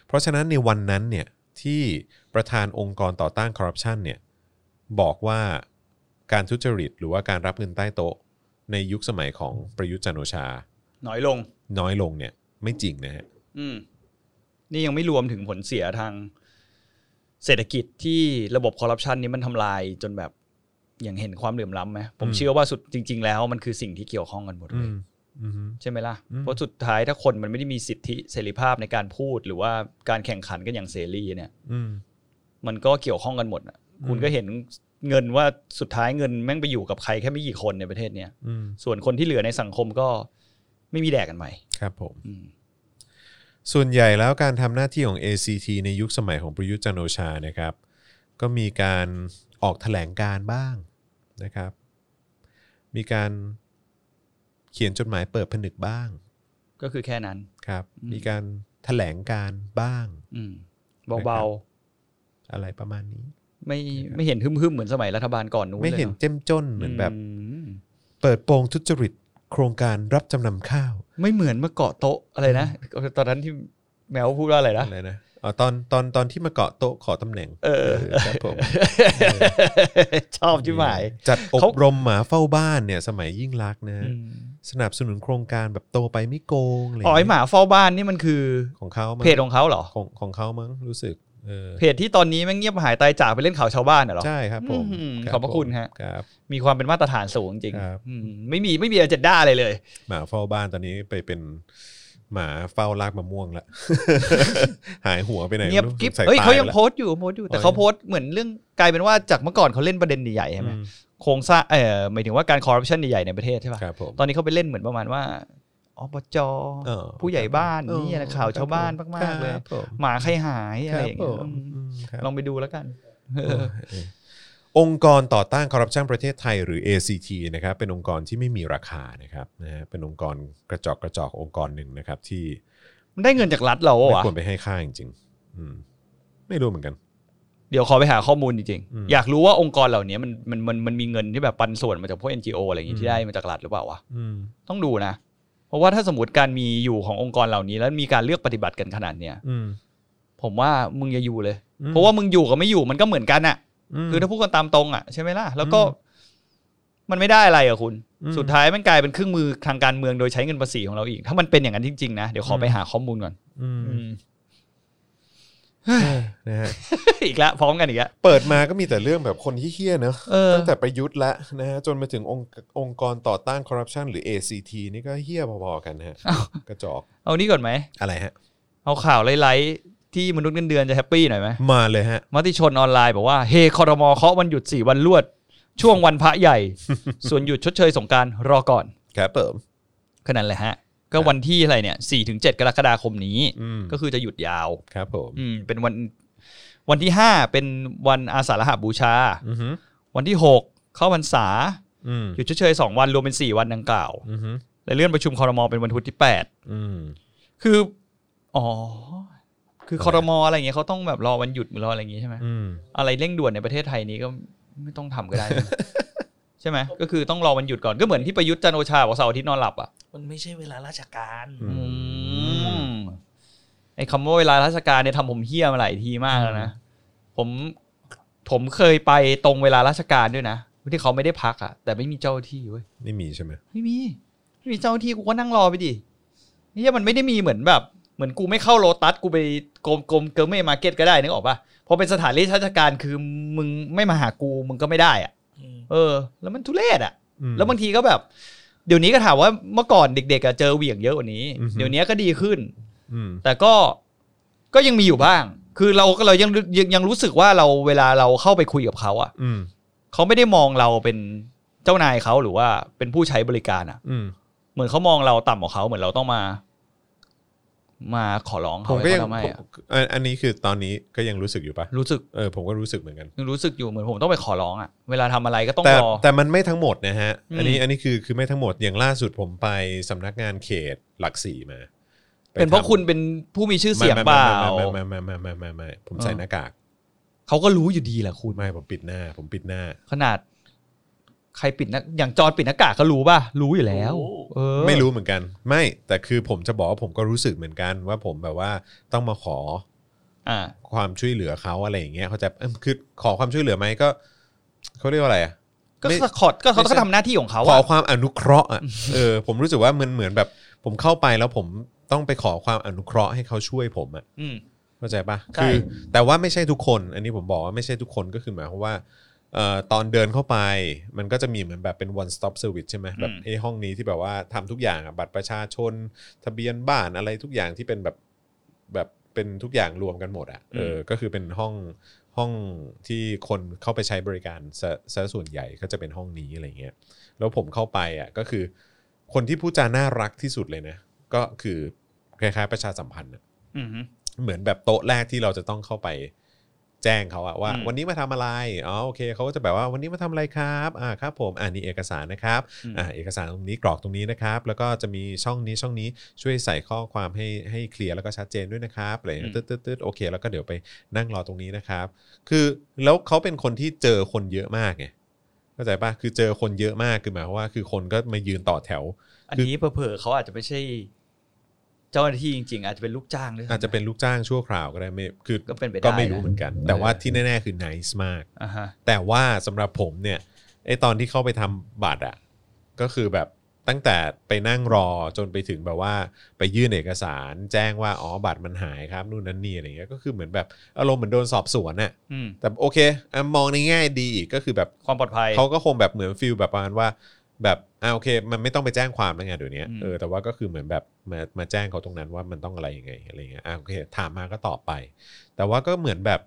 [SPEAKER 1] เพราะฉะนั้นในวันนั้นเนี่ยที่ประธานองค์กรต่อต้านคอร์รัปชันเนี่ยบอกว่าการทุจริตหรือว่าการรับเงินใต้โต๊ะ ในยุคสมัยของประยุทธ์จันทร์โอชา
[SPEAKER 2] น้อยลง
[SPEAKER 1] น้อยลงเนี่ยไม่จริงนะฮะ
[SPEAKER 2] อืม นี่ยังไม่รวมถึงผลเสียทาง เศรษฐกิจที่ระบบคอร์รัปชันนี้มันทำลายจนแบบอย่างเห็นความเหลื่อมล้ำไหมผมเชื่อว่าสุดจริง ๆ แล้วมันคือสิ่งที่เกี่ยวข้องกันหมดเล
[SPEAKER 1] อื
[SPEAKER 2] ย
[SPEAKER 1] มอืม
[SPEAKER 2] ใช่ไหมล่ะ
[SPEAKER 1] อืม
[SPEAKER 2] เพราะสุดท้ายถ้าคนมันไม่ได้มีสิทธิเสรีภาพในการพูดหรือว่าการแข่งขันกันอย่างเสรีเนี่ย
[SPEAKER 1] อืม
[SPEAKER 2] มันก็เกี่ยวข้องกันหมดน่ะ
[SPEAKER 1] อืม
[SPEAKER 2] คุณก็เห็นเงินว่าสุดท้ายเงินแม่งไปอยู่กับใครแค่ไม่กี่คนในประเทศเนี้ย
[SPEAKER 1] อืม
[SPEAKER 2] ส่วนคนที่เหลือในสังคมก็ไม่มีแดกกันใหม่
[SPEAKER 1] ครับผม
[SPEAKER 2] อืม
[SPEAKER 1] ส่วนใหญ่แล้วการทำหน้าที่ของ ACT ในยุคสมัยของประยุทธ์จันทร์โอชานะครับ ก็มีการออกแถลงการบ้างนะครับ มีการเขียนจดหมายเปิดผนึกบ้าง
[SPEAKER 2] ก็คือแค่นั้น
[SPEAKER 1] ครับ
[SPEAKER 2] อืม
[SPEAKER 1] มีการแถลงการบ้าง
[SPEAKER 2] อืมเบา
[SPEAKER 1] อะไรประมาณนี้
[SPEAKER 2] ๆไม่ไม่เห็นหึมๆเหมือนสมัยรัฐบาลก่อนนู้น
[SPEAKER 1] ไม่
[SPEAKER 2] เลย
[SPEAKER 1] เห็น
[SPEAKER 2] อะ
[SPEAKER 1] เจ้มจนเหมือนแบบ
[SPEAKER 2] ม
[SPEAKER 1] เปิดโปงทุจริต โครงการรับจำนำข้าว
[SPEAKER 2] ไม่เหมือนเมื่อเกาะโต๊ะอะไรนะตอนนั้นที่แมวพูดว่าอะไรนะ
[SPEAKER 1] อะไรนะอ๋อตอนตอนตอนที่มาเกาะโต๊ะขอตำแหน่ง
[SPEAKER 2] เออ
[SPEAKER 1] ครับผม
[SPEAKER 2] ชอบจิ๋มหม าย
[SPEAKER 1] จัดอบ
[SPEAKER 2] เขา
[SPEAKER 1] รมหมาเฝ้าบ้านเนี่ยสมัยยิ่งรักษณ์นะฮะ
[SPEAKER 2] อืม
[SPEAKER 1] สนับสนุนโครงการแบบโตไปไม่โกงอะไร
[SPEAKER 2] อ๋อไอห
[SPEAKER 1] เงี้ย
[SPEAKER 2] มาเฝ้าบ้านนี่มันคือ
[SPEAKER 1] ของเขามั้ง
[SPEAKER 2] เพจของเขาเหรอ
[SPEAKER 1] ของของเขามั้งรู้สึกเออ
[SPEAKER 2] เพจที่ตอนนี้แม่งเงียบหายตายจากไปเล่นข่าวชาวบ้านน่ะเหรอ
[SPEAKER 1] ใช่ครับผม
[SPEAKER 2] อืม
[SPEAKER 1] รั
[SPEAKER 2] ขอบพระคุณ
[SPEAKER 1] ผม
[SPEAKER 2] ฮะ
[SPEAKER 1] ครับ
[SPEAKER 2] มีความเป็นมาตรฐานสูงจริง
[SPEAKER 1] ครับ
[SPEAKER 2] อืมไม่มีไม่มีเจด้าอะไรเลย
[SPEAKER 1] หมาเฝ้าบ้านตอนนี้ไปเป็นหมาเฝ้าลากมะม่วง ละ หายหัวไปไหน
[SPEAKER 2] เงียบ
[SPEAKER 1] ไม่รู้
[SPEAKER 2] กิ๊บ
[SPEAKER 1] สสั
[SPEAKER 2] เฮ้ย
[SPEAKER 1] ต
[SPEAKER 2] เขายัง
[SPEAKER 1] ไปละ
[SPEAKER 2] โพสต์อยู่โพสต์อยู่แต่
[SPEAKER 1] อ๋อ
[SPEAKER 2] เขาโพสต์เหมือนเรื่องกลายเป็นว่าจากเมื่อก่อนเขาเล่นประเด็นใหญ่ๆใช่ไหม
[SPEAKER 1] อืม
[SPEAKER 2] โครงสร้างเอ่อหมายถึงว่าการคอร์รัปชันใหญ่ๆในประเทศใช่ป่ะ
[SPEAKER 1] ครับผม
[SPEAKER 2] ตอนนี้เขาไปเล่นเหมือนประมาณว่าอบจ
[SPEAKER 1] เออ
[SPEAKER 2] ผู้ใหญ่บ้าน
[SPEAKER 1] เออ
[SPEAKER 2] นี่อะไรข่าวชาวบ้านมากๆเลย
[SPEAKER 1] ครับผม
[SPEAKER 2] หมาใครหายอะไรอย่างเงี้
[SPEAKER 1] ค
[SPEAKER 2] ย
[SPEAKER 1] รับผม
[SPEAKER 2] อืม
[SPEAKER 1] ครับ
[SPEAKER 2] ลองไปดูแล้วกัน
[SPEAKER 1] เออเออองค์กรต่อต้านคอร์รัปชันประเทศไทยหรือ ACT นะครับเป็นองค์กรที่ไม่มีราคานะครับนะฮะเป็นองค์กรกระจอกกระจอกองค์กรหนึ่งนะครับที่
[SPEAKER 2] มันได้เงินจากรัฐเรา
[SPEAKER 1] ไม่
[SPEAKER 2] อะ
[SPEAKER 1] ควรไปให้ค่าจริงๆอืมไม่รู้เหมือนกัน
[SPEAKER 2] เดี๋ยวขอไปหาข้อมูลจริง
[SPEAKER 1] อืม
[SPEAKER 2] ๆอยากรู้ว่าองค์กรเหล่านี้มันมันมันมันมีเงินที่แบบปันส่วนมาจากพวก NGO อะไรอย่างงี้
[SPEAKER 1] อืม
[SPEAKER 2] ที่ได้มาจากรัฐหรือเปล่าวะ
[SPEAKER 1] อืม
[SPEAKER 2] ต้องดูนะ เพราะว่าถ้าสมมติการมีอยู่ขององค์กรเหล่านี้ แล้วมีการเลือกปฏิบัติกันขนาดเนี้ย
[SPEAKER 1] อืม
[SPEAKER 2] ผมว่ามึงอย่าอยู่เลย
[SPEAKER 1] อืม
[SPEAKER 2] เพราะว่ามึงอยู่กับไม่อยู่มันก็เหมือนกันอะ
[SPEAKER 1] ม
[SPEAKER 2] คือถ้าพูดกันตามตรงอะใช่ไหมล่ะ แล้วก็
[SPEAKER 1] อื
[SPEAKER 2] มันไม่ได้อะไรอะคุณ
[SPEAKER 1] อืม
[SPEAKER 2] สุดท้ายมันกลายเป็นเครื่องมือทางการเมืองโดยใช้เงินภาษีของเราอีก ถ้ามันเป็นอย่างนั้นจริงๆนะเดี๋ยวขอไปหาข้อมูลก่อน
[SPEAKER 1] อืม
[SPEAKER 2] อืม
[SPEAKER 1] นะฮะ
[SPEAKER 2] อีกแล้วพร้อมกันอีกแล้ว
[SPEAKER 1] เปิดมาก็มีแต่เรื่องแบบคนที่เฮี้ยๆเนอะ
[SPEAKER 2] เออ
[SPEAKER 1] ตั้งแต่ประยุทธ์และนะฮะจนมาถึงองค์องค์กรต่อต้านคอร์รัปชันหรือ ACT นี่ก็เฮี้ยพอๆกันนะฮะกระจอก
[SPEAKER 2] เอานี่ก่อนไหม
[SPEAKER 1] อะไรฮะ
[SPEAKER 2] เอาข่าวไร้ๆที่มนุษย์เงินเดือนจะแฮปปี้หน่อยไหม
[SPEAKER 1] มาเลยฮะ
[SPEAKER 2] มติชนออนไลน์บอกว่าเฮคอรมอเคาะวันหยุด 4 วันรวด ช่วงวันพระใหญ่ ส่วนหยุดชดเชยสงกรารรอก่อน
[SPEAKER 1] ครับเปิม
[SPEAKER 2] ก็นั่นแหละฮะ ก็วันที่อะไรเนี่ย4ถึง7กรกฎาคมนี้
[SPEAKER 1] อืม
[SPEAKER 2] ก็คือจะหยุดยาว
[SPEAKER 1] ครับผม
[SPEAKER 2] อืมเป็นวันวันที่ 5 เป็นวันอาสาฬหบูชา
[SPEAKER 1] อือหือ
[SPEAKER 2] วันที่ 6 เข้าพรรษา
[SPEAKER 1] อืม
[SPEAKER 2] หยุดชดเชย 2 วันรวมเป็น 4 วันดังกล่าว
[SPEAKER 1] อือหือ
[SPEAKER 2] และเลื่อนประชุมคอรมอเป็นวันพุธที่
[SPEAKER 1] อืม
[SPEAKER 2] 8 คือ อ๋อ คือคอรมออะไรอย่างเงี้ยเขาต้องแบบรอวันหยุดหรือรออะไรอย่างงี้ใช่ไหม
[SPEAKER 1] อืม
[SPEAKER 2] อะไรเร่งด่วนในประเทศไทยนี้ก็ไม่ต้องทำก็ได้ ใช่ไหมก็คือต้องรอวันหยุดก่อนก็เหมือนที่ประยุทธ์จันทร์โอชาบอกเสาร์อาทิตย์นอนหลับอ่ะ
[SPEAKER 3] มันไม่ใช่เวลาราชการ
[SPEAKER 1] อืม
[SPEAKER 2] ไอ้คำว่าเวลาราชการเนี่ยทำผมเฮี้ยมาหลายทีมากแล้วนะผมผมเคยไปตรงเวลาราชการด้วยนะที่เขาไม่ได้พักอ่ะแต่ไม่มีเจ้าที่เว้ย
[SPEAKER 1] ไม่มีใช่ไหม
[SPEAKER 2] ไม่มีไม่มีเจ้าที่กูก็นั่งรอไปดิเฮียมันไม่ได้มีเหมือนแบบเหมือนกูไม่เข้าโลตัสกูไปโกลมโกลมเกิร์เม่มาร์เก็ตก็ได้นึกออกปะพอเป็นสถานราชการคือมึงไม่มาหากูมึงก็ไม่ได้อ่ะ เออแล้วมันทุเรศอ่ะ
[SPEAKER 1] อืม
[SPEAKER 2] แล้วบางทีก็แบบ เดี๋ยวนี้ก็ถามว่าเมื่อก่อนเด็กๆอะเจอเหวี่ยงเยอะกว่านี้
[SPEAKER 1] อือฮึ
[SPEAKER 2] เดี๋ยวนี้ก็ดีขึ้น
[SPEAKER 1] อืม
[SPEAKER 2] แต่ก็ก็ยังมีอยู่บ้าง คือเราก็เรายังยังยังรู้สึกว่าเราเวลาเราเข้าไปคุยกับเขาอ่ะ
[SPEAKER 1] อืม
[SPEAKER 2] เขาไม่ได้มองเราเป็นเจ้านายเขาหรือว่าเป็นผู้ใช้บริการอ่ะ
[SPEAKER 1] อืม
[SPEAKER 2] เหมือนเขามองเราต่ำกว่าเขาเหมือนเราต้องมา มาขอร้องเขา
[SPEAKER 1] ผมก็ยัง
[SPEAKER 2] ให้เขาทำให้อะ
[SPEAKER 1] ผมอันอันนี้คือตอนนี้ก็ยังรู้สึกอยู่ปะ
[SPEAKER 2] รู้สึก
[SPEAKER 1] เออผมก็รู้สึกเหมือนกัน
[SPEAKER 2] ยังรู้สึกอยู่เหมือนผมต้องไปขอร้องอ่ะเวลาทำอะไรก็ต้อง
[SPEAKER 1] แต่
[SPEAKER 2] รอ
[SPEAKER 1] แต่มันไม่ทั้งหมดนะฮะ อันนี้
[SPEAKER 2] อืม
[SPEAKER 1] อันนี้คือคือไม่ทั้งหมดอย่างล่าสุดผมไปสำนักงานเขตหลักสี่มา
[SPEAKER 2] เป็นเพราะคุณเป็นผู้มีชื่อเสียงเปล่า
[SPEAKER 1] ไม่ไม่ไม่ไม่ไม่ไม่ไม่ไม่ไม่ผมใส่
[SPEAKER 2] เออ
[SPEAKER 1] หน้ากาก
[SPEAKER 2] เขาก็รู้อยู่ดีแหละคุณ
[SPEAKER 1] ไม่ผมปิดหน้า ผมปิดหน้า
[SPEAKER 2] ขนาด ใครปิดหนะอย่างจอร์นปิดหน้ากากก็รู้ป่ะ รู้อยู่แล้ว
[SPEAKER 3] โอ้โห
[SPEAKER 2] เออ
[SPEAKER 1] ไม่รู้เหมือนกัน ไม่แต่คือผมจะบอกว่าผมก็รู้สึกเหมือนกัน ว่าผมแบบว่าต้องมาขอ
[SPEAKER 2] อ่า
[SPEAKER 1] ความช่วยเหลือเขาอะไรอย่างเงี้ยเขาใจะเอิ่มคือขอความช่วยเหลือไหมก็เขาเรียกว่าอะไรอะ
[SPEAKER 2] ก็
[SPEAKER 1] ไม่
[SPEAKER 2] ขอดก็เขาก็ทำหน้าที่ของเขา
[SPEAKER 1] ขอ
[SPEAKER 2] อะ
[SPEAKER 1] ความอนุเคราะห์อ่ะ เออผมรู้สึกว่ามันเหมือนแบบ ผมเข้าไปแล้วผมต้องไปขอความอนุเคราะห์ให้เขาช่วยผมอ่ะ
[SPEAKER 2] อืม
[SPEAKER 1] เข้าใจปะ
[SPEAKER 2] ใช่
[SPEAKER 1] คือแต่ว่าไม่ใช่ทุกคน อันนี้ผมบอกว่าไม่ใช่ทุกคนก็คือหมายความว่าเอ่อตอนเดินเข้าไป มันก็จะมีเหมือนแบบเป็น one stop service ใช่ไหมแบบไอ้ห้องนี้ที่แบบว่าทำทุกอย่างอ่ะบัตรประชาชน ทะเบียนบ้านอะไรทุกอย่างที่เป็นแบบแบบเป็นทุกอย่างรวมกันหมดอ่ะเอออก็คือเป็นห้องห้องที่คนเข้าไปใช้บริการซะซะส่วนใหญ่ก็จะเป็นห้องนี้อะไรเงี้ย แล้วผมเข้าไปอ่ะก็คือ คนที่พูดจาน่ารักที่สุดเลยนะ ก็คือคล้ายๆประชาสัมพันธ์อะ
[SPEAKER 2] อืม
[SPEAKER 1] เหมือนแบบโต๊ะแรกที่เราจะต้องเข้าไปแจ้งเขาอะว่า
[SPEAKER 2] อืม
[SPEAKER 1] วันนี้มาทำอะไรอ๋อโอเคเขาก็จะแบบว่าวันนี้มาทำอะไรครับอ่าครับ ผมอ่านี่เอกสารนะครับ
[SPEAKER 2] อืม
[SPEAKER 1] อ่าเอกสารตรงนี้กรอกตรงนี้นะครับ แล้วก็จะมีช่องนี้ช่องนี้ช่วยใส่ข้อความให้ให้เคลียร์แล้วก็ชัดเจนด้วยนะครับอะไรอย่างเงี้ยตึ๊ดตึ๊ดตึ๊ดโอเค แล้วก็เดี๋ยวไปนั่งรอตรงนี้นะครับ คือแล้วเขาเป็นคนที่เจอคนเยอะมากไงเข้าใจปะคือเจอคนเยอะมากคือหมายความว่า คือคนก็มายืนต่อแถว
[SPEAKER 2] อันนี้เผลอๆเขาอาจจะไม่ใช่ เจ้าหน้าที่จริง ๆ อาจจะเป็นลูกจ้างด้วยซ้ำ
[SPEAKER 1] อาจจะเป็นลูกจ้างชั่วคราวก็ได้ไม่คือ
[SPEAKER 2] ก็เป็นไปได้
[SPEAKER 1] ก็ไม่รู้เหมือนกัน
[SPEAKER 2] นะ
[SPEAKER 1] แต่ว่าที่แน่ๆคือ nice มาก
[SPEAKER 2] อ่าฮะ
[SPEAKER 1] แต่ว่าสำหรับผมเนี่ยไอตอนที่เข้าไปทำบัตรอ่ะก็คือแบบตั้งแต่ไปนั่งรอจนไปถึงแบบว่าไปยื่นเอกสาร แจ้งว่าอ๋อบัตรมันหายครับนู่นนั่นนี่อะไรเงี้ยก็คือเหมือนแบบอารมณ์เหมือนโดนสอบสวนน่ะ
[SPEAKER 2] อืม
[SPEAKER 1] แต่โอเคอ่ะมองในแง่ดีอีกก็คือแบบ
[SPEAKER 2] ความปลอดภัย
[SPEAKER 1] เขาก็คงแบบเหมือนฟิลแบบประมาณว่า แบบอ่าโอเค มันไม่ต้องไปแจ้งความแล้วไงเดี๋ยวนี้
[SPEAKER 2] อืม
[SPEAKER 1] เออแต่ว่าก็คือเหมือนแบบมามาแจ้งเขาตรงนั้นว่ามันต้องอะไรยังไงอะไรเงี้ยอ่าโอเค ถามมาก็ตอบไป แต่ว่าก็เหมือนแบบ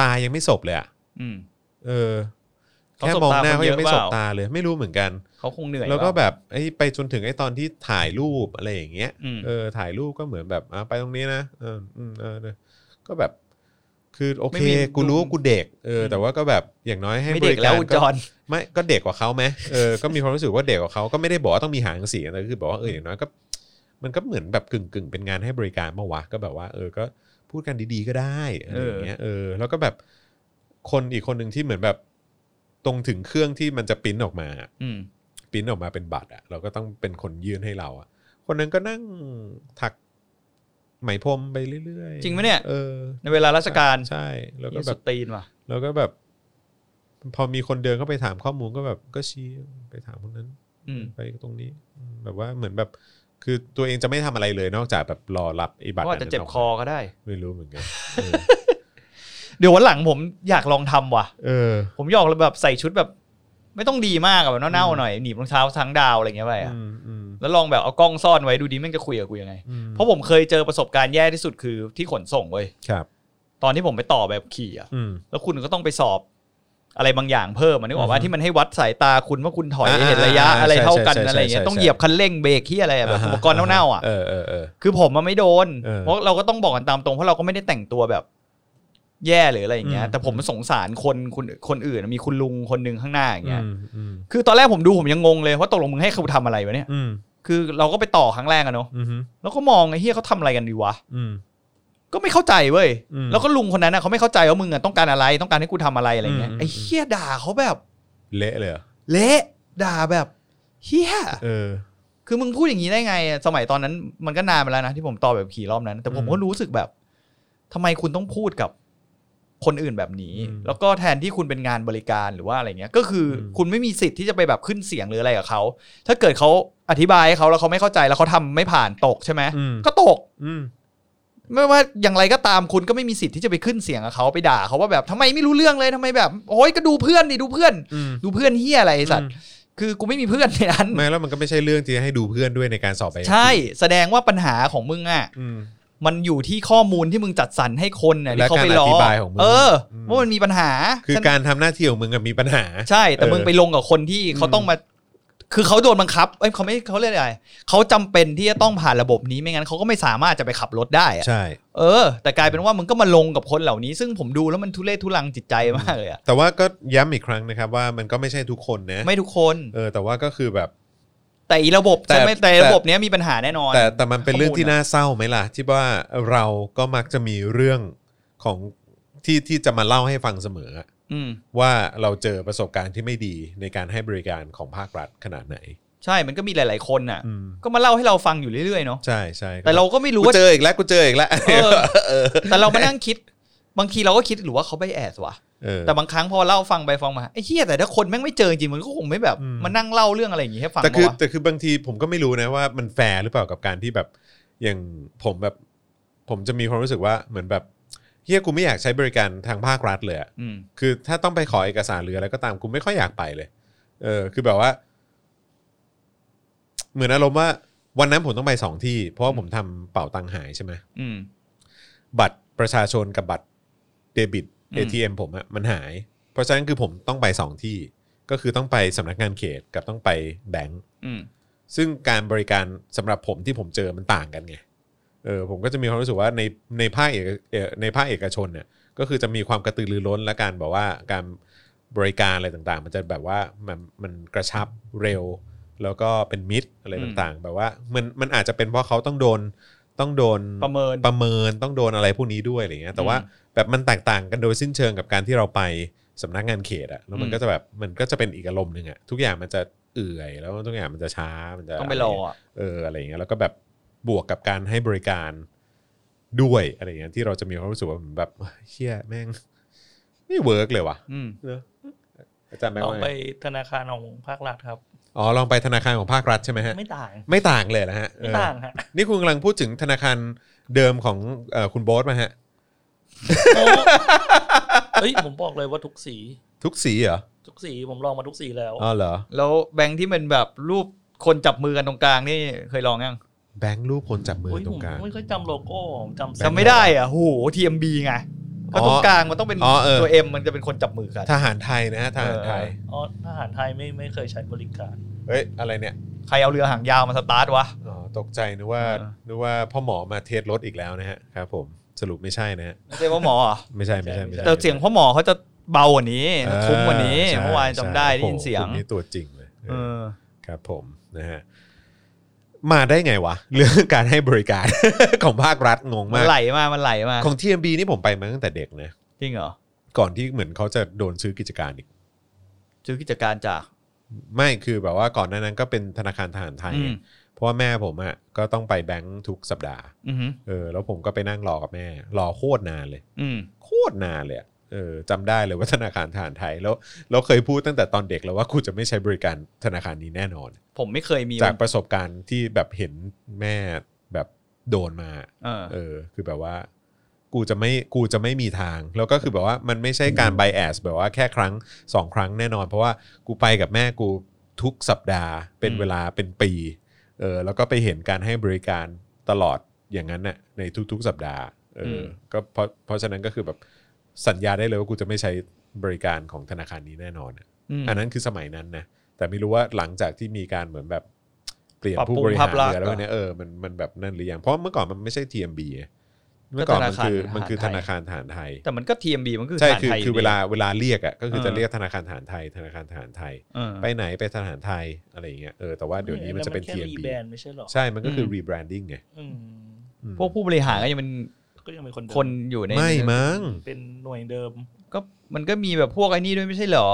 [SPEAKER 1] ตายังไม่สบเลยอ่ะ
[SPEAKER 2] อืม
[SPEAKER 1] เออ
[SPEAKER 2] เขา
[SPEAKER 1] แค่
[SPEAKER 2] สบ
[SPEAKER 1] มอง
[SPEAKER 2] ตา
[SPEAKER 1] หน้า
[SPEAKER 2] คน
[SPEAKER 1] เขา
[SPEAKER 2] เย
[SPEAKER 1] ยั
[SPEAKER 2] อะ
[SPEAKER 1] งไม่
[SPEAKER 2] เป
[SPEAKER 1] ส
[SPEAKER 2] ล่า
[SPEAKER 1] บตาเลยไม่รู้เหมือนกัน
[SPEAKER 2] เขาคงเหนื่อย
[SPEAKER 1] แล้วก็
[SPEAKER 2] เปา
[SPEAKER 1] แบบไอ้ไปจนถึงไอ้ตอนที่ถ่ายรูปอะไรอย่างเงี้ย
[SPEAKER 2] อืม
[SPEAKER 1] เออถ่ายรูปก็เหมือนแบบอ่ะไปตรงนี้นะเอออืมเออเออก็แบบ คือโอเค
[SPEAKER 2] ไม่มี
[SPEAKER 1] กูรู้
[SPEAKER 2] ดู
[SPEAKER 1] ว่ากูเด็กเออแต่ว่าก็แบบอย่างน้อยให้
[SPEAKER 2] ไม่
[SPEAKER 1] บ
[SPEAKER 2] เด็
[SPEAKER 1] ริ
[SPEAKER 2] ก
[SPEAKER 1] การ
[SPEAKER 2] แล้วคุณ
[SPEAKER 1] ก็
[SPEAKER 2] จอน
[SPEAKER 1] ไม่ก็เด็กกว่าเขาไหมเออ ก็มีความรู้สึกว่าเด็กกว่าเขาก็ไม่ได้บอกว่าต้องมีหางเสียงแต่คือบอกว่าเอออย่างน้อยก็ มันก็เหมือนแบบกึ่งกึ่งๆเป็นงานให้บริการมาวะก็แบบว่า เออก็พูดกันดีๆก็ได้อะไรอย่างเงี้ยเออ แล้วก็แบบคนอีกคนหนึ่งที่เหมือนแบบตรงถึงเครื่องที่มันจะปริ้นออกมา
[SPEAKER 2] อืม
[SPEAKER 1] ปริ้นออกมาเป็นบัตรอะเราก็ต้องเป็นคนยื่นให้เราอะคนนั้นก็นั่งถักไหมพรมไปเรื่อยๆ
[SPEAKER 2] จริงไหมเนี่ย
[SPEAKER 1] เออ
[SPEAKER 2] ในเวลาราชการ
[SPEAKER 1] ใช่แล้วก็
[SPEAKER 2] นี่
[SPEAKER 1] แบ
[SPEAKER 2] สุ
[SPEAKER 1] บ
[SPEAKER 2] ดตีนว่ะ
[SPEAKER 1] แล้วก็แบบ พอมีคนเดินเข้าไปถามข้อมูลก็แบบก็ชี้ไปถามคนนั้น
[SPEAKER 2] อืม
[SPEAKER 1] ไปตรงนี้อืมแบบว่าเหมือนแบบ คือตัวเองจะไม่ทำอะไรเลยนอกจากแบบรอรับไอ้บัตร
[SPEAKER 2] ก็อาจจะเจ็บคอก็ได้
[SPEAKER 1] ไม่รู้เหมือน กันเออ
[SPEAKER 2] เดี๋ยววันหลังผมอยากลองทำว่ะ
[SPEAKER 1] เออ
[SPEAKER 2] ผมอยากแบบใส่ชุดแบบ ไม่ต้องดีมากอะแบบเน่าๆหน่อยหนีบรองเท้าทั้งดาวอะไรเงี้ยไปอะ
[SPEAKER 1] อืมอืม
[SPEAKER 2] แล้วลองแบบเอากล้องซ่อนไว้ดูดิแม่งจะคุยกับกูยังไง
[SPEAKER 1] อืม
[SPEAKER 2] เพราะผมเคยเจอประสบการณ์แย่ที่สุดคือที่ขนส่งเว้ย
[SPEAKER 1] ครับ
[SPEAKER 2] ตอนที่ผมไปต่อแบบขี่อะ
[SPEAKER 1] อืม
[SPEAKER 2] แล้วคุณก็ต้องไปสอบอะไรบางอย่างเพิ่มอะนึกออกว่า
[SPEAKER 1] อือฮึ
[SPEAKER 2] ที่มันให้วัดสายตาคุณว่าคุณถอย
[SPEAKER 1] อ่า
[SPEAKER 2] เห็นระยะ
[SPEAKER 1] อ่า
[SPEAKER 2] อะไรเท่ากัน
[SPEAKER 1] ใช่ใช่
[SPEAKER 2] อะไรเงี้ย
[SPEAKER 1] ใช่
[SPEAKER 2] ต้อง
[SPEAKER 1] ใช่
[SPEAKER 2] เหยียบคันเร่งเบรกที่อะไรอะแบบอุปกรณ์เน่าๆอะ
[SPEAKER 1] เออเออเออ
[SPEAKER 2] คือผมมันไม่โดน
[SPEAKER 1] เออ
[SPEAKER 2] เพราะเราก็ต้องบอกกันตามตรงเพราะเราก็ไม่ได้แต่งตัวแบบ แย่หรืออะไรอย่างเงี้
[SPEAKER 1] อื
[SPEAKER 2] ย
[SPEAKER 1] ม
[SPEAKER 2] แต่ผมสงสารคนคนคนอื่นมีคุณลุงคนหนึ่งข้างหน้าอย่างเงี้ย
[SPEAKER 1] อืมอืม
[SPEAKER 2] คือตอนแรกผมดูผมยังงงเลยว่าตกลงมึงให้เขาทำอะไรวะเนี่ย
[SPEAKER 1] อืม
[SPEAKER 2] คือเราก็ไปต่อครั้งแรกอะเนาะ
[SPEAKER 1] อืม
[SPEAKER 2] แล้วก็มองไอ้เฮียเขาทำอะไรกันดีวะ
[SPEAKER 1] อืม
[SPEAKER 2] ก็ไม่เข้าใจเว้ย
[SPEAKER 1] อืม
[SPEAKER 2] แล้วก็ลุงคนนั้นอะเขาไม่เข้าใจว่ามึงอะต้องการอะไรต้องการให้กูทำอะไรอะไรเงี้ย
[SPEAKER 1] อืม
[SPEAKER 2] ไอ้เฮียด่าเขาแบบ
[SPEAKER 1] เละเลยเหรอ
[SPEAKER 2] เละด่าแบบเฮีย
[SPEAKER 1] เออ
[SPEAKER 2] คือมึงพูดอย่างนี้ได้ไงอะสมัยตอนนั้น มันก็นานมาแล้วนะที่ผมต่อแบบขี่รอบนั้น แต่ผม
[SPEAKER 1] อืม
[SPEAKER 2] ก็รู้สึกแบบ ทำไมคุณต้องพูดกับคนอื่นแบบนี้
[SPEAKER 1] อืม
[SPEAKER 2] แล้วก็แทนที่คุณเป็นงานบริการหรือว่าอะไรเงี้ย ก็คืออ
[SPEAKER 1] ม
[SPEAKER 2] คุณไม่มีสิทธิ์ที่จะไปแบบขึ้นเสียงหรืออะไรกับเขา ถ้าเกิดเขาอธิบายให้เขาแล้วเขาไม่เข้าใจแล้วเขาทำไม่ผ่านตกใช่ไหม
[SPEAKER 1] อืม
[SPEAKER 2] ก็ตก
[SPEAKER 1] อืม
[SPEAKER 2] ไม่ว่าอย่างไรก็ตามคุณก็ไม่มีสิทธิ์ที่จะไปขึ้นเสียงกับเขาไปด่าเขาว่าแบบทำไมไม่รู้เรื่องเลยทำไมแบบโอ้ยก็ดูเพื่อนดิดูเพื่อน
[SPEAKER 1] อืม
[SPEAKER 2] ดูเพื่อนเฮียอะไรไอ้สัตว์
[SPEAKER 1] อืม
[SPEAKER 2] คือกูไม่มีเพื่อนในนั้น
[SPEAKER 1] ไม่แล้วมันก็ไม่ใช่เรื่องที่จะให้ดูเพื่อนด้วยในการสอบไป
[SPEAKER 2] ใช่ แสดงว่าปัญหาของมึงอ่ะ
[SPEAKER 1] อืม
[SPEAKER 2] มันอยู่ที่ข้อมูลที่มึงจัดสรรให้คนเนี่ย
[SPEAKER 1] และ
[SPEAKER 2] ที่เขาไป
[SPEAKER 1] การ
[SPEAKER 2] ล้
[SPEAKER 1] อธิบายของมึง
[SPEAKER 2] เอออ
[SPEAKER 1] ม
[SPEAKER 2] ว่ามันมีปัญหา
[SPEAKER 1] คือ
[SPEAKER 2] ฉัน
[SPEAKER 1] การทำหน้าที่ของมึงอะมีปัญหา
[SPEAKER 2] ใช่แต่
[SPEAKER 1] เออ
[SPEAKER 2] มึงไปลงกับคนที่เขาต้องมา คือเขาโดนบังคับเอ้ยเขาไม่เขาเรียกอะไรเขาจำเป็นที่จะต้องผ่านระบบนี้ไม่งั้นเขาก็ไม่สามารถจะไปขับรถได้อะ
[SPEAKER 1] ใช่
[SPEAKER 2] เออ แต่กลายเป็นว่ามึงก็มาลงกับคนเหล่านี้ ซึ่งผมดูแล้วมันทุเรศทุลังจิตใจมากเลยอะ
[SPEAKER 1] แต่ว่าก็ย้ำอีกครั้งนะครับว่ามันก็ไม่ใช่ทุกคนนะ
[SPEAKER 2] ไม่ทุกคน
[SPEAKER 1] เออแต่ว่าก็คือแบบ
[SPEAKER 2] แต่อีระบบ
[SPEAKER 1] แต่
[SPEAKER 2] แต่ไม่แต่
[SPEAKER 1] แต่
[SPEAKER 2] ระบบเนี้ยมีปัญหาแน่นอน
[SPEAKER 1] แต่แต่มันเป็นเรื่องที่
[SPEAKER 2] ข้อมูลอะ
[SPEAKER 1] น่าเศร้าไหมล่ะ ที่ว่าเราก็มักจะมีเรื่องของที่ที่จะมาเล่าให้ฟังเสมอ
[SPEAKER 2] อืม
[SPEAKER 1] ว่าเราเจอประสบการณ์ที่ไม่ดีในการให้บริการของภาครัฐขนาดไหน
[SPEAKER 2] ใช่มันก็มีหลาย ๆคนน่ะ
[SPEAKER 1] อืม
[SPEAKER 2] ก็มาเล่าให้เราฟังอยู่เรื่อยๆเนาะ
[SPEAKER 1] ใช่ใช่
[SPEAKER 2] แต่เราก็ไม่รู้
[SPEAKER 1] กู
[SPEAKER 2] ว่า
[SPEAKER 1] เจออีกแล้วกูเจออีกแล้ว
[SPEAKER 2] เออแต่เรามานั่งคิด บางทีเราก็คิดหรือว่าเขาไปแอดวะ
[SPEAKER 1] เออ
[SPEAKER 2] แต่บางครั้งพอเล่าฟังไปฟังมาไอ้เหี้ยแต่ถ้าคนแม่งไม่เจอจริงมันก็คงไม่แบบ
[SPEAKER 1] อืม
[SPEAKER 2] มานั่งเล่าเรื่องอะไรอย่างงี้ให้ฟัง
[SPEAKER 1] แต่คือ
[SPEAKER 2] ปะวะ
[SPEAKER 1] แต่คือบางทีผมก็ไม่รู้นะว่ามันแฟร์หรือเปล่ากับการที่แบบอย่างผมแบบ ผมจะมีความรู้สึกว่าเหมือนแบบเฮียกูไม่อยากใช้บริการทางภาครัฐเลยอะ
[SPEAKER 2] อืม
[SPEAKER 1] คือถ้าต้องไปขอเอกสารหรืออะไรก็ตามกูไม่ค่อยอยากไปเลย เออ คือแบบว่า เหมือนอารมณ์ว่า วันนั้นผมต้องไปสองที่ เพราะว่าผมทำเป่าตังค์หายใช่ไหม
[SPEAKER 2] อืม
[SPEAKER 1] บัตรประชาชนกับบัตรเดบิต
[SPEAKER 2] อืม
[SPEAKER 1] ATM ผมอะมันหาย เพราะฉะนั้นคือผมต้องไปสองที่ ก็คือต้องไปสำนักงานเขตกับต้องไปแบงก์
[SPEAKER 2] อืม
[SPEAKER 1] ซึ่งการบริการสำหรับผมที่ผมเจอมันต่างกันไงเออผมก็จะมีความรู้สึกว่าในในภาคเอกเอ่อในภาคเอกชนเนี่ย ก็คือจะมีความกระตือรือร้นและการแบบว่าการบริการอะไรต่างๆ มันจะแบบว่ามันมันกระชับเร็ว แล้วก็เป็นมิตรอะไรต่างๆ แบบว่ามันมันอาจจะเป็นเพราะเขาต้องโดนต้องโดน
[SPEAKER 2] ประเมิน
[SPEAKER 1] ประเมินต้องโดนอะไรพวกนี้ด้วยอะไรเงี้ยแต่ว่าแบบมันแตกต่างกันโดยสิ้นเชิงกับการที่เราไปสำนักงานเขตอะแล้วมัน
[SPEAKER 2] อืม
[SPEAKER 1] ก็จะแบบมันก็จะเป็นอีกอารมณ์หนึ่งอะทุกอย่างมันจะเอื่อยแล้วทุกอย่างมันจะช้ามันจะ
[SPEAKER 2] ต้องไปรอ
[SPEAKER 1] เงี้ย
[SPEAKER 2] อ่ะ
[SPEAKER 1] เอออะไรเงี้ยแล้วก็แบบบวกกับการให้บริการด้วยอะไรเงี้ยที่เราจะมีความรู้สึกว่าแบบเชี่ยแม่ง ไม่เวิร์กเลยว่ะ
[SPEAKER 2] อืม
[SPEAKER 1] เนอะอาจารย์แม่
[SPEAKER 3] ลอง
[SPEAKER 1] ว่า
[SPEAKER 3] ไป
[SPEAKER 1] ไง
[SPEAKER 3] ธนาคารของภาครัฐครับ
[SPEAKER 1] อ๋อลองไปธนาคารของภาครัฐใช่ไหมฮะ
[SPEAKER 3] ไม่ต่าง
[SPEAKER 1] ไม่ต่างเลยนะฮะ
[SPEAKER 3] ไม่
[SPEAKER 1] เออ
[SPEAKER 3] ต่างฮะ
[SPEAKER 1] นี่คุณกำลังพูดถึงธนาคารเดิมของเอ่อคุณโบ๊ทไหมฮะ
[SPEAKER 3] โอ้เฮ้ยผมบอกเลยว่าทุกสี
[SPEAKER 1] ทุกสีเหรอ
[SPEAKER 3] ทุกสีผมลองมาทุกสีแล้ว
[SPEAKER 1] อ๋อเหรอ
[SPEAKER 2] แล้วแบงค์ที่มันแบบรูปคนจับมือกันตรงกลางนี่เคยลองยัง
[SPEAKER 1] แบงค์รูปคนจับมือ
[SPEAKER 3] เฮ้ย
[SPEAKER 1] ตร
[SPEAKER 3] ผ
[SPEAKER 1] ง
[SPEAKER 3] ม
[SPEAKER 1] กลาง
[SPEAKER 3] ไม่ค่อยจำโลโก้ผมจำเส้น
[SPEAKER 2] จำไม่ได้อ่ะโห TMB ไงก็ตรงกลางมันต้องเป็น
[SPEAKER 1] อ๋อเออ
[SPEAKER 2] ตัวเอ็มมันจะเป็นคนจับมือกัน
[SPEAKER 1] ทหารไทยนะฮะทหารไทย
[SPEAKER 3] อ๋อทหารไทยไม่ไม่เคยใช้บริการ
[SPEAKER 1] เอ้ยอะไรเนี่ย
[SPEAKER 2] ใครเอาเรือหางยาวมาสตาร์ทวะ
[SPEAKER 1] อ๋อตกใจนึกว่า
[SPEAKER 2] เออ
[SPEAKER 1] นึกว่าพ่อหมอมาเทสรถอีกแล้วนะฮะครับผมสรุปไม่ใช่นะฮะ
[SPEAKER 2] ไม่ใช่ว่าหมอเหรอ
[SPEAKER 1] ไม่ใช่ไม่ใช่ไม่ใช่
[SPEAKER 2] แต่เสียงพ่อหมอเขาจะเบากว่านี้
[SPEAKER 1] เออ
[SPEAKER 2] ทุ้มกว่านี้
[SPEAKER 1] ใช่
[SPEAKER 2] เมื่อวานจำได้ได้ยิน
[SPEAKER 1] ใช่
[SPEAKER 2] เสียง
[SPEAKER 1] โอ้โหคนนี่ตัวจริงเลย
[SPEAKER 2] เออ
[SPEAKER 1] ครับผมนะฮะมาได้ไงวะ เรื่องการให้บริการ ของภาครัฐงง
[SPEAKER 2] มั
[SPEAKER 1] มาน ก
[SPEAKER 2] ไหลมามันไหลมา
[SPEAKER 1] ของ TMB นี่ผมไปมาตั้งแต่เด็กนะ
[SPEAKER 2] จริงเหรอ
[SPEAKER 1] ก่อนที่เหมือนเขาจะโดนซื้อกิจการอีก
[SPEAKER 2] ซื้อกิจการจาก
[SPEAKER 1] ไม่คือแบบว่าก่อนหน้านั้นก็เป็นธนาคารทหารไทย
[SPEAKER 2] อืม
[SPEAKER 1] เพราะว่าแม่ผมอะ่ะก็ต้องไปแบงก์ทุกสัปดาห์
[SPEAKER 2] อือหือ
[SPEAKER 1] เออแล้วผมก็ไปนั่งรอกับแม่ รอโคตรนานเลย
[SPEAKER 2] อืม
[SPEAKER 1] โคตรนานเลยอะเออจำได้เลยว่าธนาคารทหารไทยแล้วเราเคยพูดตั้งแต่ตอนเด็กแล้วว่ากูจะไม่ใช้บริการธนาคารนี้แน่นอน
[SPEAKER 2] ผมไม่เคยมี
[SPEAKER 1] จากประสบการณ์ที่แบบเห็นแม่แบบโดนมา
[SPEAKER 2] เออ
[SPEAKER 1] เออคือแบบว่ากูจะไม่กูจะไม่มีทาง แล้วก็คือแบบว่ามันไม่ใช่การไบแอสแบบว่าแค่ครั้งสองครั้งแน่นอน เพราะว่ากูไปกับแม่กูทุกสัปดาห์เป็น
[SPEAKER 2] อืม
[SPEAKER 1] เวลาเป็นปีเออแล้วก็ไปเห็นการให้บริการตลอดอย่างนั้นน่ะในทุกๆสัปดาห์เอออก็เพราะเพราะฉะนั้นก็คือแบบสัญญาได้เลยว่ากูจะไม่ใช้บริการของธนาคารนี้แน่นอนอะ
[SPEAKER 2] อืม
[SPEAKER 1] อันนั้นคือสมัยนั้นนะแต่ไม่รู้ว่าหลังจากที่มีการเหมือนแบบเปลี่ยน
[SPEAKER 2] ปรับ
[SPEAKER 1] ผู้
[SPEAKER 2] ปรุง
[SPEAKER 1] บริหา
[SPEAKER 2] ภาร พ
[SPEAKER 1] หรืออะ
[SPEAKER 2] ลักษณ์
[SPEAKER 1] ไรพวกเนี้ยเออมันมันแบบนั่นหรือยังเพราะเมื่อก่อนมันไม่ใช่ TMB ไงเมื่อ
[SPEAKER 2] ก็
[SPEAKER 1] ก่อน
[SPEAKER 2] ธ
[SPEAKER 1] มัน
[SPEAKER 2] นาคาร
[SPEAKER 1] คือ
[SPEAKER 2] ทหาร
[SPEAKER 1] มันคือ
[SPEAKER 2] ไท
[SPEAKER 1] ธ
[SPEAKER 2] ย
[SPEAKER 1] นาคารทหารไทย
[SPEAKER 2] แต่มันก็ TMB มันคือ
[SPEAKER 1] ใช่
[SPEAKER 2] ฐาน
[SPEAKER 1] คือ
[SPEAKER 2] ไทยยู่
[SPEAKER 1] คือ
[SPEAKER 2] ดี
[SPEAKER 1] เวลาเวลาเรียกอ่ะก็คือ
[SPEAKER 2] เออ
[SPEAKER 1] จะเรียกธนาคารทหารไทย ธนาคารทหารไทย
[SPEAKER 2] เออ
[SPEAKER 1] ไปไหนไปธนาคารไทยอะไรอย่างเงี้ยเออแต่ว่าเดี๋ยวนี้มันจะเป็น
[SPEAKER 3] แค่
[SPEAKER 1] TMB
[SPEAKER 3] รีแบรนด์ไม่ใช่เหรอ
[SPEAKER 1] ใช่มันก็คืออ
[SPEAKER 2] ม
[SPEAKER 1] rebranding ไง
[SPEAKER 3] อืม
[SPEAKER 1] อืม
[SPEAKER 2] พวกผู้บริหารก็ยังเป็น
[SPEAKER 3] ก็ยังเป็นคนเดิม
[SPEAKER 2] คนอยู่ใน
[SPEAKER 1] ไม่มั้ง
[SPEAKER 3] เป็นหน่วยเดิม
[SPEAKER 2] ก็มันก็มีแบบพวกไอ้นี่ด้วยไม่ใช่เหรอ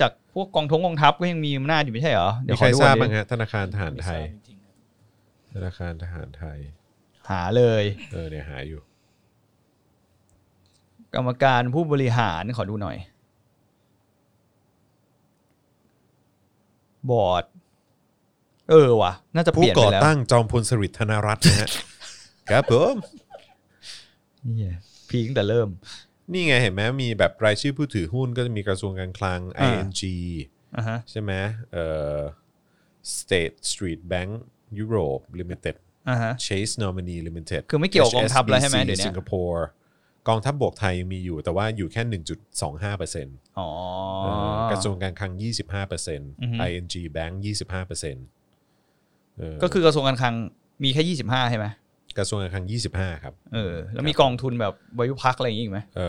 [SPEAKER 2] จากพวกกองทงกองทัพก็ยังมีอำนาจอยู่ไม่ใช่เหรอเดี๋
[SPEAKER 1] มี
[SPEAKER 2] ยวข
[SPEAKER 1] ใค
[SPEAKER 2] อ
[SPEAKER 1] ร
[SPEAKER 2] ดู
[SPEAKER 1] ทราบ
[SPEAKER 2] ก่อ
[SPEAKER 1] บ้าน ง
[SPEAKER 2] ดิ
[SPEAKER 1] ฮะธนาคารทหารไทย
[SPEAKER 3] ม่ทบจริงๆครับ
[SPEAKER 1] ธนาคารทหารไทย
[SPEAKER 2] หาเลย
[SPEAKER 1] เออเนี่ยหาอยู่
[SPEAKER 2] กรรมการผู้บริหารขอดูหน่อย บอร์ด เออว่ะ น่าจะเป
[SPEAKER 1] ผู้
[SPEAKER 2] ลี่ยน
[SPEAKER 1] ก่อ
[SPEAKER 2] ไปแล้ว
[SPEAKER 1] ตั้งจอมพลสฤษดิ์ธนรัตน์นะฮะ ครับผม
[SPEAKER 2] เหี้ยพีคตั้งแต่เริ่ม
[SPEAKER 1] นี่ไงเห็นไหมมีแบบรายชื่อผู้ถือหุ้นก็จะมีกระทรวงการคลัง
[SPEAKER 2] อ่า
[SPEAKER 1] ING
[SPEAKER 2] อ่ะฮะ
[SPEAKER 1] ใช่ไหมเอ่อ State Street Bank Europe Limited
[SPEAKER 2] อ่าฮะ
[SPEAKER 1] Chase Nominee Limited
[SPEAKER 2] คือไม่เกี่ยวกับกองทัพแล้วใช่ไหมเดี๋ยวเนี้ย
[SPEAKER 1] สิงคโปร์ กองทัพบบกไทยยังมีอยู่แต่ว่าอยู่แค่ 1.25%เ
[SPEAKER 2] อ๋อ
[SPEAKER 1] ออกระทรวงการคลัง 25% ING Bank 25%เออ
[SPEAKER 2] ก็คือกระทรวงการคลังมีแค่ยี่สิบห้าใช่ไหม
[SPEAKER 1] กระทรวงการคลัง 25 ครับ
[SPEAKER 2] เออ แล้วมีกองทุนแบบวายุพักอะไรอย่างงี้อีกไหม
[SPEAKER 1] เอ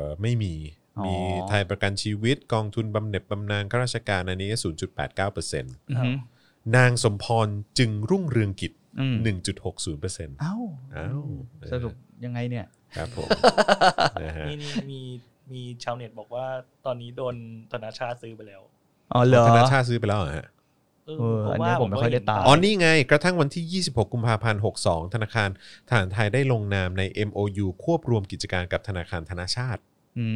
[SPEAKER 1] อไม่มี
[SPEAKER 2] อ๋อ
[SPEAKER 1] มีไทยประกันชีวิตกองทุนบำเหน็จบำนาญข้าราชการอันนี้ 0.89%
[SPEAKER 2] อือหือน
[SPEAKER 1] างสมพรจึงรุ่งเรืองกิจ
[SPEAKER 2] อืม
[SPEAKER 1] 1.60%
[SPEAKER 2] เอ้า
[SPEAKER 1] อ้าว
[SPEAKER 2] สรุปยังไงเนี่ย
[SPEAKER 1] ครับ ผม นะฮะ
[SPEAKER 3] นี่นี่มีมีชาวเน็ตบอกว่าตอนนี้โดนธนาชาติซื้อไปแล้ว
[SPEAKER 2] อ๋อเหรอ
[SPEAKER 1] ธนาชาติซื้อไปแล้วเหรอฮะ
[SPEAKER 3] เออ
[SPEAKER 2] เออ
[SPEAKER 3] เพราะ
[SPEAKER 2] อันเนี้
[SPEAKER 3] ว่าย
[SPEAKER 2] ผมไม่ค่อยได้ตาม
[SPEAKER 1] อ๋อนี่ไง กระทั่งวันที่ 26 กุมภาพันธ์ 62 ธนาคารทหารไทยได้ลงนามใน MOU ควบรวมกิจการกับธนาคารธนาชาติ
[SPEAKER 2] อื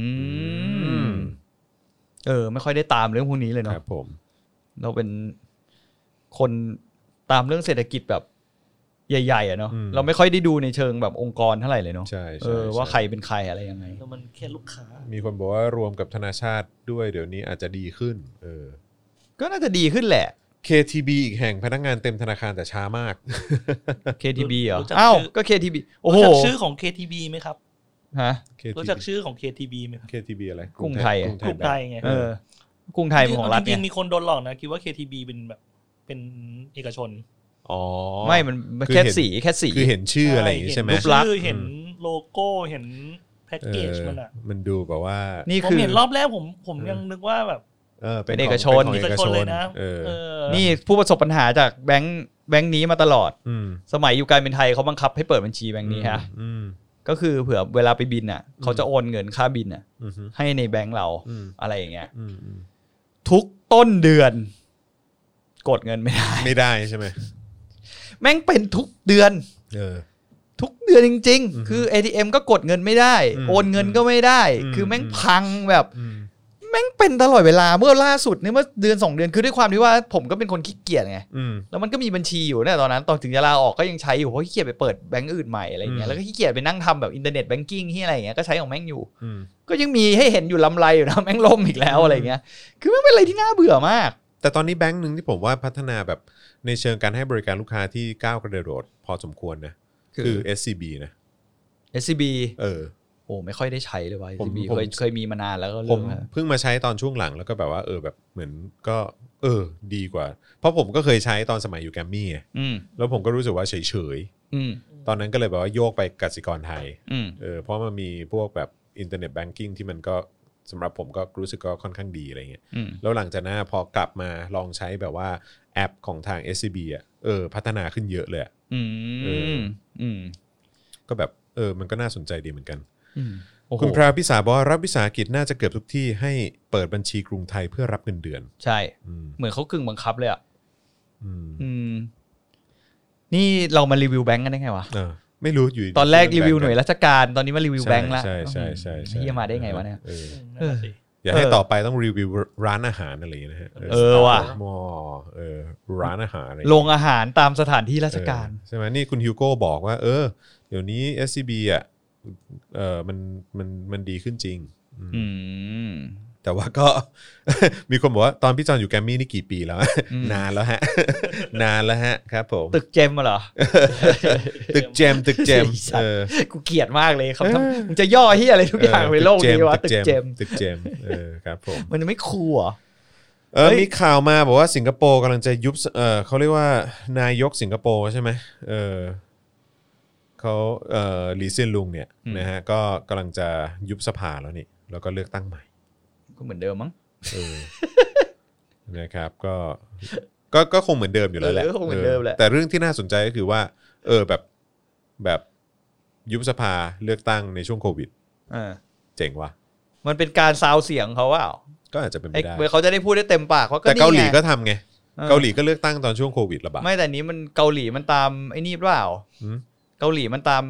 [SPEAKER 2] ม เออ ไม่ค่อยได้ตามเรื่องพวกนี้เล
[SPEAKER 1] ค
[SPEAKER 2] ยเนาะ
[SPEAKER 1] รับผม
[SPEAKER 2] เราเป็นคนตามเรื่องเศรษฐกิจแบบใหญ่ ๆอะเนาะเราไม่ค่อยได้ดูในเชิงแบบองค์กรเท่าไหร่เลยเนาะ
[SPEAKER 1] ใช่
[SPEAKER 2] เอ
[SPEAKER 1] ใช่
[SPEAKER 2] อว่าใครเป็นใครอะไรยังไง
[SPEAKER 3] แล้วมันแค่ลูกค้า
[SPEAKER 1] มีคนบอกว่ารวมกับธนาชาติด้วยเดี๋ยวนี้อาจจะดีขึ้นเออ
[SPEAKER 2] ก็น่าจะดีขึ้นแหละ
[SPEAKER 1] KTB อีกแห่งพนักงานเต็มธนาคารแต่ช้ามาก
[SPEAKER 2] KTB เหรอ
[SPEAKER 3] รู้จัก
[SPEAKER 2] อ้าว
[SPEAKER 3] ชื่อ
[SPEAKER 2] ก็ KTB โอ้
[SPEAKER 3] รู้
[SPEAKER 2] โห
[SPEAKER 3] จักชื่อของ KTB ไหมครับ
[SPEAKER 2] ฮะ
[SPEAKER 1] KTB
[SPEAKER 3] รู้จักชื่อของ KTB ไหมครับ
[SPEAKER 1] KTB อะไร
[SPEAKER 2] กรุงไทยอะ
[SPEAKER 3] กรุงไทยไง
[SPEAKER 2] เออกรุงไทยเป็นของรัฐ
[SPEAKER 3] จริ
[SPEAKER 2] ไง
[SPEAKER 3] งๆมีคนโดนหลอกนะ คิดว่า KTB เป็นแบบเป็นเอกชน
[SPEAKER 1] อ๋อ
[SPEAKER 2] ไม่มันมัน
[SPEAKER 1] คือ
[SPEAKER 2] แค่
[SPEAKER 1] เห็น
[SPEAKER 2] สีแค่สี
[SPEAKER 1] คือเห็นชื่ออะไรอย่างงี้ใช่ไหม
[SPEAKER 2] รูปลักษณ์
[SPEAKER 3] ชื่อเห็นโลโก้เห็นแพ็ก
[SPEAKER 1] เออ
[SPEAKER 3] เกจมันอะ
[SPEAKER 1] มันดูแบบว่า
[SPEAKER 2] นี่
[SPEAKER 3] ผม
[SPEAKER 2] คือ
[SPEAKER 3] เห็นรอบแรกผมผมยังนึกว่าแบบ
[SPEAKER 1] เออ
[SPEAKER 2] เป็นเอก
[SPEAKER 1] ขง
[SPEAKER 2] ชน
[SPEAKER 1] ป็ของเอ
[SPEAKER 3] เอ
[SPEAKER 1] ก ก
[SPEAKER 3] ช
[SPEAKER 1] ช
[SPEAKER 3] น
[SPEAKER 1] น
[SPEAKER 3] เลยนะ
[SPEAKER 1] เออ
[SPEAKER 3] เออ
[SPEAKER 2] นี่ผู้ประสบปัญหาจากแบงค์แบงค์นี้มาตลอด
[SPEAKER 1] อืม
[SPEAKER 2] สมัยอยู่การเป็นไทยเขาบังคับให้เปิดบัญชีแบงค์นี้ฮะ
[SPEAKER 1] อืม
[SPEAKER 2] ก็คือเผื่อเวลาไปบินอ่ะเขาจะโอนเงินค่าบินอ่ะ
[SPEAKER 1] อืม
[SPEAKER 2] ให้ในแบงค์เรา
[SPEAKER 1] อืม
[SPEAKER 2] อะไรอย่างเงี้ย
[SPEAKER 1] อืมอืม
[SPEAKER 2] ทุกต้นเดือน กดเงินไม่ได้
[SPEAKER 1] ไม่ได้ใช่ไหม
[SPEAKER 2] แม่งเป็นทุกเดือน
[SPEAKER 1] เออ
[SPEAKER 2] ทุกเดือนจริง
[SPEAKER 1] อือฮึ
[SPEAKER 2] ๆ คือ ATM ก็กดเงินไม่ได้
[SPEAKER 1] อืม
[SPEAKER 2] โอนเงินก็ไม่ได้
[SPEAKER 1] อืม
[SPEAKER 2] คือแม่ง
[SPEAKER 1] อืม
[SPEAKER 2] พังแบบ
[SPEAKER 1] อืม
[SPEAKER 2] แม่งเป็นตลอดเวลาเมื่อล่าสุดเนี่ยเมื่อเดือนสองเดือนคือด้วยความที่ว่าผมก็เป็นคนขี้เกียจไง
[SPEAKER 1] อืม
[SPEAKER 2] แล้วมันก็มีบัญชีอยู่เนี่ยตอนนั้น ตอนถึงจะลาออกก็ยังใช้อยู่เพราะขี้เกียจไปเปิดแบงก์อื่นใหม่อะไรอย่างเงี้
[SPEAKER 1] อืม
[SPEAKER 2] ยแล้วก็ขี้เกียจไปนั่งทำแบบอินเทอร์เน็ตแบงกิ้งที่อะไรอย่างเงี้ยก็ใช้ของแม่งอยู่
[SPEAKER 1] อืม
[SPEAKER 2] ก็ยังมีให้เห็นอยู่ลำไรอยู่นะ แม่งล่มอีกแล้วอะไรอย่างเงี้ย คือแม่งเป็นอะไรที่น่าเบื่อมาก
[SPEAKER 1] แต่ตอนนี้แบงค์หนึ่งที่ผมว่าพัฒนาแบบในเชิงการให้บริการลูกค้าที่ก้าวกระโดดพอสมควรนะ
[SPEAKER 2] คือ
[SPEAKER 1] คือ SCB นะ
[SPEAKER 2] SCB
[SPEAKER 1] เออ
[SPEAKER 2] โอ้ไม่ค่อยได้ใช้เลยว่ะ
[SPEAKER 1] ผม
[SPEAKER 2] SCB
[SPEAKER 1] ผม
[SPEAKER 2] เคยเคยมีมานานแล้วก็
[SPEAKER 1] ผ
[SPEAKER 2] เลิ
[SPEAKER 1] ม
[SPEAKER 2] กแล้ว
[SPEAKER 1] เพิ่งมาใช้ตอนช่วงหลังแล้วก็แบบว่าเออแบบเหมือนก็ เออ ดีกว่า เพราะผมก็เคยใช้ตอนสมัยอยู่แกรมมี่ไง
[SPEAKER 2] อืม
[SPEAKER 1] แล้วผมก็รู้สึกว่าเฉย
[SPEAKER 2] อืม
[SPEAKER 1] ๆ ตอนนั้นก็เลยแบบว่าโยกไปกสิกรไทย
[SPEAKER 2] อืม
[SPEAKER 1] เออเพราะมันมีพวกแบบอินเทอร์เน็ตแบงกิ้งที่มันก็สำหรับผมก็รู้สึกก็ค่อนข้างดีอะไรเงี้ย
[SPEAKER 2] อืม
[SPEAKER 1] แล้วหลังจากนั้นพอกลับมาลองใช้แบบว่าแอปของทาง SCB อ่ะเออพัฒนาขึ้นเยอะเลยอะ
[SPEAKER 2] อืมอืม
[SPEAKER 1] ก็แบบเออมันก็น่าสนใจดีเหมือนกัน
[SPEAKER 2] อืมโอ้โห
[SPEAKER 1] คุณพระพิสาบอกว่ารับวิสาหกิจน่าจะเกือบทุกที่ให้เปิดบัญชีกรุงไทยเพื่อรับเงินเดือน
[SPEAKER 2] ใช่
[SPEAKER 1] อืม
[SPEAKER 2] เหมือนเขากึ่งบังคับเลยอ่ะ
[SPEAKER 1] อืม
[SPEAKER 2] อืม นี่เรามารีวิวแบงก์กันได้ไงวะ
[SPEAKER 1] เออไม่รู้อยู่ดี
[SPEAKER 2] ตอนแรกรีวิวหน่วย
[SPEAKER 1] แล้
[SPEAKER 2] ราชการ ตอนนี้มารีวิวแบงก์ละ
[SPEAKER 1] ใช่ใช่ใช่ใช่
[SPEAKER 2] เฮียมาได้ไงวะเนี่ย
[SPEAKER 1] ออ
[SPEAKER 3] นั่นน่ะสิ
[SPEAKER 1] อย่าให้ต่อไปต้องรีวิวร้านอาหารอะไรอย่างเงี้ยนะฮะ
[SPEAKER 2] เออว่ะ
[SPEAKER 1] มอเออร้านอาหารอะไร
[SPEAKER 2] โรงอาหารตามสถานที่ราชการ
[SPEAKER 1] เออใช่ไหมนี่คุณฮิวโก้บอกว่า เออ เดี๋ยวนี้ SCB อ่ะเออมันมันมันดีขึ้นจริงอืม
[SPEAKER 2] อืม
[SPEAKER 1] แต่ว่าก็ มีคนบอกว่าตอนพี่จอนอยู่แกรมมี่นี่กี่ปีแล้ว
[SPEAKER 2] อืม
[SPEAKER 1] นานแล้วฮะ นานแล้วฮะครับผม
[SPEAKER 2] ตึกเจมมาเหรอ
[SPEAKER 1] ตึกเจมตึกเจม
[SPEAKER 2] ไอ้สัตว์
[SPEAKER 1] เออ
[SPEAKER 2] กูเกลียดมากเลยครับมึงจะย่อที่อะไรทุกอย่างในโลกนี้วะตึกเจม
[SPEAKER 1] ตึกเจมเออครับผม
[SPEAKER 2] มันจะไม่คูลเหรอ
[SPEAKER 1] เออ
[SPEAKER 2] เฮ้ย
[SPEAKER 1] มีข่าวมาบอกว่าสิงคโปร์กำลังจะยุบเออเขาเรียกว่านายกสิงคโปร์ใช่ไหมเออเขาเออหลีเซียนลุงเนี่ยนะฮะก็กำลังจะยุบสภาแล้วนี่แล้วก็เลือกตั้งใหม่
[SPEAKER 2] ก็เหมือนเดิมมั้ง
[SPEAKER 1] เอ อ นะครับก็ก็ก็คงเหมือนเดิมอยู่แล้วแหละ
[SPEAKER 2] เออคงเหมือนเดิมแหละ
[SPEAKER 1] แต่เรื่องที่น่าสนใจก็คือว่า เออแบบแบบยุบสภาเลือกตั้งในช่วงโควิด
[SPEAKER 2] เออ
[SPEAKER 1] เจ๋งว่ะ
[SPEAKER 2] มันเป็นการซาวเสียงเขาว่า
[SPEAKER 1] ก็อาจจะเป็นไป
[SPEAKER 2] ไอ้
[SPEAKER 1] ได้
[SPEAKER 2] เมื่อเขาจะได้พูดได้เต็มปากว่าก็
[SPEAKER 1] แต่
[SPEAKER 2] นี่ไง
[SPEAKER 1] เกาหลีก็ทำไง
[SPEAKER 2] ออ
[SPEAKER 1] เกาหลีก็เลือกตั้งตอนช่วงโควิดระบาด
[SPEAKER 2] ไม่แต่นี้มันเกาหลีมันตามไอ้นี่หรือเปล่า
[SPEAKER 1] หืม
[SPEAKER 2] เกาหลีมันตาม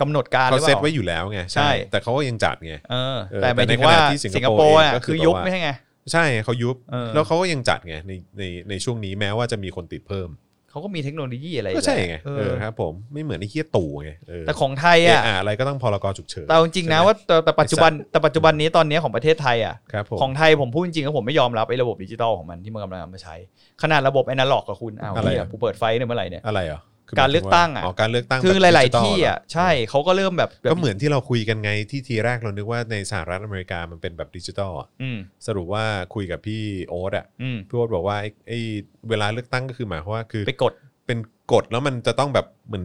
[SPEAKER 2] กำหนดการห
[SPEAKER 1] เขา
[SPEAKER 2] รือเป
[SPEAKER 1] เซต
[SPEAKER 2] ล่า
[SPEAKER 1] ไว้อยู่แล้วไง
[SPEAKER 2] ใช่
[SPEAKER 1] แต่เขาก็ยังจัดไง
[SPEAKER 2] เออ
[SPEAKER 1] เออ
[SPEAKER 2] แต่หมายถึง
[SPEAKER 1] แต่ในขณะ
[SPEAKER 2] ว่า
[SPEAKER 1] ที่สิ
[SPEAKER 2] สิ
[SPEAKER 1] ง
[SPEAKER 2] ง
[SPEAKER 1] ค
[SPEAKER 2] ค
[SPEAKER 1] โป
[SPEAKER 2] โป
[SPEAKER 1] ร์
[SPEAKER 2] ร์
[SPEAKER 1] เอง
[SPEAKER 2] อ่ะ
[SPEAKER 1] ก็คื
[SPEAKER 2] คืออ
[SPEAKER 1] แบบ
[SPEAKER 2] ย
[SPEAKER 1] ว่า
[SPEAKER 2] กไม่ใช่ไง
[SPEAKER 1] ใช่เขายุบ
[SPEAKER 2] เออ
[SPEAKER 1] แล้วเขาก็ยังจัดไงในในในช่วงนี้แม้ว่าจะมีคนติดเพิ่ม
[SPEAKER 2] เขาก็มีเทคโนโลยีอะไร
[SPEAKER 1] ก็ใช่ไง
[SPEAKER 2] เอ
[SPEAKER 1] เอ
[SPEAKER 2] อ
[SPEAKER 1] อครับ ผมไม่เหมือนไอ้เคี้ยตู่ไงเออ
[SPEAKER 2] แต่ของไทย
[SPEAKER 1] เอะ
[SPEAKER 2] อ่ะ
[SPEAKER 1] อะอะไรก็ต้องพรกฉุกเฉิน
[SPEAKER 2] แต่เอาจริงๆ
[SPEAKER 1] ใช่
[SPEAKER 2] นะ
[SPEAKER 1] ไหม
[SPEAKER 2] ว่าแต่แต่ปัจจุบันแต่ปัจจุบันนี้ตอนเนี้ยของประเทศไทยอ่ะ
[SPEAKER 1] ครับผม
[SPEAKER 2] ของไทยผมพูดจริงๆก็ผมไม่ยอมรับไอ้ระบบดิจิตอลของมันที่มันกำลังเอามาใช้ ขนาดระบบแอนะล็อกกับคุณอ้าว
[SPEAKER 1] อะไร
[SPEAKER 2] เหีย
[SPEAKER 1] อ่ะ
[SPEAKER 2] กูเปิดไฟเนี่ยเมื่อไหร่เนี่ย
[SPEAKER 1] อะไรเหรอ่ะ คื
[SPEAKER 2] การเลือกตั้งอะ
[SPEAKER 1] อ๋อการเลือกตั้ง
[SPEAKER 2] คือ
[SPEAKER 1] แบบ
[SPEAKER 2] หลาย
[SPEAKER 1] ดิจิทัล
[SPEAKER 2] ๆที่อ่ะใช่เขาก็เริ่มแบบ
[SPEAKER 1] ก็เหมือนที่เราคุยกันไงที่ทีแรกเรานึกว่าในสหรัฐอเมริกามันเป็นแบบดิจิทัลอะ
[SPEAKER 2] อืม
[SPEAKER 1] สรุปว่าคุยกับพี่โอ๊ตอ่ะ
[SPEAKER 2] อืม
[SPEAKER 1] พี่โอ๊ตบอกว่าไอ้ไอ้เวลาเลือกตั้งก็คือหมายความว่าคือ
[SPEAKER 2] ไปกด
[SPEAKER 1] เป็นกฎแล้วมันจะต้องแบบเหมือน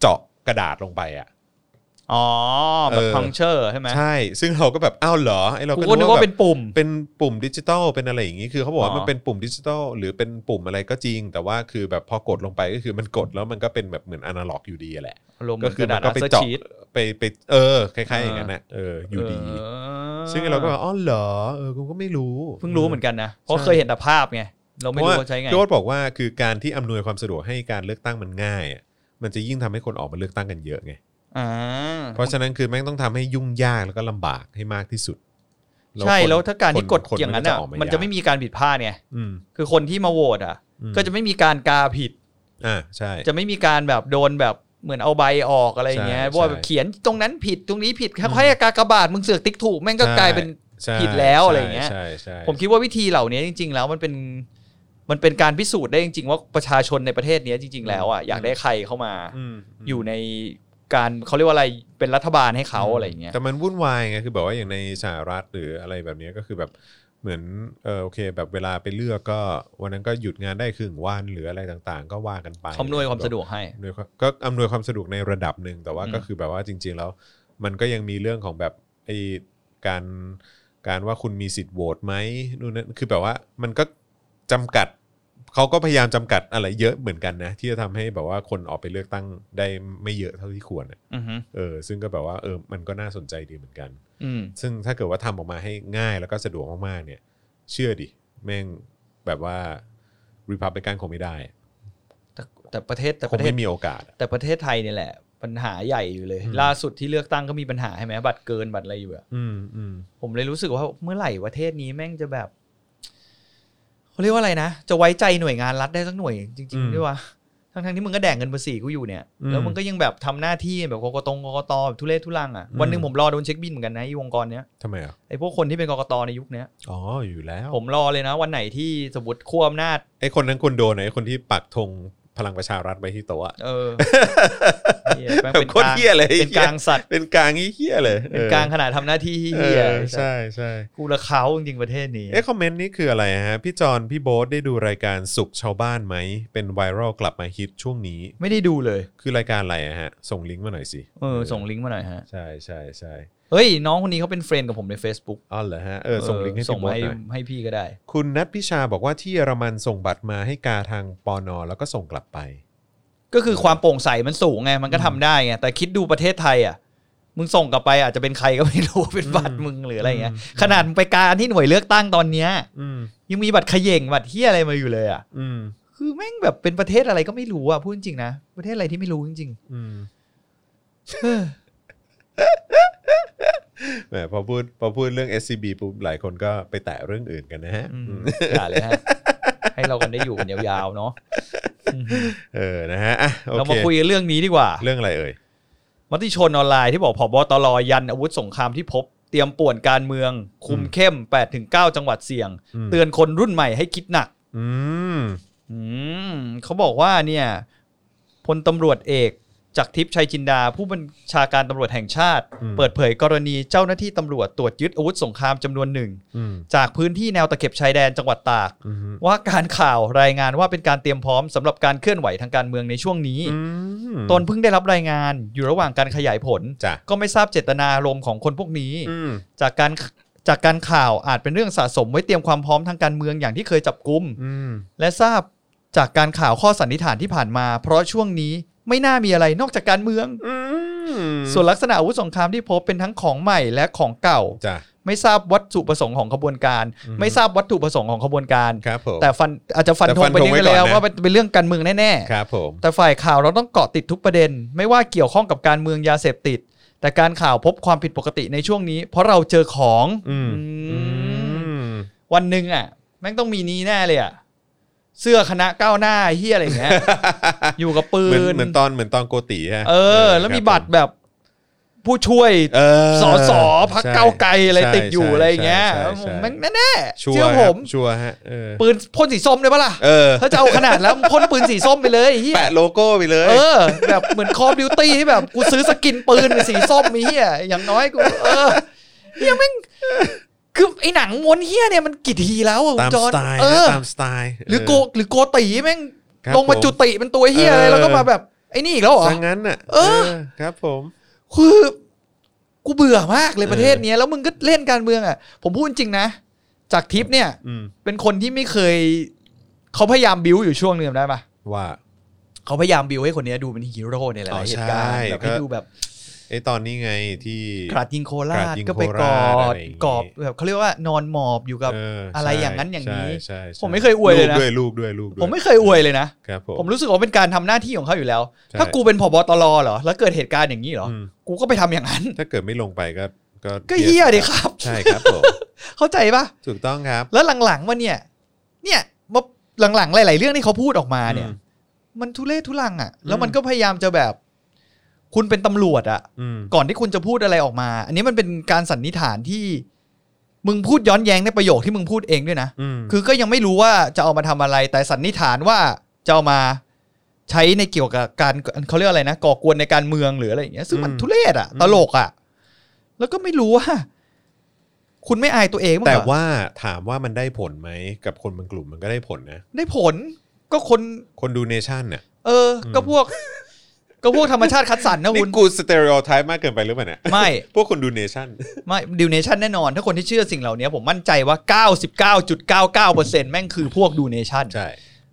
[SPEAKER 1] เจาะกระดาษลงไปอ่ะ
[SPEAKER 2] อ๋อแบบ
[SPEAKER 1] เออ
[SPEAKER 2] พังเชอร์ใช่ไหม
[SPEAKER 1] ใช่ ซึ่งเราก็แบบอ้าวเหรอไอ้เรา
[SPEAKER 2] กู
[SPEAKER 1] ก็
[SPEAKER 2] ก็นึกว่า
[SPEAKER 1] แบบ
[SPEAKER 2] เป็นปุ่ม
[SPEAKER 1] เป็นปุ่มดิจิตอลเป็นอะไรอย่างนี้คือเขาบอก
[SPEAKER 2] อ๋
[SPEAKER 1] ว่า
[SPEAKER 2] อ
[SPEAKER 1] มันเป็นปุ่มดิจิตอลหรือเป็นปุ่มอะไรก็จริง แต่ว่าคือแบบพอกดลงไปก็คือมันกดแล้วมันก็เป็นแบบเหมือนอนาล็อกอยู่ดีอะแหละ
[SPEAKER 2] ลม
[SPEAKER 1] ก็คื
[SPEAKER 2] คือ อ
[SPEAKER 1] มัน
[SPEAKER 2] ก
[SPEAKER 1] ก็
[SPEAKER 2] ระ
[SPEAKER 1] ไป
[SPEAKER 2] ดาษ
[SPEAKER 1] เจาะ
[SPEAKER 2] ชีต
[SPEAKER 1] ไปไปเออคล้ายๆอย่างนั้นนะเอออยู่ดี ซึ่งเราก็แบบอ๋อเหรอเออกูก็ไม่รู้
[SPEAKER 2] เพิ่งรู้เหมือนกันนะ เพราะ
[SPEAKER 1] ใช่
[SPEAKER 2] เคยเห็นแต่ภาพไง เราไม่รู้ว่าใช้ไง
[SPEAKER 1] เพะว่โจ๊ดบอกว่าคือการที่อำนวยความสะดวกให้การเลือกตั้งมันง่ายอะมันจะยิ่งทำให้คนออกมาเลือกตั้งกันเยอะไง
[SPEAKER 2] อ่า
[SPEAKER 1] เพราะฉะนั้นคือแม่งต้องทำให้ยุ่งยากแล้วก็ลำบากให้มากที่สุด
[SPEAKER 2] ใช่
[SPEAKER 1] คน
[SPEAKER 2] แล้วถ้าการที่กด
[SPEAKER 1] ค
[SPEAKER 2] อย่างนั้นอ่ะ
[SPEAKER 1] ก
[SPEAKER 2] มันจะไม่
[SPEAKER 1] ยาก
[SPEAKER 2] มีการผิดพลาดไง
[SPEAKER 1] อืม
[SPEAKER 2] คือคนที่มาโหวตอ่ะ
[SPEAKER 1] อืม
[SPEAKER 2] ก็จะไม่มีการกาผิด
[SPEAKER 1] อ่าใช่
[SPEAKER 2] จะไม่มีการแบบโดนแบบเหมือนเอาใบออกอะไรอย่างเงี้ย
[SPEAKER 1] ใช่
[SPEAKER 2] เพราะว่าแบบเขียนตรงนั้นผิดตรงนี้ผิดแค่ค่อยๆกากบาทมึงเสือกติ๊กถูกแม่งก็
[SPEAKER 1] ใช่
[SPEAKER 2] กลายเป็น
[SPEAKER 1] ใช่
[SPEAKER 2] ผิดแล้วอะไรอย่างเงี้ย
[SPEAKER 1] ใช่ใช่ใช่
[SPEAKER 2] ผมคิดว่าวิธีเหล่านี้จริง ๆ แล้วมันเป็นมันเป็นการพิสูจน์ได้จริง ๆ ว่าประชาชนในประเทศเนี้ยจริง ๆ แล้วอ่ะอยากได้ใครเข้ามา
[SPEAKER 1] อืมม
[SPEAKER 2] อยู่ในการเขาเรียกว่าอะไรเป็นรัฐบาลให้เขาอะไรอย่างเงี้ย
[SPEAKER 1] แต่มันวุ่นวายไงคือแบบว่าอย่างในสหรัฐหรืออะไรแบบเนี้ยก็คือแบบเหมือนเออโอเค แบบเวลาไปเลือกก็วันนั้นก็หยุดงานได้ครึ่งวันหรืออะไรต่างๆ ก็ว่ากันไป
[SPEAKER 2] อำนวยความสะดวกให้
[SPEAKER 1] อำนวยความก็อำนวยความสะดวกในระดับหนึ่งแต่ว่า
[SPEAKER 2] อืม
[SPEAKER 1] ก็คือแบบว่าจริง ๆ แล้ว มันก็ยังมีเรื่องของแบบไอ้การการว่าคุณมีสิทธิ์โหวตไหมนู่นนั่นคือแบบว่ามันก็จำกัดเขาก็พยายามจำกัดอะไรเยอะเหมือนกันนะ ที่จะทำให้แบบว่าคนออกไปเลือกตั้งได้ไม่เยอะเท่าที่ควรอะ
[SPEAKER 2] อือฮึ
[SPEAKER 1] เออซึ่งก็แบบว่าเออมันก็น่าสนใจดีเหมือนกัน
[SPEAKER 2] อืม
[SPEAKER 1] ซึ่งถ้าเกิดว่าทำออกมาให้ง่ายแล้วก็สะดวกมากๆเนี่ย เชื่อดิ แม่งแบบว่ารีพับลิกันคงไม่ได้อะ
[SPEAKER 2] แต่แต่ประเทศแต่
[SPEAKER 1] คง
[SPEAKER 2] ประเทศ
[SPEAKER 1] ไม่มีโอกาสอะ
[SPEAKER 2] แต่ประเทศไทยเนี่ยแหละ ปัญหาใหญ่อยู่เลย
[SPEAKER 1] อืม
[SPEAKER 2] ล่าสุดที่เลือกตั้งก็มีปัญหาใช่ไหมบัตรเกินบัตรอะไรอยู่อะ
[SPEAKER 1] อืมอืม
[SPEAKER 2] ผมเลยรู้สึกว่าเมื่อไหร่ประเทศนี้แม่งจะแบบเขาเรียกว่าอะไรนะจะไว้ใจหน่วยงานรัฐได้สักหน่วยจริงๆด้วยวะทั้งทั้งๆที่มึงก็แดกเงินภาษีกูอยู่เนี่ยแล้วมึงก็ยังแบบทำหน้าที่แบบกกตงกกตแบบทุเรศทุลังอ่ะวันหนึ่งผมรอโดนเช็คบินเหมือนกันนะไอ้วงกรเนี้ย
[SPEAKER 1] ทำไมอ่ะ
[SPEAKER 2] ไอ้พวกคนที่เป็นกกตในยุคเนี้ย
[SPEAKER 1] อ๋ออยู่แล้ว
[SPEAKER 2] ผมรอเลยนะ วันไหนที่สมมติขั้วอำนาจ
[SPEAKER 1] ไอ้คนนั้นคนโดนอะไอ้คนที่ปักธงพลังประชารัฐไว้ที่โต๊ะอะ
[SPEAKER 2] เออเหี้ยแม่ง
[SPEAKER 1] แบบ
[SPEAKER 2] เป็น
[SPEAKER 1] โค
[SPEAKER 2] ก
[SPEAKER 1] ตร
[SPEAKER 2] ลาง
[SPEAKER 1] เฮี้ยเลย
[SPEAKER 2] เป็นกลางสัตว์
[SPEAKER 1] เป็นกลางเฮี้ยเลย
[SPEAKER 2] เป็นกลางขนาดทำหน้าที่
[SPEAKER 1] เอ
[SPEAKER 2] เฮีย
[SPEAKER 1] อใช่ใช่
[SPEAKER 2] กูละเขาจริงๆประเทศนี้
[SPEAKER 1] เอ๊ะคอมเมนต์นี้คืออะไรฮะพี่จอนพี่โบ๊ทได้ดูรายการสุขชาวบ้านไหมเป็นไวรัลกลับมาฮิตช่วงนี้
[SPEAKER 2] ไม่ได้ดูเลย
[SPEAKER 1] คือรายการอะไรอะฮะ ส่งลิงก์มาหน่อยสิ
[SPEAKER 2] เออ ส่งลิงก์มาหน่อยฮะ
[SPEAKER 1] ใช่ใช่ใช่
[SPEAKER 2] เฮ้ย น้องคนนี้เขาเป็นเฟรนด์กับผมใน Facebook
[SPEAKER 1] อ๋อเหรอฮะ เออ ส่งลิงก์ให้
[SPEAKER 2] ส่ง
[SPEAKER 1] พี่โบ
[SPEAKER 2] มา
[SPEAKER 1] ท
[SPEAKER 2] ให้
[SPEAKER 1] หน่อย
[SPEAKER 2] ให้พี่ก็ได้
[SPEAKER 1] คุณนัทพิชาบอกว่าที่เยอรมันส่งบัตรมาให้กาทางปอนอแล้วก็ส่งกลับไป
[SPEAKER 2] ก็คือความโปร่งใสมันสูงไง มันก็ทำได้ไง แต่คิดดูประเทศไทยอ่ะ มึงส่งกลับไปอาจจะเป็นใครก็ไม่รู้ เป็นบัตรมึงหรืออะไรเงี้ย
[SPEAKER 1] อืม
[SPEAKER 2] ขนาดมึงไปการที่หน่วยเลือกตั้งตอนเนี้ย
[SPEAKER 1] อืม
[SPEAKER 2] ยังมีบัตรเขย่งบัตรเฮียอะไรมาอยู่เลยอ่ะ
[SPEAKER 1] อืม
[SPEAKER 2] คือแม่งแบบเป็นประเทศอะไรก็ไม่รู้อ่ะพูดจริงๆนะ ประเทศอะไรที่ไม่รู้จริง
[SPEAKER 1] อืม
[SPEAKER 2] ๆเออ
[SPEAKER 1] แหมพอพูดพอพูดเรื่อง SCB ปุ๊บหลายคนก็ไปแตะเรื่องอื่นกันนะฮะ
[SPEAKER 2] อืม
[SPEAKER 1] อืม
[SPEAKER 2] อย่าเลยฮะ ให้เรากันได้อยู่กันยาวๆเนาะ อืม
[SPEAKER 1] เออนะฮะอ่ะโอ
[SPEAKER 2] เรา
[SPEAKER 1] เค
[SPEAKER 2] มาคุยกันเรื่องนี้ดีกว่า
[SPEAKER 1] เรื่องอะไรเอ่ย
[SPEAKER 2] มติชนออนไลน์ที่บอกผบตรยันอาวุธสงครามที่พบ เตรียมป่วนการเมือง คุมเข้ม 8-9 จังหวัดเสี่ยง
[SPEAKER 1] ม
[SPEAKER 2] เตือนคนรุ่นใหม่ให้คิดหนัก
[SPEAKER 1] อืม
[SPEAKER 2] อืมเขาบอกว่าเนี่ยพลตำรวจเอกจากทิพย์ชัยจินดา ผู้บัญชาการตำรวจแห่งชาติ เปิดเผยกรณีเจ้าหน้าที่ตำรวจตรวจยึดอาวุธสงครามจำนวนหนึ่ง
[SPEAKER 1] อืม
[SPEAKER 2] จากพื้นที่แนวตะเข็บชายแดนจังหวัดตาก
[SPEAKER 1] อืม
[SPEAKER 2] ว่าการข่าวรายงานว่าเป็นการเตรียมพร้อมสำหรับการเคลื่อนไหวทางการเมืองในช่วงนี้
[SPEAKER 1] อืม
[SPEAKER 2] ตนเพิ่งได้รับรายงานอยู่ระหว่างการขยายผล
[SPEAKER 1] จ้ะ
[SPEAKER 2] ก็ไม่ทราบเจตนารมณ์ของคนพวกนี้
[SPEAKER 1] อืม
[SPEAKER 2] จากการจากการข่าวอาจเป็นเรื่องสะสมไว้เตรียมความพร้อมทางการเมืองอย่างที่เคยจับกุม
[SPEAKER 1] อืม
[SPEAKER 2] และทราบจากการข่าวข้อสันนิษฐานที่ผ่านมา เพราะช่วงนี้ไม่น่ามีอะไรนอกจากการเมือง
[SPEAKER 1] อืม
[SPEAKER 2] ส่วนลักษณะอาวุธสงครามที่พบเป็นทั้งของใหม่และของเก่า
[SPEAKER 1] จ้ะ
[SPEAKER 2] ไม่ทราบวัตถุประสงค์ของขบวนการ
[SPEAKER 1] อืม
[SPEAKER 2] ไม่ทราบวัตถุประสงค์ของขบวนการ
[SPEAKER 1] ครับผม
[SPEAKER 2] แต่ฟันอาจจะฟัน
[SPEAKER 1] แต่
[SPEAKER 2] ธ
[SPEAKER 1] ฟั
[SPEAKER 2] ง
[SPEAKER 1] น
[SPEAKER 2] ไป
[SPEAKER 1] ธง
[SPEAKER 2] นี้
[SPEAKER 1] ไว้
[SPEAKER 2] ไป
[SPEAKER 1] ก่อน
[SPEAKER 2] แล้ว
[SPEAKER 1] นะ
[SPEAKER 2] ว่าเป็นเป็นเรื่องการเมืองแน่
[SPEAKER 1] ครับผม
[SPEAKER 2] ๆ แต่ฝ่ายข่าวเราต้องเกาะติดทุกประเด็น ไม่ว่าเกี่ยวข้องกับการเมืองยาเสพติด แต่การข่าวพบความผิดปกติในช่วงนี้ เพราะเราเจอของ
[SPEAKER 1] อืม
[SPEAKER 2] อื
[SPEAKER 1] อื
[SPEAKER 2] ม
[SPEAKER 1] ม
[SPEAKER 2] วันหนึ่งอ่ะแม่งต้องมีนี้แน่เลยอ่ะเสื้อคณะก้าวหน้าเฮียอะไรอย่างเงี้ย อยู่กับปื
[SPEAKER 1] เหมือน
[SPEAKER 2] น
[SPEAKER 1] เหมือนตอนเหมือนตอนโกติฮะ
[SPEAKER 2] เออ แล้วมี
[SPEAKER 1] ค
[SPEAKER 2] บัตรแบบ ผู้ช่วย
[SPEAKER 1] เออ
[SPEAKER 2] สอสอพักเก้าวไกลอะไร
[SPEAKER 1] ใช่
[SPEAKER 2] ติดอยู่
[SPEAKER 1] ใช่
[SPEAKER 2] อะไรอย่างเงี้ย
[SPEAKER 1] ใช่ใช่
[SPEAKER 2] แม่งแน่ๆ
[SPEAKER 1] ชัว
[SPEAKER 2] เชื่อ
[SPEAKER 1] ร์
[SPEAKER 2] ผ
[SPEAKER 1] ครับ
[SPEAKER 2] ม
[SPEAKER 1] ชัวร์ฮะเออ
[SPEAKER 2] ปืนพ่นสีส้มได้ปะล่ะ
[SPEAKER 1] เออ
[SPEAKER 2] ถ้าจะเอาขนาดแล้วมึงพ่นปืนสีส้มไปเลยไอ้เฮีย
[SPEAKER 1] แปะโลโก้ไปเลย
[SPEAKER 2] เออ แบบเหมือนคอมดิวตี้ที่แบบกูซื้อสกินปืนเป็นสีส้มมีเฮียอย่างน้อยกูเออเฮียแม่งคือไอ้หนังม้วนเฮียเนี่ยมันกี่ทีแล้วอะคุณ
[SPEAKER 1] ตาม
[SPEAKER 2] จอ
[SPEAKER 1] ส
[SPEAKER 2] ห์น
[SPEAKER 1] ไตล์
[SPEAKER 2] เอ
[SPEAKER 1] นะ
[SPEAKER 2] อ
[SPEAKER 1] ตามสไตล์
[SPEAKER 2] หรือโกหรือโกตีแม่ง
[SPEAKER 1] ครับ
[SPEAKER 2] ลงมาจุติเป็นตัวเฮียอะไรแล้วก็มาแบบไอ้นี่อีกแล้วเหรอ
[SPEAKER 1] ซะงั้นน่ะ
[SPEAKER 2] เออ
[SPEAKER 1] ครับผม
[SPEAKER 2] คือกูเบื่อมากเลย
[SPEAKER 1] เออ
[SPEAKER 2] ประเทศเนี้ยแล้วมึงก็เล่นการเมืองอ่ะ ผมพูดจริงนะ จากทิปเนี่ย
[SPEAKER 1] อืม
[SPEAKER 2] เป็นคนที่ไม่เคย เขาพยายามบิวอยู่ช่วงหนึงจำได้ปะ
[SPEAKER 1] ว่า
[SPEAKER 2] เขาพยายามบิวให้คนเนี้ยดูเป็นฮีโร่ในหลา
[SPEAKER 1] อ๋อย
[SPEAKER 2] ๆเห
[SPEAKER 1] ใช่
[SPEAKER 2] ตุการณ์แบบให้
[SPEAKER 1] ก็
[SPEAKER 2] ดูแบบ
[SPEAKER 1] ไอตอนนี้ไงที่
[SPEAKER 2] กราดยิงโครา
[SPEAKER 1] รา
[SPEAKER 2] ช
[SPEAKER 1] ดยิง
[SPEAKER 2] ก็ไป
[SPEAKER 1] โค
[SPEAKER 2] ก
[SPEAKER 1] รา
[SPEAKER 2] อ
[SPEAKER 1] ช
[SPEAKER 2] ด
[SPEAKER 1] อะไรอย่างงี้
[SPEAKER 2] กอบแบบเขาเรียกว่านอนหมอบอยู่กับ
[SPEAKER 1] เ
[SPEAKER 2] อะไร
[SPEAKER 1] ใช่
[SPEAKER 2] อย่างนั้นอย่างนี้
[SPEAKER 1] ใช่ใช่
[SPEAKER 2] ผมไม่เคยอวยเลย
[SPEAKER 1] ลู
[SPEAKER 2] นะ
[SPEAKER 1] กด้วยลูกด้วยลูกด้วย
[SPEAKER 2] ผมไม่เคยอวยเลยนะ
[SPEAKER 1] ครับผม
[SPEAKER 2] ผมรู้สึกว่าเป็นการทำหน้าที่ของเขาอยู่แล้ว
[SPEAKER 1] ใช่
[SPEAKER 2] ถ้ากูเป็นผบตรเหรอ แล้วเกิดเหตุการณ์อย่างนี้เหรอ
[SPEAKER 1] อืม
[SPEAKER 2] กูก็ไปทำอย่างนั้น
[SPEAKER 1] ถ้าเกิดไม่ลงไปก็ก็
[SPEAKER 2] ก็เฮียดิครับ
[SPEAKER 1] ใช่ครับ ผม
[SPEAKER 2] เข้าใจปะ
[SPEAKER 1] ถูกต้องครับ
[SPEAKER 2] แล้วหลังๆมาเนี่ย เนี่ยมาหลังๆ หลาย ๆ เรื่องที่เขาพูดออกมาเนี่ย
[SPEAKER 1] อืม
[SPEAKER 2] มันทุเรศทุลังอะ่ะ แล้
[SPEAKER 1] อื
[SPEAKER 2] ว
[SPEAKER 1] ม
[SPEAKER 2] มันก็พยายามจะแบบ คุณเป็นตำรวจอะ่ะ
[SPEAKER 1] อืม
[SPEAKER 2] ก่อนที่คุณจะพูดอะไรออกมา อันนี้มันเป็นการสันนิษฐานที่ มึงพูดย้อนแย้งในประโยคที่มึงพูดเองด้วยนะ
[SPEAKER 1] อืม
[SPEAKER 2] คือก็ยังไม่รู้ว่าจะเอามาทำอะไร แต่สันนิษฐานว่าจะเอามาใช้ในเกี่ยวกับการเขาเรียกอะไรนะ ก่อกวนในการเมืองหรืออะไรอย่างเงี้ย ซึ่งมันทุเรศอะ่ะ ตลกอะ่ะ แล้วก็ไม่รู้ว่า คุณไม่อายตัวเองบ้างเหรอ
[SPEAKER 1] แต่ว่าถามว่ามันได้ผลไหมกับคนบางกลุ่มมันก็ได้ผลนะ
[SPEAKER 2] ได้ผลก็คน
[SPEAKER 1] คนดูเนชั่นเนี่ย
[SPEAKER 2] เอออ
[SPEAKER 1] ม
[SPEAKER 2] ก็พวก ก็พวกธรรมชาติคัดสรรนะ
[SPEAKER 1] นี่
[SPEAKER 2] คุณ
[SPEAKER 1] กูสเตอริโอไทป์มากเกินไปหรือเปล่าเนี่ย
[SPEAKER 2] ไม่
[SPEAKER 1] พวกคนดูเน ชั่น
[SPEAKER 2] ไม่ดิวเนชั่นแน่นอน ถ้าคนที่เชื่อสิ่งเหล่านี้ผมมั่นใจว่า 99.99%แม่งคือพวกดูเนชั่น
[SPEAKER 1] ใช่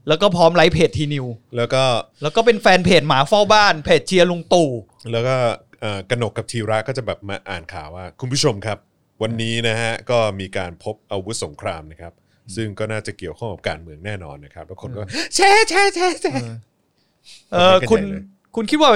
[SPEAKER 2] แล้วก็พร้อมไลฟ์เพจทีนิว
[SPEAKER 1] แล้วก็
[SPEAKER 2] แล้วก็เป็นแฟนเพจหมาเฝ้าบ้านเพจเชียร์ลุงตู่
[SPEAKER 1] แล้วก็เอ่อกนกกับทีระก็จะแบบมาอ่านข่าวว่า คุณผู้ชมครับ วันนี้นะฮะ ก็มีการพบอาวุธสงครามนะครับ ซึ่งก็น่าจะเกี่ยวข้องกับการเมืองแน่นอนนะครับ แล้วคนก็
[SPEAKER 2] แช่แช่แช่แช่เออ
[SPEAKER 1] ผมไม่เข้าใจ
[SPEAKER 2] คุณ
[SPEAKER 1] เลย
[SPEAKER 2] คุณคิดว่า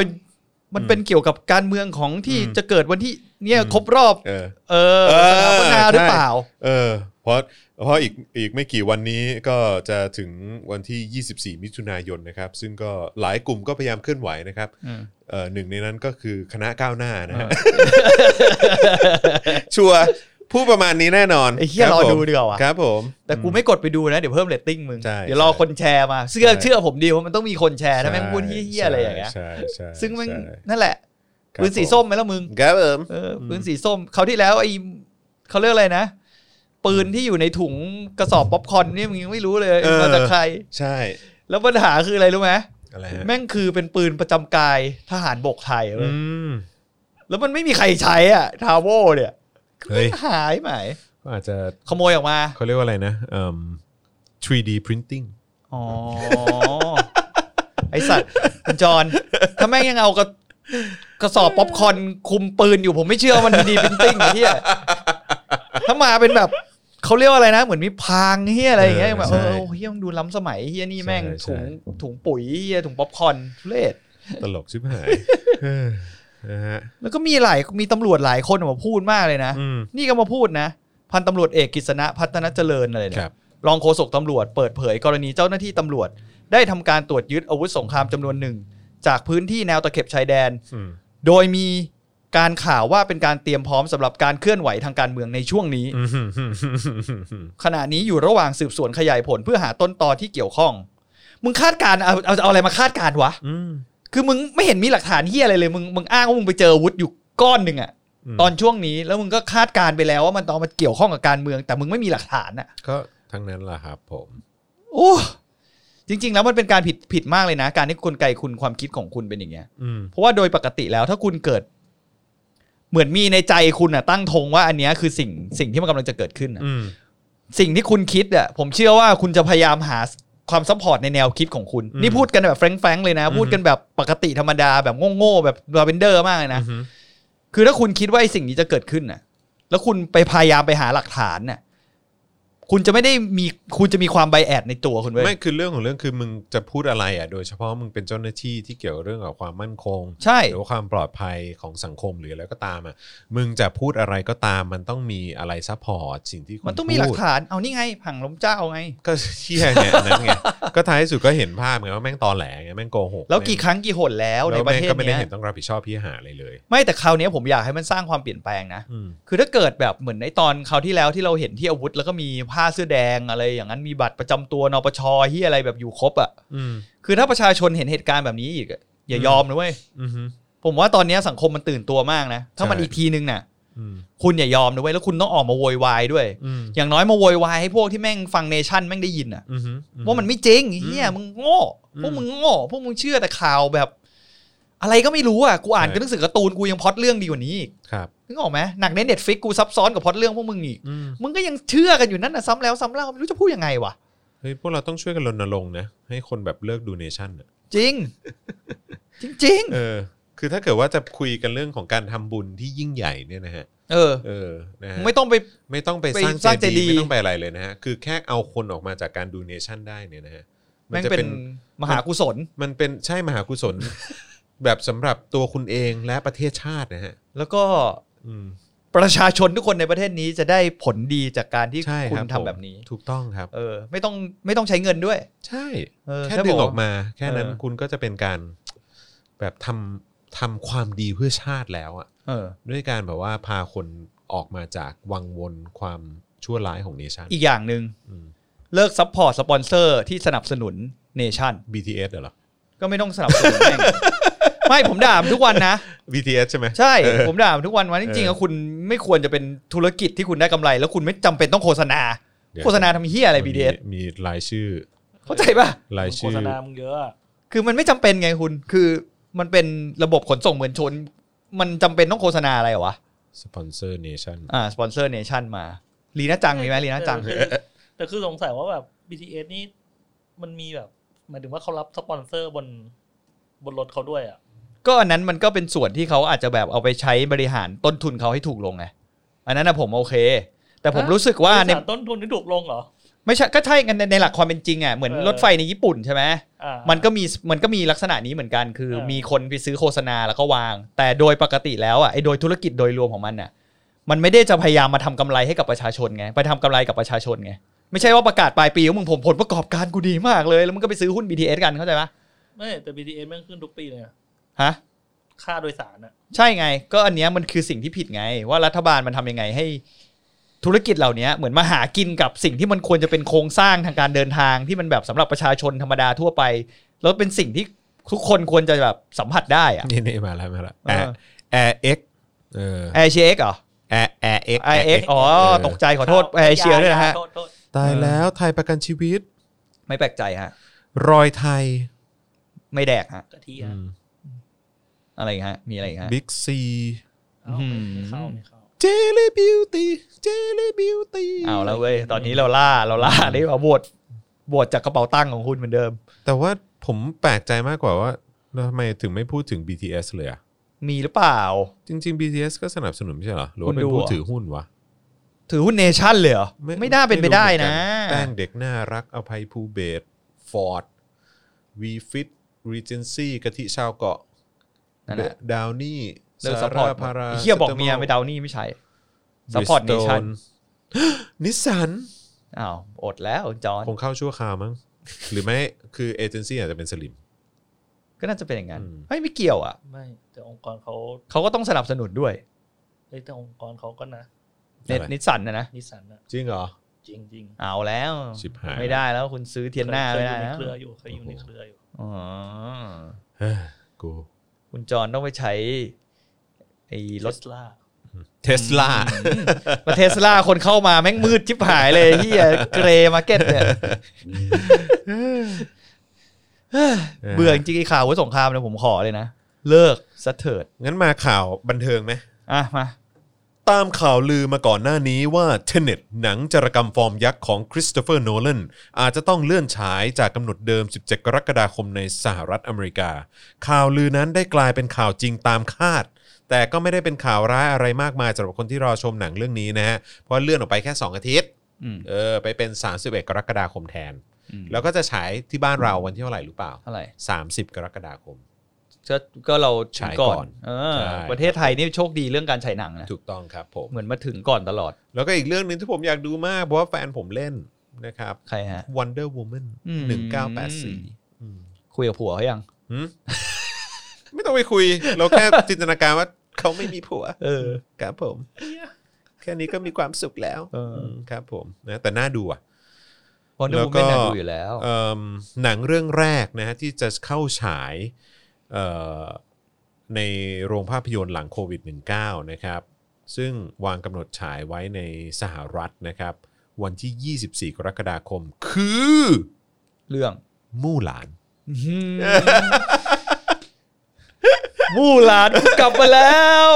[SPEAKER 2] มันเป็นเกี่ยวกับการเมืองของที่
[SPEAKER 1] อืม
[SPEAKER 2] จะเกิดวันที่เนี่ย
[SPEAKER 1] อืม
[SPEAKER 2] ครบรอบ
[SPEAKER 1] เออ
[SPEAKER 2] เออ
[SPEAKER 1] เออ
[SPEAKER 2] สถาปนาหรือ
[SPEAKER 1] ใช่
[SPEAKER 2] เปล่า
[SPEAKER 1] เออเพราะเพราะอีกอีกไม่กี่วันนี้ก็จะถึงวันที่ 24 มิถุนายนนะครับ ซึ่งก็หลายกลุ่มก็พยายามเคลื่อนไหวนะครับ
[SPEAKER 2] อืม
[SPEAKER 1] เอ่อหนึ่งในนั้นก็คือคณะก้าวหน้านะฮะ ชัวร์ผู้ประมาณนี้แน่นอน
[SPEAKER 2] ไอ้เหี้ย
[SPEAKER 1] คบ
[SPEAKER 2] รอ
[SPEAKER 1] ผม
[SPEAKER 2] ดูดีกว่าว่ะ
[SPEAKER 1] ครับผม
[SPEAKER 2] แต่กูไม่กดไปดูนะ เดี๋ยวเพิ่มเรตติ้งมึง
[SPEAKER 1] ใช่
[SPEAKER 2] เดี๋ยวรอ
[SPEAKER 1] ใช่
[SPEAKER 2] คนแชร์มาเชื่อ
[SPEAKER 1] ใช่
[SPEAKER 2] เชื่อผมดีว่ามันต้องมีคนแชร์ถ้าแม่ง
[SPEAKER 1] ใช่
[SPEAKER 2] พูดเฮี้ยๆอะไรอย่างเงี้ย
[SPEAKER 1] ใช่ใช่
[SPEAKER 2] ซึ่งแม่ง
[SPEAKER 1] ใช่
[SPEAKER 2] นั่นแหละ
[SPEAKER 1] ครับ
[SPEAKER 2] ปืนสีส้มไหมล่ะมึง
[SPEAKER 1] ครับผม
[SPEAKER 2] เอออปืนสีส้มเขาวที่แล้วไอ้เขาเรียกอะไรนะ ปืนที่อยู่ในถุงกระสอบป๊อปคอร์นเนี่ยมึงยังไม่รู้เลยมาจากใคร
[SPEAKER 1] ใช่
[SPEAKER 2] แล้วปัญหาคืออะไรรู้ไหม
[SPEAKER 1] อะไรฮะ
[SPEAKER 2] แม่งคือเป็นปืนประจำกายทหารบกไทย
[SPEAKER 1] อื
[SPEAKER 2] เว้ย
[SPEAKER 1] ม
[SPEAKER 2] แล้วมันไม่มีใครใช้อ่ะทาโวเนี่ย
[SPEAKER 1] เฮ้ย
[SPEAKER 2] หายไหม
[SPEAKER 1] ก็อาจจะ
[SPEAKER 2] ขโมยออกมา
[SPEAKER 1] เขาเรียกว่าอะไรนะเอิ่ม 3D printing
[SPEAKER 2] อ๋อ ไอสัตว์คุณจอนถ้าแม่งยังเอากระกระสอบป๊อปคอร์นคุมปืนอยู่ผมไม่เชื่อว่ามันดีเป็นติ้งไอ้เฮียถ้ามาเป็นแบบเขาเรียกว่าอะไรนะ เหมือนมีพางเฮียอะไรอย่างเงี้ยแบบ
[SPEAKER 1] ใช่
[SPEAKER 2] เออเฮียมันดูล้ำสมัยเฮียนี่แม่ง
[SPEAKER 1] ใช่ใช่
[SPEAKER 2] ถุงถุงปุ๋ยเฮียถุงป๊อปคอร์นทุเรศ
[SPEAKER 1] ตลกชิบ หายเออนะฮะ
[SPEAKER 2] แล้วก็มีหลายมีตำรวจหลายคนออกมาพูดมากเลยนะ
[SPEAKER 1] อืม
[SPEAKER 2] นี่ก็มาพูดนะ พันตำรวจเอกกฤษณะพัฒนเจริญอะไร
[SPEAKER 1] ครั
[SPEAKER 2] เนี่ย
[SPEAKER 1] บ
[SPEAKER 2] รองโฆษกตำรวจเปิดเผยกรณีเจ้าหน้าที่ตำรวจ ได้ทำการตรวจยึดอาวุธสงครามจำนวนหนึ่ง จากพื้นที่แนวตะเข็บชายแดน
[SPEAKER 1] อืม
[SPEAKER 2] โดยมีการข่าวว่าเป็นการเตรียมพร้อมสำหรับการเคลื่อนไหวทางการเมืองในช่วงนี้
[SPEAKER 1] อืม
[SPEAKER 2] ขณะนี้อยู่ระหว่างสืบสวนขยายผลเพื่อหาต้นตอที่เกี่ยวข้อง มึงคาดการณ์เอาเอาเอาอะไรมาคาดการณ์วะ
[SPEAKER 1] อืม
[SPEAKER 2] คือมึงไม่เห็นมีหลักฐานเฮียอะไรเลยมึงมึงอ้างว่ามึงไปเจออาวุธอยู่ก้อนหนึ่งอะตอนช่วงนี้แล้วมึงก็คาดการณ์ไปแล้วว่ามันต้องเอามาเกี่ยวข้องกับการเมือง แต่มึงไม่มีหลักฐานอะ
[SPEAKER 1] ก็ทั้งนั้นล่ะครับผม
[SPEAKER 2] โอ้จริง ๆ แล้วมันเป็นการผิดผิดมากเลยนะ การที่กลไกคุณความคิดของคุณเป็นอย่างเงี้ย
[SPEAKER 1] อืม
[SPEAKER 2] เพราะว่าโดยปกติแล้วถ้าคุณเกิด เหมือนมีในใจคุณอ่ะตั้งธงว่าอันเนี้ยคือสิ่งสิ่งที่มันกำลังจะเกิดขึ้นน่ะ
[SPEAKER 1] อืม
[SPEAKER 2] สิ่งที่คุณคิดอ่ะผมเชื่อว่าคุณจะพยายามหาความซัพพอร์ตในแนวคิดของคุณ นี่พูดกันแบบแฟรงๆเลยนะ พูดกันแบบปกติธรรมดาแบบโง่ๆแบบลาเวนเดอร์มากเลยนะ
[SPEAKER 1] อืม
[SPEAKER 2] คือถ้าคุณคิดว่าไอ้สิ่งนี้จะเกิดขึ้นน่ะ แล้วคุณไปพยายามไปหาหลักฐานน่ะ คุณจะไม่ได้มีคุณจะมีความไบแอดในตัวคุณเว้ย
[SPEAKER 1] ไม่คือเรื่องของเรื่องคือมึงจะพูดอะไรอ่ะโดยเฉพาะมึงเป็นเจ้าหน้าที่ที่เกี่ยวเรื่องกับความมั่นคง
[SPEAKER 2] ใช่
[SPEAKER 1] หรือว่าความปลอดภัยของสังคมหรืออะไรก็ตามอ่ะมึงจะพูดอะไรก็ตามมันต้องมีอะไรซัพพอร์ตสิ่งที่คุณ
[SPEAKER 2] มันต้องมีหลัก
[SPEAKER 1] พูด
[SPEAKER 2] ฐานเอานี่ไงผังล้มเจ้าไง
[SPEAKER 1] ก็เชี่ยเนี่ยอันนั้นไง ก็ท้ายสุดก็เห็นภาพไงว่าแม่งตอแหลไงแม่งโกหก
[SPEAKER 2] แล้วกี่ครั้งกี่หนแล้วใน
[SPEAKER 1] แล้ว
[SPEAKER 2] ประ
[SPEAKER 1] แม่ง
[SPEAKER 2] เทศ
[SPEAKER 1] ก็ไม่ได้
[SPEAKER 2] เนี้ย
[SPEAKER 1] เห็นต้องรับผิดชอบพี่หาอะไรเลย
[SPEAKER 2] ไม่แต่คราวเนี้ยผมอยากให้มันสร้างความเปลี่ยนแปลงนะ
[SPEAKER 1] อืม
[SPEAKER 2] คือถ้าเกิดแบบเหมือนในตอนคราวที่แล้วที่เราเห็นที่อาวุธ แล้วก็มีผ้าเสื้อแดงอะไร อย่างนั้นมีบัตรประจำตัวนปชที่อะไรแบบอยู่ครบอ่ะ
[SPEAKER 1] อืม
[SPEAKER 2] คือถ้าประชาชนเห็นเหตุการณ์แบบนี้อีกอะอย่ายอมนะเว้ย
[SPEAKER 1] อืม
[SPEAKER 2] ผมว่าตอนเนี้ยสังคมมันตื่นตัวมากนะ ถ้ามัน
[SPEAKER 1] ใช่
[SPEAKER 2] อีกทีนึงน่ะ
[SPEAKER 1] อืม
[SPEAKER 2] คุณอย่ายอมนะเว้ยแล้วคุณต้องออกมาโวยวายด้วย
[SPEAKER 1] อืม
[SPEAKER 2] อย่างน้อยมาโวยวายให้พวกที่แม่งฟังเนชั่นแม่งได้ยินอ่ะ
[SPEAKER 1] อืม
[SPEAKER 2] ว่ามันไม่จริงไอ้เฮีย
[SPEAKER 1] อืม
[SPEAKER 2] มึงโง่
[SPEAKER 1] อืม
[SPEAKER 2] พวกมึงโง่พวกมึงเชื่อแต่ข่าวแบบ อะไรก็ไม่รู้อ่ะกูอ่าน
[SPEAKER 1] ใช่
[SPEAKER 2] ก็หนังสือการ์ตูนกูยังพล็อดเรื่องดีกว่านี้อีก
[SPEAKER 1] ครับ
[SPEAKER 2] นึกออกไหมหนักเน้นเด็ดฟิกกูซับซ้อนกับพล็อดเรื่องพวกมึงอีก
[SPEAKER 1] อืม
[SPEAKER 2] มึงก็ยังเชื่อกันอยู่นั่นนะซ้ำแล้วซ้ำเล่าไม่รู้จะพูดยังไงวะ
[SPEAKER 1] เฮ้ยพวกเราต้องช่วยกันรณรงค์นะให้คนแบบเลิกดูเนชั่นอะ
[SPEAKER 2] จริง จริง
[SPEAKER 1] เออ คือถ้าเกิดว่าจะคุยกันเรื่องของการทำบุญที่ยิ่งใหญ่เนี่ยนะฮะ
[SPEAKER 2] ๆ เออ
[SPEAKER 1] เออนะฮะ
[SPEAKER 2] มึงไม่ต้องไป
[SPEAKER 1] ไม่ต้องไป
[SPEAKER 2] ไป
[SPEAKER 1] สร้าง
[SPEAKER 2] สร้าง
[SPEAKER 1] เจดีย์
[SPEAKER 2] JD
[SPEAKER 1] ไม่ต้องไปอะไรเลยนะฮะคือแค่เอาคนออกมาจากการดูเนชั่นได้เนี่ยนะฮะมั
[SPEAKER 2] แม่ง
[SPEAKER 1] จะ
[SPEAKER 2] เป็นมหากุศล
[SPEAKER 1] มันเป็นใช่มหากุศล แบบสำหรับตัวคุณเองและประเทศชาตินะฮะ
[SPEAKER 2] แล้วก็
[SPEAKER 1] อืม
[SPEAKER 2] ประชาชนทุกคนในประเทศนี้จะได้ผลดีจากการที่
[SPEAKER 1] ใช่
[SPEAKER 2] คุ
[SPEAKER 1] ครั
[SPEAKER 2] ณ
[SPEAKER 1] บ
[SPEAKER 2] ทำ
[SPEAKER 1] ผม
[SPEAKER 2] แบบนี้
[SPEAKER 1] ถูกต้องครับ
[SPEAKER 2] เออ ไม่ต้องไม่ต้องใช้เงินด้วย
[SPEAKER 1] ใช่
[SPEAKER 2] เออ
[SPEAKER 1] แค่
[SPEAKER 2] ถ้า
[SPEAKER 1] ดึง
[SPEAKER 2] บอก
[SPEAKER 1] ออกมา แค่นั้น
[SPEAKER 2] เออ
[SPEAKER 1] คุณก็จะเป็นการแบบทำทำความดีเพื่อชาติแล้วอะ
[SPEAKER 2] เออ
[SPEAKER 1] ด้วยการแบบว่าพาคนออกมาจากวังวนความชั่วร้ายของเนชั่น
[SPEAKER 2] อีกอย่างหนึ่ง
[SPEAKER 1] อืม
[SPEAKER 2] เลิกซัพพอร์ตสปอนเซอร์ที่สนับสนุนเนชั่น
[SPEAKER 1] BTS เหรอ
[SPEAKER 2] ก็ไม่ต้องสนับสนุนแม่ง ไม่ผมด่ามนทุกวันนะ
[SPEAKER 1] BTS ใช่ไหม
[SPEAKER 2] ใช่
[SPEAKER 1] เออ
[SPEAKER 2] ผมด่ามนทุกวันวันจริงๆ
[SPEAKER 1] เออ
[SPEAKER 2] อะคุณไม่ควรจะเป็นธุรกิจที่คุณได้กำไร แล้วคุณไม่จำเป็นต้องโฆษณา
[SPEAKER 1] เดี๋ยว
[SPEAKER 2] โฆษณาทำเฮียอะไร
[SPEAKER 1] มี
[SPEAKER 2] BDS
[SPEAKER 1] มีรายชื่อ
[SPEAKER 2] เข้าใจป่ะ
[SPEAKER 1] ราย
[SPEAKER 3] โฆ
[SPEAKER 1] ชื่อ
[SPEAKER 3] ษณามึงเยอะอะ
[SPEAKER 2] คือมันไม่จำเป็นไงคุณ คือมันเป็นระบบขนส่งมวลชน มันจำเป็นต้องโฆษณาอะไรเหรอวะ
[SPEAKER 1] สปอนเซอร์เนชั่น
[SPEAKER 2] อ่าสปอนเซอร์เนชั่นมาลีน่าจังมีไหมลีน่าจัง
[SPEAKER 3] แต่แต่คือสงสัยว่าแบบ BTS นี่มันมีแบบหมายถึงว่าเขารับสปอนเซอร์บนบนรถเขาด้วยอ่ะ
[SPEAKER 2] ก็อันนั้นมันก็เป็นส่วนที่เขาอาจจะแบบเอาไปใช้บริหารต้นทุนเขาให้ถูกลงไงอันนั้นนะผมโอเค แต่ผมรู้สึกว่าใน
[SPEAKER 3] สารต้นทุนที่ถูกลงเหรอ
[SPEAKER 2] ไม่ใช่ก็ใช่กันในในหลักความเป็นจริงอ่ะเหมือน
[SPEAKER 3] เออ
[SPEAKER 2] รถไฟในญี่ปุ่นใช่ไหม
[SPEAKER 3] อ่า
[SPEAKER 2] มันก็มีมันก็มีลักษณะนี้เหมือนกัน คือ
[SPEAKER 3] เออ
[SPEAKER 2] มีคนไปซื้อโฆษณาแล้วก็วาง แต่โดยปกติแล้วอ่ะไอโดยธุรกิจโดยรวมของมันอ่ะมันไม่ได้จะพยายามมาทำกำไรให้กับประชาชนไงไปทำกำไรกับประชาชนไงไม่ใช่ว่าประกาศปลายปีว่ามึงผมผลประกอบการกูดีมากเลย แล้วมึงก็ไปซื้อหุ้น BTS กันเข้าใจปะ
[SPEAKER 3] ไม่แต่ BTS แม่งขึ้นทุกปีเลยอะ
[SPEAKER 2] ฮะ
[SPEAKER 3] ค่าโดยสารอ่ะ
[SPEAKER 2] ใช่ไง ก็อันเนี้ยมันคือสิ่งที่ผิดไง ว่ารัฐบาลมันทำยังไงให้ ธุรกิจเหล่าเนี้ยเหมือนมาหากินกับสิ่งที่มันควรจะเป็นโครงสร้างทางการเดินทางที่มันแบบสำหรับประชาชนธรรมดาทั่วไป แล้วเป็นสิ่งที่ทุกคนควรจะแบบสัมผัสได้อะ
[SPEAKER 1] นี่นี่มาแล้วมาแล้ว
[SPEAKER 2] เออ
[SPEAKER 1] แอร์เอ็กเออ
[SPEAKER 2] แอร์เชียเหรอ
[SPEAKER 1] Air- Air X
[SPEAKER 2] ไอเอ็กอ๋อ ตกใจขอโทษแอร์เชียด้วยนะฮะ
[SPEAKER 3] โทษโทษ
[SPEAKER 1] ตาย
[SPEAKER 2] เออ
[SPEAKER 1] แล้วไทยประกันชีวิต
[SPEAKER 2] ไม่แปลกใจฮะ
[SPEAKER 1] รอยไทย
[SPEAKER 2] ไม่แดกฮะ
[SPEAKER 3] กะทิอ่ะ
[SPEAKER 2] อะไรอีกฮะ มีอะไรอีกฮะ
[SPEAKER 1] บิ๊กซี
[SPEAKER 3] เอ้าไม่ไม่เข้าไม่เข้า
[SPEAKER 1] เจล y b บิวตี้เจล y b บิวตี้
[SPEAKER 2] เอาแล้วเว้ย ตอนนี้เราล่าเราล่าได้มาโหวตโหวตจากกระเป๋าตั้งของคุณเหมือนเดิม
[SPEAKER 1] แต่ว่าผมแปลกใจมากกว่าว่าแล้วทำไมถึงไม่พูดถึง BTS เลยอะ
[SPEAKER 2] มีหรือเปล่า
[SPEAKER 1] จริง ๆ BTS ก็สนับสนุนไม่ใช่เหรอ หรือว่าเป็น
[SPEAKER 2] คุณดู
[SPEAKER 1] ผู้
[SPEAKER 2] เหรอ
[SPEAKER 1] ถือหุ้นวะ
[SPEAKER 2] ถือหุ้นเนชั่นเลยเหรอไม่น่าเป็นไปได้นะ
[SPEAKER 1] ม่รู้เหมือกัแป้งเด็กน่ารักอภัยภูเบศฟอร์ดวีฟิตรีเจนซี่กะทิชาวเกาะ
[SPEAKER 2] นั่นแหละ
[SPEAKER 1] ดาวนี่
[SPEAKER 2] เลิก
[SPEAKER 1] ซา
[SPEAKER 2] ซัพพอร์ต
[SPEAKER 1] ร่าพารา
[SPEAKER 2] ไอ้เฮียบอกเมียไม่เดานี่ไม่ใช่ ซัพพอร์ตเนชั่น
[SPEAKER 1] นิสสั น
[SPEAKER 2] อ้าว อดแล้วจอน
[SPEAKER 1] คงเข้าชั่วคราวมั้ง หรือไม่คือเอเจนซี่อาจจะเป็นสลิม
[SPEAKER 2] ก็น่าจะเป็นอย่างนั้น
[SPEAKER 1] อืม
[SPEAKER 2] เฮ้ยไม่เกี่ยวอ่ะ
[SPEAKER 3] ไม่แต่องค์กรเขา
[SPEAKER 2] เขาก็ต้องสนับสนุนด้วย
[SPEAKER 3] เอ้ยแต่องค์กรเขาก็นะ
[SPEAKER 2] เน็ต
[SPEAKER 1] อะไร
[SPEAKER 2] นิสสันนะนะ
[SPEAKER 3] นิสสันอะ
[SPEAKER 1] จริงเหรอ
[SPEAKER 3] จริงจริง
[SPEAKER 2] เอาแล้ว
[SPEAKER 1] ชิบหาย
[SPEAKER 2] ไม่ได้แล้วคุณซื้อเทียนหน้า
[SPEAKER 3] เค
[SPEAKER 2] ไม่
[SPEAKER 3] ยอ
[SPEAKER 2] ได้
[SPEAKER 3] ยู่ใน
[SPEAKER 2] นะ
[SPEAKER 3] เครืออยู่เคยอยู่ในเครืออยู่
[SPEAKER 2] อ๋อ
[SPEAKER 1] เฮ้ย กู
[SPEAKER 2] คุณจอนต้องไปใช้ ไอ้ร
[SPEAKER 3] ร
[SPEAKER 2] ถ
[SPEAKER 3] ถลา
[SPEAKER 1] เทสลา
[SPEAKER 2] ประเทศลาคนเข้ามาแม่งมืดชิบหายเลยเฮียเกรมาร์เก็ตเนี่ยเบื่อจริงๆไอ้ข่าววุฒิสงครามเนี่ยผมขอเลยนะ เลิกซะเถิด
[SPEAKER 1] งั้นมาข่าวบันเทิงไหม
[SPEAKER 2] อ่ะมา
[SPEAKER 1] ตามข่าวลือมาก่อนหน้านี้ว่าเทเน็ตหนังจารกรรมฟอร์มยักษ์ของคริสโตเฟอร์โนแลนอาจจะต้องเลื่อนฉายจากกำหนดเดิม 17 กรกฎาคมในสหรัฐอเมริกา ข่าวลือนั้นได้กลายเป็นข่าวจริงตามคาด แต่ก็ไม่ได้เป็นข่าวร้ายอะไรมากมายสำหรับคนที่รอชมหนังเรื่องนี้นะฮะเพราะเลื่อนออกไปแค่ 2 อาทิตย์
[SPEAKER 2] อืม
[SPEAKER 1] เออไปเป็น 31 กรกฎาคมแทน
[SPEAKER 2] อืม
[SPEAKER 1] แล้วก็จะฉายที่บ้านเราวันที่เท่าไหร่หรือเปล่า
[SPEAKER 2] เท่าไหร่
[SPEAKER 1] 30 กรกฎาคม
[SPEAKER 2] ก็ก็เราถึงก่อ
[SPEAKER 1] ฉายก่อน
[SPEAKER 2] นเออ
[SPEAKER 1] ใช่
[SPEAKER 2] ประเทศไทยนี่โชคดีเรื่องการฉายหนังนะ
[SPEAKER 1] ถูกต้องครับผม
[SPEAKER 2] เหมือนมาถึงก่อนตลอด
[SPEAKER 1] แล้วก็อีกเรื่องหนึ่งที่ผมอยากดูมาก เพราะว่าแฟนผมเล่นนะครับ
[SPEAKER 2] ใครฮะ
[SPEAKER 1] Wonder Woman
[SPEAKER 2] อืม
[SPEAKER 1] 1984อืม
[SPEAKER 2] คุยกับผัวเขายัง
[SPEAKER 1] หืม ไม่ต้องไปคุย เราแค่จินตนาการว่าเขาไม่มีผัว
[SPEAKER 2] เออ
[SPEAKER 1] ครับผม แค่นี้ก็มีความสุขแล้ว
[SPEAKER 2] เอออื
[SPEAKER 1] มครับผมนะแต่น่าดูอ่ะ
[SPEAKER 2] วอนเดอ
[SPEAKER 1] แล้ว
[SPEAKER 2] ร์วู
[SPEAKER 1] ก็
[SPEAKER 2] แมนน่ะดูอยู่แล้ว
[SPEAKER 1] เอิ่มหนังเรื่องแรกนะฮะที่จะเข้าฉายเอ่อในโรงภาพยนตร์หลังโควิด -19 นะครับ ซึ่งวางกำหนดฉายไว้ในสหรัฐนะครับ วันที่ 24 กรกฎาคม คือ
[SPEAKER 2] เรื่อง
[SPEAKER 1] มู่หลาน
[SPEAKER 2] มู่หลานกูกลับมาแล้ว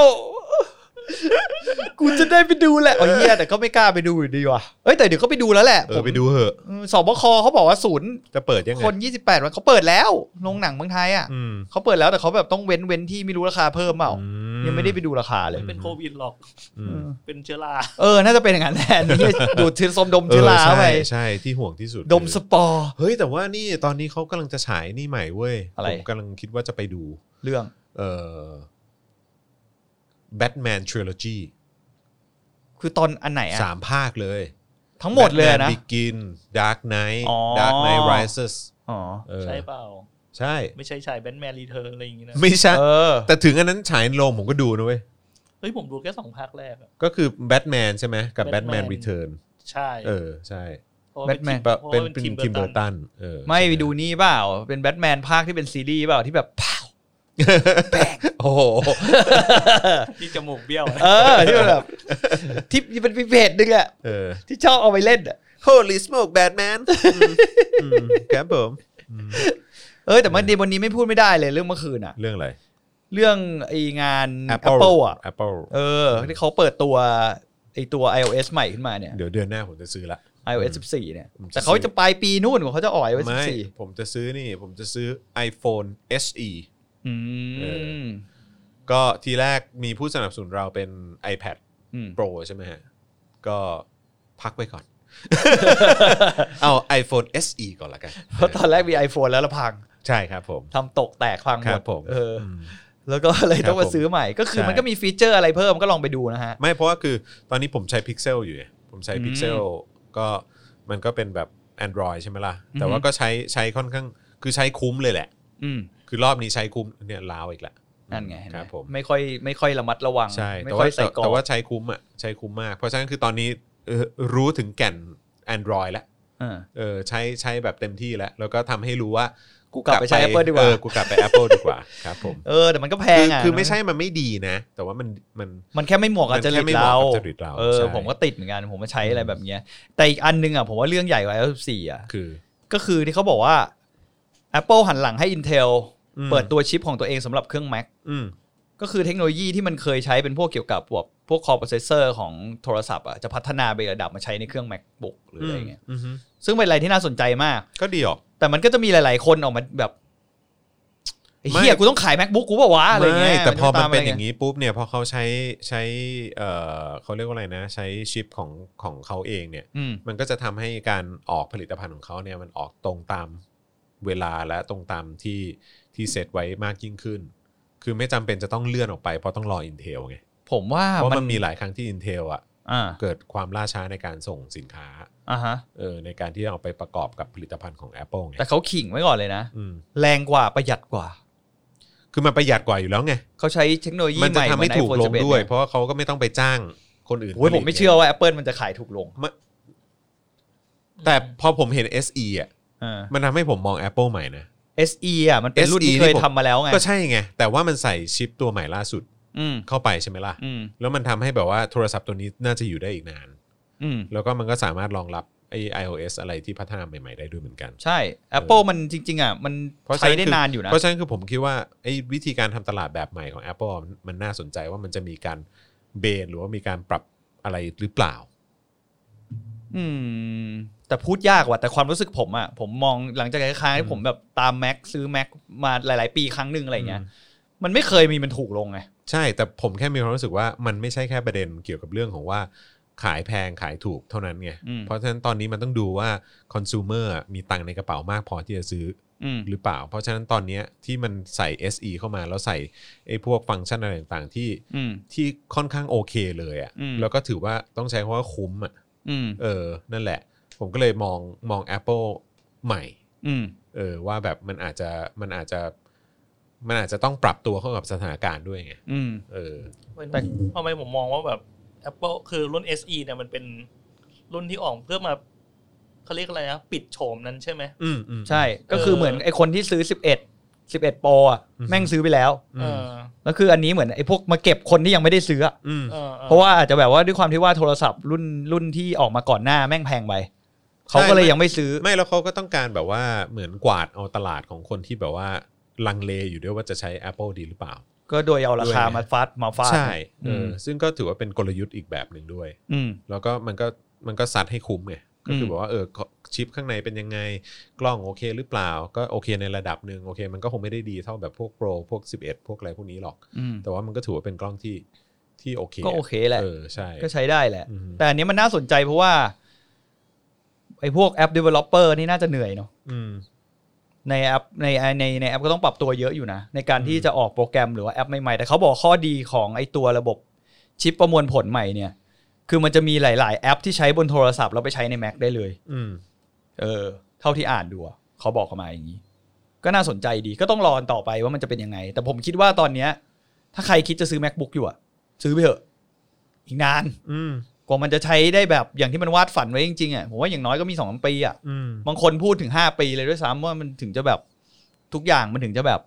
[SPEAKER 2] กูจะได้ไปดูแหละโอ้ยเฮียแต่ก็ไม่กล้าไปดูอยู่ดีว่ะเอ้ยแต่เดี๋ยวก็ไปดูแล้วแหละ
[SPEAKER 1] เอ
[SPEAKER 2] ผ
[SPEAKER 1] อ
[SPEAKER 2] ม
[SPEAKER 1] ไปดูเหอะ
[SPEAKER 2] เออสอบคเขาบอกว่าศูนย์
[SPEAKER 1] จะเปิดยังไง
[SPEAKER 2] คน 28 วันเขาเปิดแล้วโรงหนังเมืองไทยอ่ะ
[SPEAKER 1] อืม
[SPEAKER 2] เขาเปิดแล้วแต่เขาแบบต้องเว้นเว้นที่ไม่รู้ราคาเพิ่มเปล่า
[SPEAKER 1] อื
[SPEAKER 2] ยังไม่ได้ไปดูราคาเลย
[SPEAKER 3] ไม่เป็นโควิดหรอก
[SPEAKER 1] อืม
[SPEAKER 3] เป็นเชื้อรา
[SPEAKER 2] เออน่าจะเป็นอย่างนั้นแน่เหี้ยดูดเชื้อสมดม
[SPEAKER 1] เอ
[SPEAKER 2] เชื้อ
[SPEAKER 1] อ
[SPEAKER 2] รา
[SPEAKER 1] ใช่
[SPEAKER 2] ไป
[SPEAKER 1] ใช่ที่ห่วงที่สุด
[SPEAKER 2] ดม
[SPEAKER 1] คือ
[SPEAKER 2] สปอร์
[SPEAKER 1] เฮ้ยแต่ว่านี่ตอนนี้เขากำลังจะฉายนี่ใหม่เว้ย
[SPEAKER 2] อะไร
[SPEAKER 1] ผมกำลังคิดว่าจะไปดู
[SPEAKER 2] เรื่อง
[SPEAKER 1] เอ่อแบทแมนทริลจี
[SPEAKER 2] คือตอนอันไหนอ่ะ
[SPEAKER 1] สามภาคเลย
[SPEAKER 2] ทั้งหมดเลยนะ
[SPEAKER 1] บิกินดาร์กไนท์
[SPEAKER 2] อ๋อ
[SPEAKER 1] ดาร์กไนท์ไรซ์
[SPEAKER 2] อ๋อ
[SPEAKER 3] ใช่เปล่า
[SPEAKER 1] ใช่
[SPEAKER 3] ไม่ใช่ฉายแบทแมนรีเทิร์นอะไรอย่างงี้นะ
[SPEAKER 1] ไม่ใช่
[SPEAKER 2] เออ
[SPEAKER 1] แต่ถึงอันนั้นฉายในโรงผมก็ดูนะเว้ย
[SPEAKER 3] เฮ้ยผมดูแค่สองภาคแรกอะ
[SPEAKER 1] ก็คือแบทแมนใช่ไหมกับแบทแมน
[SPEAKER 3] Batman
[SPEAKER 1] รีเทิร์น
[SPEAKER 3] ใช่
[SPEAKER 1] เออ ใช่
[SPEAKER 3] เพราะว่าเป็
[SPEAKER 2] Batman
[SPEAKER 3] ทีม
[SPEAKER 1] เป็นเป็น
[SPEAKER 3] พราะว่าทีม
[SPEAKER 1] ทีม
[SPEAKER 3] เบ
[SPEAKER 1] เบ
[SPEAKER 3] อ
[SPEAKER 1] อ
[SPEAKER 3] ร์
[SPEAKER 1] ร์
[SPEAKER 3] ตั
[SPEAKER 1] ตั
[SPEAKER 3] น
[SPEAKER 1] นเออ
[SPEAKER 2] ไม่
[SPEAKER 1] ใช่ห
[SPEAKER 2] ไปดูนี่เปล่า เป็นแบทแมนภาคที่เป็นซีรีส์เปล่าที่แบบพาว
[SPEAKER 1] โอ้โห
[SPEAKER 3] ที่จมูกเบี้ยว
[SPEAKER 2] เออ ที่มันแบบ ที่เป็นพิเพจนึงอะ
[SPEAKER 1] เออ
[SPEAKER 2] ที่ชอบเอาไปเล่นอะ
[SPEAKER 1] Holy smoke Batman อืมครับผมอืม
[SPEAKER 2] เอ้ยแต่เมื่อวันนี้ไม่พูดไม่ได้เลยเรื่องเมื่อคืนอะ
[SPEAKER 1] เรื่องอะไร
[SPEAKER 2] เรื่องไองาน
[SPEAKER 1] Apple
[SPEAKER 2] Apple อะ
[SPEAKER 1] Apple
[SPEAKER 2] เออ ที่เขาเปิดตัวไอตัว iOS ใหม่ขึ้นมาเนี่ย
[SPEAKER 1] เดี๋ยวเดือนหน้าผมจะซื้อละ
[SPEAKER 2] iOS 14 เนี่ย
[SPEAKER 1] ผมจะ
[SPEAKER 2] แต่เขาจะปลายปีนู่นกว่าเขาจะออก iOS
[SPEAKER 1] ไม่
[SPEAKER 2] 14
[SPEAKER 1] ผมจะซื้อนี่ ผมจะซื้อ iPhone SE
[SPEAKER 2] อืม
[SPEAKER 1] ก็ทีแรกมีผู้สนับสนุนเราเป็น iPad
[SPEAKER 2] อืม
[SPEAKER 1] Pro ใช่ไหมฮะ ก็พักไปก่อน เอา iPhone SE ก่อนละกัน
[SPEAKER 2] เพราะตอนแรกมี iPhone แล้วละพัง
[SPEAKER 1] ใช่ครับผม
[SPEAKER 2] ทำตกแตกพังห
[SPEAKER 1] ค
[SPEAKER 2] ม
[SPEAKER 1] รับ
[SPEAKER 2] ด
[SPEAKER 1] ผม
[SPEAKER 2] เออ
[SPEAKER 1] ม
[SPEAKER 2] แล้วก็เลยต้อง
[SPEAKER 1] ค
[SPEAKER 2] มา
[SPEAKER 1] รับผม
[SPEAKER 2] ซื้อใหม่ ก็คือ
[SPEAKER 1] ใช่
[SPEAKER 2] มันก็มีฟีเจอร์อะไรเพิ่มก็ลองไปดูนะฮะ
[SPEAKER 1] ไม่เพราะว่าคือตอนนี้ผมใช้ Pixel อยู่ไงผมใช้
[SPEAKER 2] อืม
[SPEAKER 1] Pixel ก็มันก็เป็นแบบ Android ใช่ไหมล่ะ แต่ว่าก็ใช้ใช้ค่อนข้างคือใช้คุ้มเลยแหละ
[SPEAKER 2] อืม
[SPEAKER 1] คือรอบนี้ใช้คุ้มเนี่ยลาวอีกละ
[SPEAKER 2] นั่นไงเห็นไหม
[SPEAKER 1] ครับผม
[SPEAKER 2] ไม่ค่อยไม่ค่อยระมัดระวัง
[SPEAKER 1] ใช่
[SPEAKER 2] ไม่
[SPEAKER 1] แต่
[SPEAKER 2] ค่
[SPEAKER 1] ว่า
[SPEAKER 2] อยใส่กรอ
[SPEAKER 1] แต่ว่า
[SPEAKER 2] บ
[SPEAKER 1] ใช้คุ้มอ่ะใช้คุ้มมาก เพราะฉะนั้นคือตอนนี้เอ่อรู้ถึงแก่น Android แล้ว
[SPEAKER 2] เออ
[SPEAKER 1] เออใช้ใช้แบบเต็มที่แล้ว แล้วก็ทำให้รู้ว่ากู
[SPEAKER 2] กลับไปใช้ Apple ดีกว่า
[SPEAKER 1] เออกูกลับไป Apple ดีกว่า ครับผม
[SPEAKER 2] เออแต่มันก็แพ
[SPEAKER 1] คื
[SPEAKER 2] ง
[SPEAKER 1] อ
[SPEAKER 2] อ่ะ
[SPEAKER 1] คือไม่ใช่มันไม่ดีนะ แต่ว่ามันมัน
[SPEAKER 2] มันแค่ไม่เหมาะกับ
[SPEAKER 1] มัน
[SPEAKER 2] จ
[SPEAKER 1] แค่
[SPEAKER 2] ริต
[SPEAKER 1] ไม่เหมาะ
[SPEAKER 2] เรา
[SPEAKER 1] กับจริตเรา
[SPEAKER 2] เออ
[SPEAKER 1] ใช่
[SPEAKER 2] ผมก็ติดเหมือนกันผมมาใช้อะไรแบบเนี้ย แต่อีกอันนึงอ่ะผมว่าเรื่องใหญ่กว่า iOS 14อ่ะ
[SPEAKER 1] คือ
[SPEAKER 2] ก็คือที่เขาบอกว่า Apple หันหลังให้ Intel
[SPEAKER 1] อืม
[SPEAKER 2] เปิดตัวชิปของตัวเองสำหรับเครื่อง Mac
[SPEAKER 1] อืม
[SPEAKER 2] ก็คือเทคโนโลยีที่มันเคยใช้เป็นพวกเกี่ยวกับพวกพวกคอโปรเซสเซอร์ของโทรศัพท์อ่ะจะพัฒนาไประดับมาใช้ในเครื่อง MacBook หรืออะไรเงี้ย
[SPEAKER 1] อืมอืม
[SPEAKER 2] ซึ่งเป็นอะไรที่น่าสนใจมาก
[SPEAKER 1] ก็ดีออก
[SPEAKER 2] แต่มันก็จะมีหลาย ๆ คนออกมาแบบไอ้เฮีย
[SPEAKER 1] ไม่
[SPEAKER 2] กูต้องขาย macbook กูเปล่าวะอะไรเงี้ย
[SPEAKER 1] แต่พอมันเป็น
[SPEAKER 2] จะตะไร
[SPEAKER 1] อย่างนี้ปุ๊บเนี่ยพอเขาใช้ใช้เอ่อเขาเรียกว่าอะไรนะ ใช้ชิปของของเขาเองเนี่ย
[SPEAKER 2] อืม
[SPEAKER 1] มันก็จะทำให้การออกผลิตภัณฑ์ของเขาเนี่ยมันออกตรงตามเวลาและตรงตามที่ที่เซตไว้มากยิ่งขึ้น คือไม่จำเป็นจะต้องเลื่อนออกไปเพราะต้องรอ Intel ไง
[SPEAKER 2] ผมว่า
[SPEAKER 1] เพราะ
[SPEAKER 2] มั
[SPEAKER 1] มัน
[SPEAKER 2] น
[SPEAKER 1] มีหลายครั้งที่ Intel อ่ะ
[SPEAKER 2] อ่า
[SPEAKER 1] เกิดความล่าช้าในการส่งสินค้า
[SPEAKER 2] อ่าฮะ
[SPEAKER 1] เออในการที่เอาไปประกอบกับผลิตภัณฑ์ของ Apple ไง
[SPEAKER 2] แต่เขาขิงไว้ก่อนเลยนะ
[SPEAKER 1] อืม
[SPEAKER 2] แรงกว่าประหยัดกว่า
[SPEAKER 1] คือมันประหยัดกว่าอยู่แล้วไง
[SPEAKER 2] เขาใช้เทคโนโลยี
[SPEAKER 1] มัน
[SPEAKER 2] ให
[SPEAKER 1] จะ
[SPEAKER 2] ม่
[SPEAKER 1] ทำให้ถูกลงด้วย เพ
[SPEAKER 2] เพราะ
[SPEAKER 1] ราะว่าเขาก็ไม่ต้องไปจ้างคนอื่น
[SPEAKER 2] โอ้ยผมไม่เชื่อว่า Apple มันจะขายถูกลง
[SPEAKER 1] มันแต่พอผมเห็น SE อ่ะ
[SPEAKER 2] อ่า
[SPEAKER 1] มันทำให้ผมมอง Apple ใหม่นะ
[SPEAKER 2] SE อ่ะมันเป็น
[SPEAKER 1] SE
[SPEAKER 2] รุ่นที่เคย
[SPEAKER 1] นี่ผม
[SPEAKER 2] ทำมาแล้วไง
[SPEAKER 1] ก็ใช่ไง แต่ว่ามันใส่ชิปตัวใหม่ล่าสุด
[SPEAKER 2] อืม
[SPEAKER 1] เข้าไปใช่ไหมล่ะ
[SPEAKER 2] อืม
[SPEAKER 1] แล้วมันทำให้แบบว่าโทรศัพท์ตัวนี้น่าจะอยู่ได้อีกนาน
[SPEAKER 2] อืม
[SPEAKER 1] แล้วก็มันก็สามารถรองรับไอ้ iOS อะไรที่พัฒนาใหม่ ๆ ได้ด้วยเหมือนกัน
[SPEAKER 2] ใช่ Apple มันจริง ๆ อ่ะ มัน
[SPEAKER 1] เพราะฉะ
[SPEAKER 2] ใช้
[SPEAKER 1] นั้น
[SPEAKER 2] ได้
[SPEAKER 1] คื
[SPEAKER 2] นานอยู่นะ
[SPEAKER 1] เพราะฉะนั้นคือผมคิดว่าไอ้วิธีการทำตลาดแบบใหม่ของ Apple มันมันน่าสนใจว่ามันจะมีการเบนหรือว่ามีการปรับอะไรหรือเปล่า
[SPEAKER 2] อืมแต่พูดยากว่ะแต่ความรู้สึกผมอะ่ะผมมองหลังจากครั้งที่ผมแบบตามแม็กซื้อแม็กมาหลาย ๆ ปีครั้งหนึ่งอะไรเงี้ยมันไม่เคยมีมันถูกลงไง
[SPEAKER 1] ใช่แต่ผมแค่มีความรู้สึกว่ามันไม่ใช่แค่ประเด็นเกี่ยวกับเรื่องของว่า ขายแพงขายถูกเท่านั้นไง
[SPEAKER 2] อืม
[SPEAKER 1] เพราะฉะนั้นตอนนี้มันต้องดูว่าคอน sumer มีตังค์ในกระเป๋ามากพอที่จะซื้อ
[SPEAKER 2] อืม
[SPEAKER 1] หรือเปล่า เพราะฉะนั้นตอนเนี้ยที่มันใส่ SE เข้ามาแล้วใส่ไอ้พวกฟังก์ชันอะไรต่างๆ ที่
[SPEAKER 2] อืม
[SPEAKER 1] ที่ค่อนข้างโอเคเลยอะ
[SPEAKER 2] อืม
[SPEAKER 1] แล้วก็ถือว่าต้องใช้คำว่าคุ้มอ่ะ
[SPEAKER 2] อืม
[SPEAKER 1] เออ นั่นแหละ ผมก็เลยมองมอง Apple ใหม่
[SPEAKER 2] อืม
[SPEAKER 1] เออ ว่าแบบมันอาจจะมันอาจจะมันอาจจะต้องปรับตัวเข้ากับสถานการณ์ด้วยไง
[SPEAKER 2] อืม
[SPEAKER 1] เออ
[SPEAKER 2] แต่
[SPEAKER 3] ทำไมผมมองว่าแบบ Apple คือรุ่น SE เนี่ยมันเป็นรุ่นที่ออกเพื่อมาเขาเรียกอะไรนะปิดโฉมนั้นใช่ไหม
[SPEAKER 1] อืมอืม
[SPEAKER 2] ใช่ก็คือเหมือนไอคนที่ซื้อ 11 11โปรอ่ะ
[SPEAKER 1] อืม
[SPEAKER 2] แม่งซื้อไปแล้ว
[SPEAKER 1] อื
[SPEAKER 3] เอ
[SPEAKER 1] ม
[SPEAKER 3] อ
[SPEAKER 2] แล้วคืออันนี้เหมือนไอพวกมาเก็บคนที่ยังไม่ได้ซื้ออะ
[SPEAKER 1] อืม
[SPEAKER 3] ออออ
[SPEAKER 2] เพราะว่าอาจจะแบบว่าด้วยความที่ว่าโทรศัพท์รุ่นรุ่นที่ออกมาก่อนหน้าแม่งแพงไปเขาก็เลยยังไม่ซื้อ
[SPEAKER 1] ไม่แล้วเขาก็ต้องการแบบว่าเหมือนกวาดเอาตลาดของคนที่แบบว่าลังเลอยู่ด้วยว่าจะใช้ Apple ดีหรือเปล่า
[SPEAKER 2] ก็โดยเอาราคา
[SPEAKER 1] ด้วยไง
[SPEAKER 2] มาฟาดมาฟาด
[SPEAKER 1] ใช่เออ
[SPEAKER 2] ม
[SPEAKER 1] อซึ่งก็ถือว่าเป็นกลยุทธ์อีกแบบหนึ่งด้วย
[SPEAKER 2] อืม
[SPEAKER 1] แล้วก็มันก็มันก็ซัดให้คุ้มไงก็คือ
[SPEAKER 2] ม
[SPEAKER 1] บอกว่าเออชิปข้างในเป็นยังไงกล้องโอเคหรือเปล่า ก็โอเคในระดับหนึ่งโอเค มันก็คงไม่ได้ดีเท่าแบบพวกโปรพวก 11 พวกอะไรพวกนี้หรอก
[SPEAKER 2] อืม
[SPEAKER 1] แต่ว่ามันก็ถือว่าเป็นกล้องที่ที่โอเค
[SPEAKER 2] ก็โอเคแหละ
[SPEAKER 1] เออใช่
[SPEAKER 2] ก็ใช้ได้แหละ
[SPEAKER 1] อืม
[SPEAKER 2] แต่อันนี้มันน่าสนใจเพราะว่าไอพวกแอป developer นี่น่าจะเหนื่อยเนาะ
[SPEAKER 1] อืม
[SPEAKER 2] ในแอปในในในแอปก็ต้องปรับตัวเยอะอยู่นะ ในการที่
[SPEAKER 1] อืม
[SPEAKER 2] จะออกโปรแกรมหรือว่าแอปใหม่ๆ แต่เขาบอกข้อดีของไอตัวระบบชิปประมวลผลใหม่เนี่ย คือมันจะมีหลาย ๆ แอปที่ใช้บนโทรศัพท์แล้วไปใช้ใน Mac ได้เลย
[SPEAKER 1] อืม
[SPEAKER 2] เออ เท่าที่อ่านดูอะเขาบอกเขามาอย่างนี้ ก็น่าสนใจดีก็ต้องรอกันต่อไปว่ามันจะเป็นยังไง แต่ผมคิดว่าตอนเนี้ย ถ้าใครคิดจะซื้อ macbook อยู่อะซื้อไปเถอะ อีกนาน
[SPEAKER 1] อืม
[SPEAKER 2] กว่ามันจะใช้ได้แบบอย่างที่มันวาดฝันไว้จริงๆอ่ะผมว่าอย่างน้อยก็มีสองปีอ่ะ
[SPEAKER 1] อืม
[SPEAKER 2] บางคนพูดถึงห้าปีเลยด้วยซ้ำว่ามันถึงจะแบบทุกอย่างมันถึงจะแบบ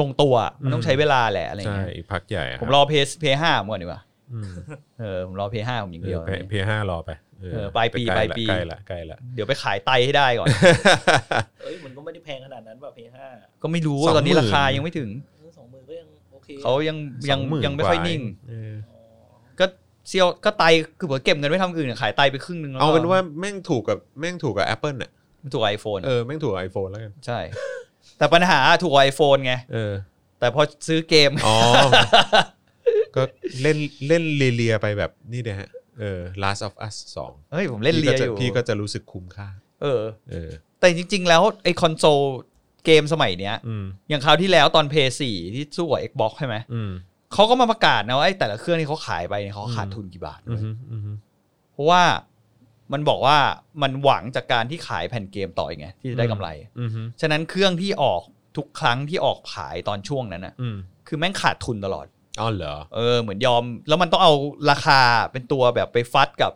[SPEAKER 2] ลงตัวอะมันต้องใช้เวลาแหละอะไร
[SPEAKER 1] ใช่
[SPEAKER 2] เงี้ย
[SPEAKER 1] อีกพักใหญ่อะค
[SPEAKER 2] ผ
[SPEAKER 1] รับ
[SPEAKER 2] มรอเพย์เพย์ห้าก่อนดีกว่า
[SPEAKER 1] อืม
[SPEAKER 2] เออผมรอเพย์ห้าผมอย่างเดียว
[SPEAKER 1] เพย์ห้ารอไป
[SPEAKER 2] เออปลายปี
[SPEAKER 1] ใก
[SPEAKER 2] ปลายปี
[SPEAKER 1] ใกล้ละใกล้ละ
[SPEAKER 2] เดี๋ยวไปขายไตให้ได้ก่อน
[SPEAKER 3] เอ้ยมันก็ไม่ได้แพงขนาดนั้นแบบ P5
[SPEAKER 2] ก็ไม่รู้ว่าตอนนี้ราคายังไม่ถึง
[SPEAKER 3] เออสองหมื่นก็ยังโอเค
[SPEAKER 2] เขายังยัง
[SPEAKER 1] สอหน
[SPEAKER 2] ยังไม่ค่อยนิ่ง
[SPEAKER 1] เออ
[SPEAKER 3] อ๋อ
[SPEAKER 2] ก็เซียวก็ไตคือผมเก็บเงินไว้ทำอื่นอะขายไตไปครึ่งนึงแล้วก็
[SPEAKER 1] เอาเป็นว่าแม่งถูกกับแม่งถูกกับ Apple น่ะ
[SPEAKER 2] มันถูกไอโฟน
[SPEAKER 1] เออแม่งถูกไอโฟนแล้วกัน
[SPEAKER 2] ใช่ แต่ปัญหาถูกไอโฟนไง
[SPEAKER 1] เออ
[SPEAKER 2] แต่พอซื้อเกม
[SPEAKER 1] อ๋อ ก็เล่นเล่นเลียๆไปแบบนี่เดยฮะเออ Last of Us 2
[SPEAKER 2] เฮ้ยผมเล่นเลียอยู่
[SPEAKER 1] พี่ก็จะรู้สึกคุ้มค่า
[SPEAKER 2] เออ
[SPEAKER 1] เออ
[SPEAKER 2] แต่จริง ๆ แล้วไอคอนโซลเกมสมัยเนี้ย
[SPEAKER 1] อืม
[SPEAKER 2] อย่างคราวที่แล้วตอน p พ4ที่สู้กับ Xbox ใช่ไหม
[SPEAKER 1] อืม
[SPEAKER 2] เขาก็มาประกาศนะว่าไอแต่ละเครื่องที่เขาขายไปเนี่ยเขา
[SPEAKER 1] อืม
[SPEAKER 2] ขาดทุนกี่บาท
[SPEAKER 1] อืม
[SPEAKER 2] เว้ย
[SPEAKER 1] อืม
[SPEAKER 2] เพราะว่ามันบอกว่ามันหวังจากการที่ขายแผ่นเกมต่ออยไงที่จะได้กำไร
[SPEAKER 1] อืม
[SPEAKER 2] ฉะนั้นเครื่องที่ออกทุกครั้งที่ออกขายตอนช่วงนั้นน่ะ
[SPEAKER 1] อืม
[SPEAKER 2] คือแม่งขาดทุนตลอด
[SPEAKER 1] อ๋อเหรอ
[SPEAKER 2] เออเหมือนยอม แล้วมันต้องเอาราคาเป็นตัวแบบไปฟัดกับ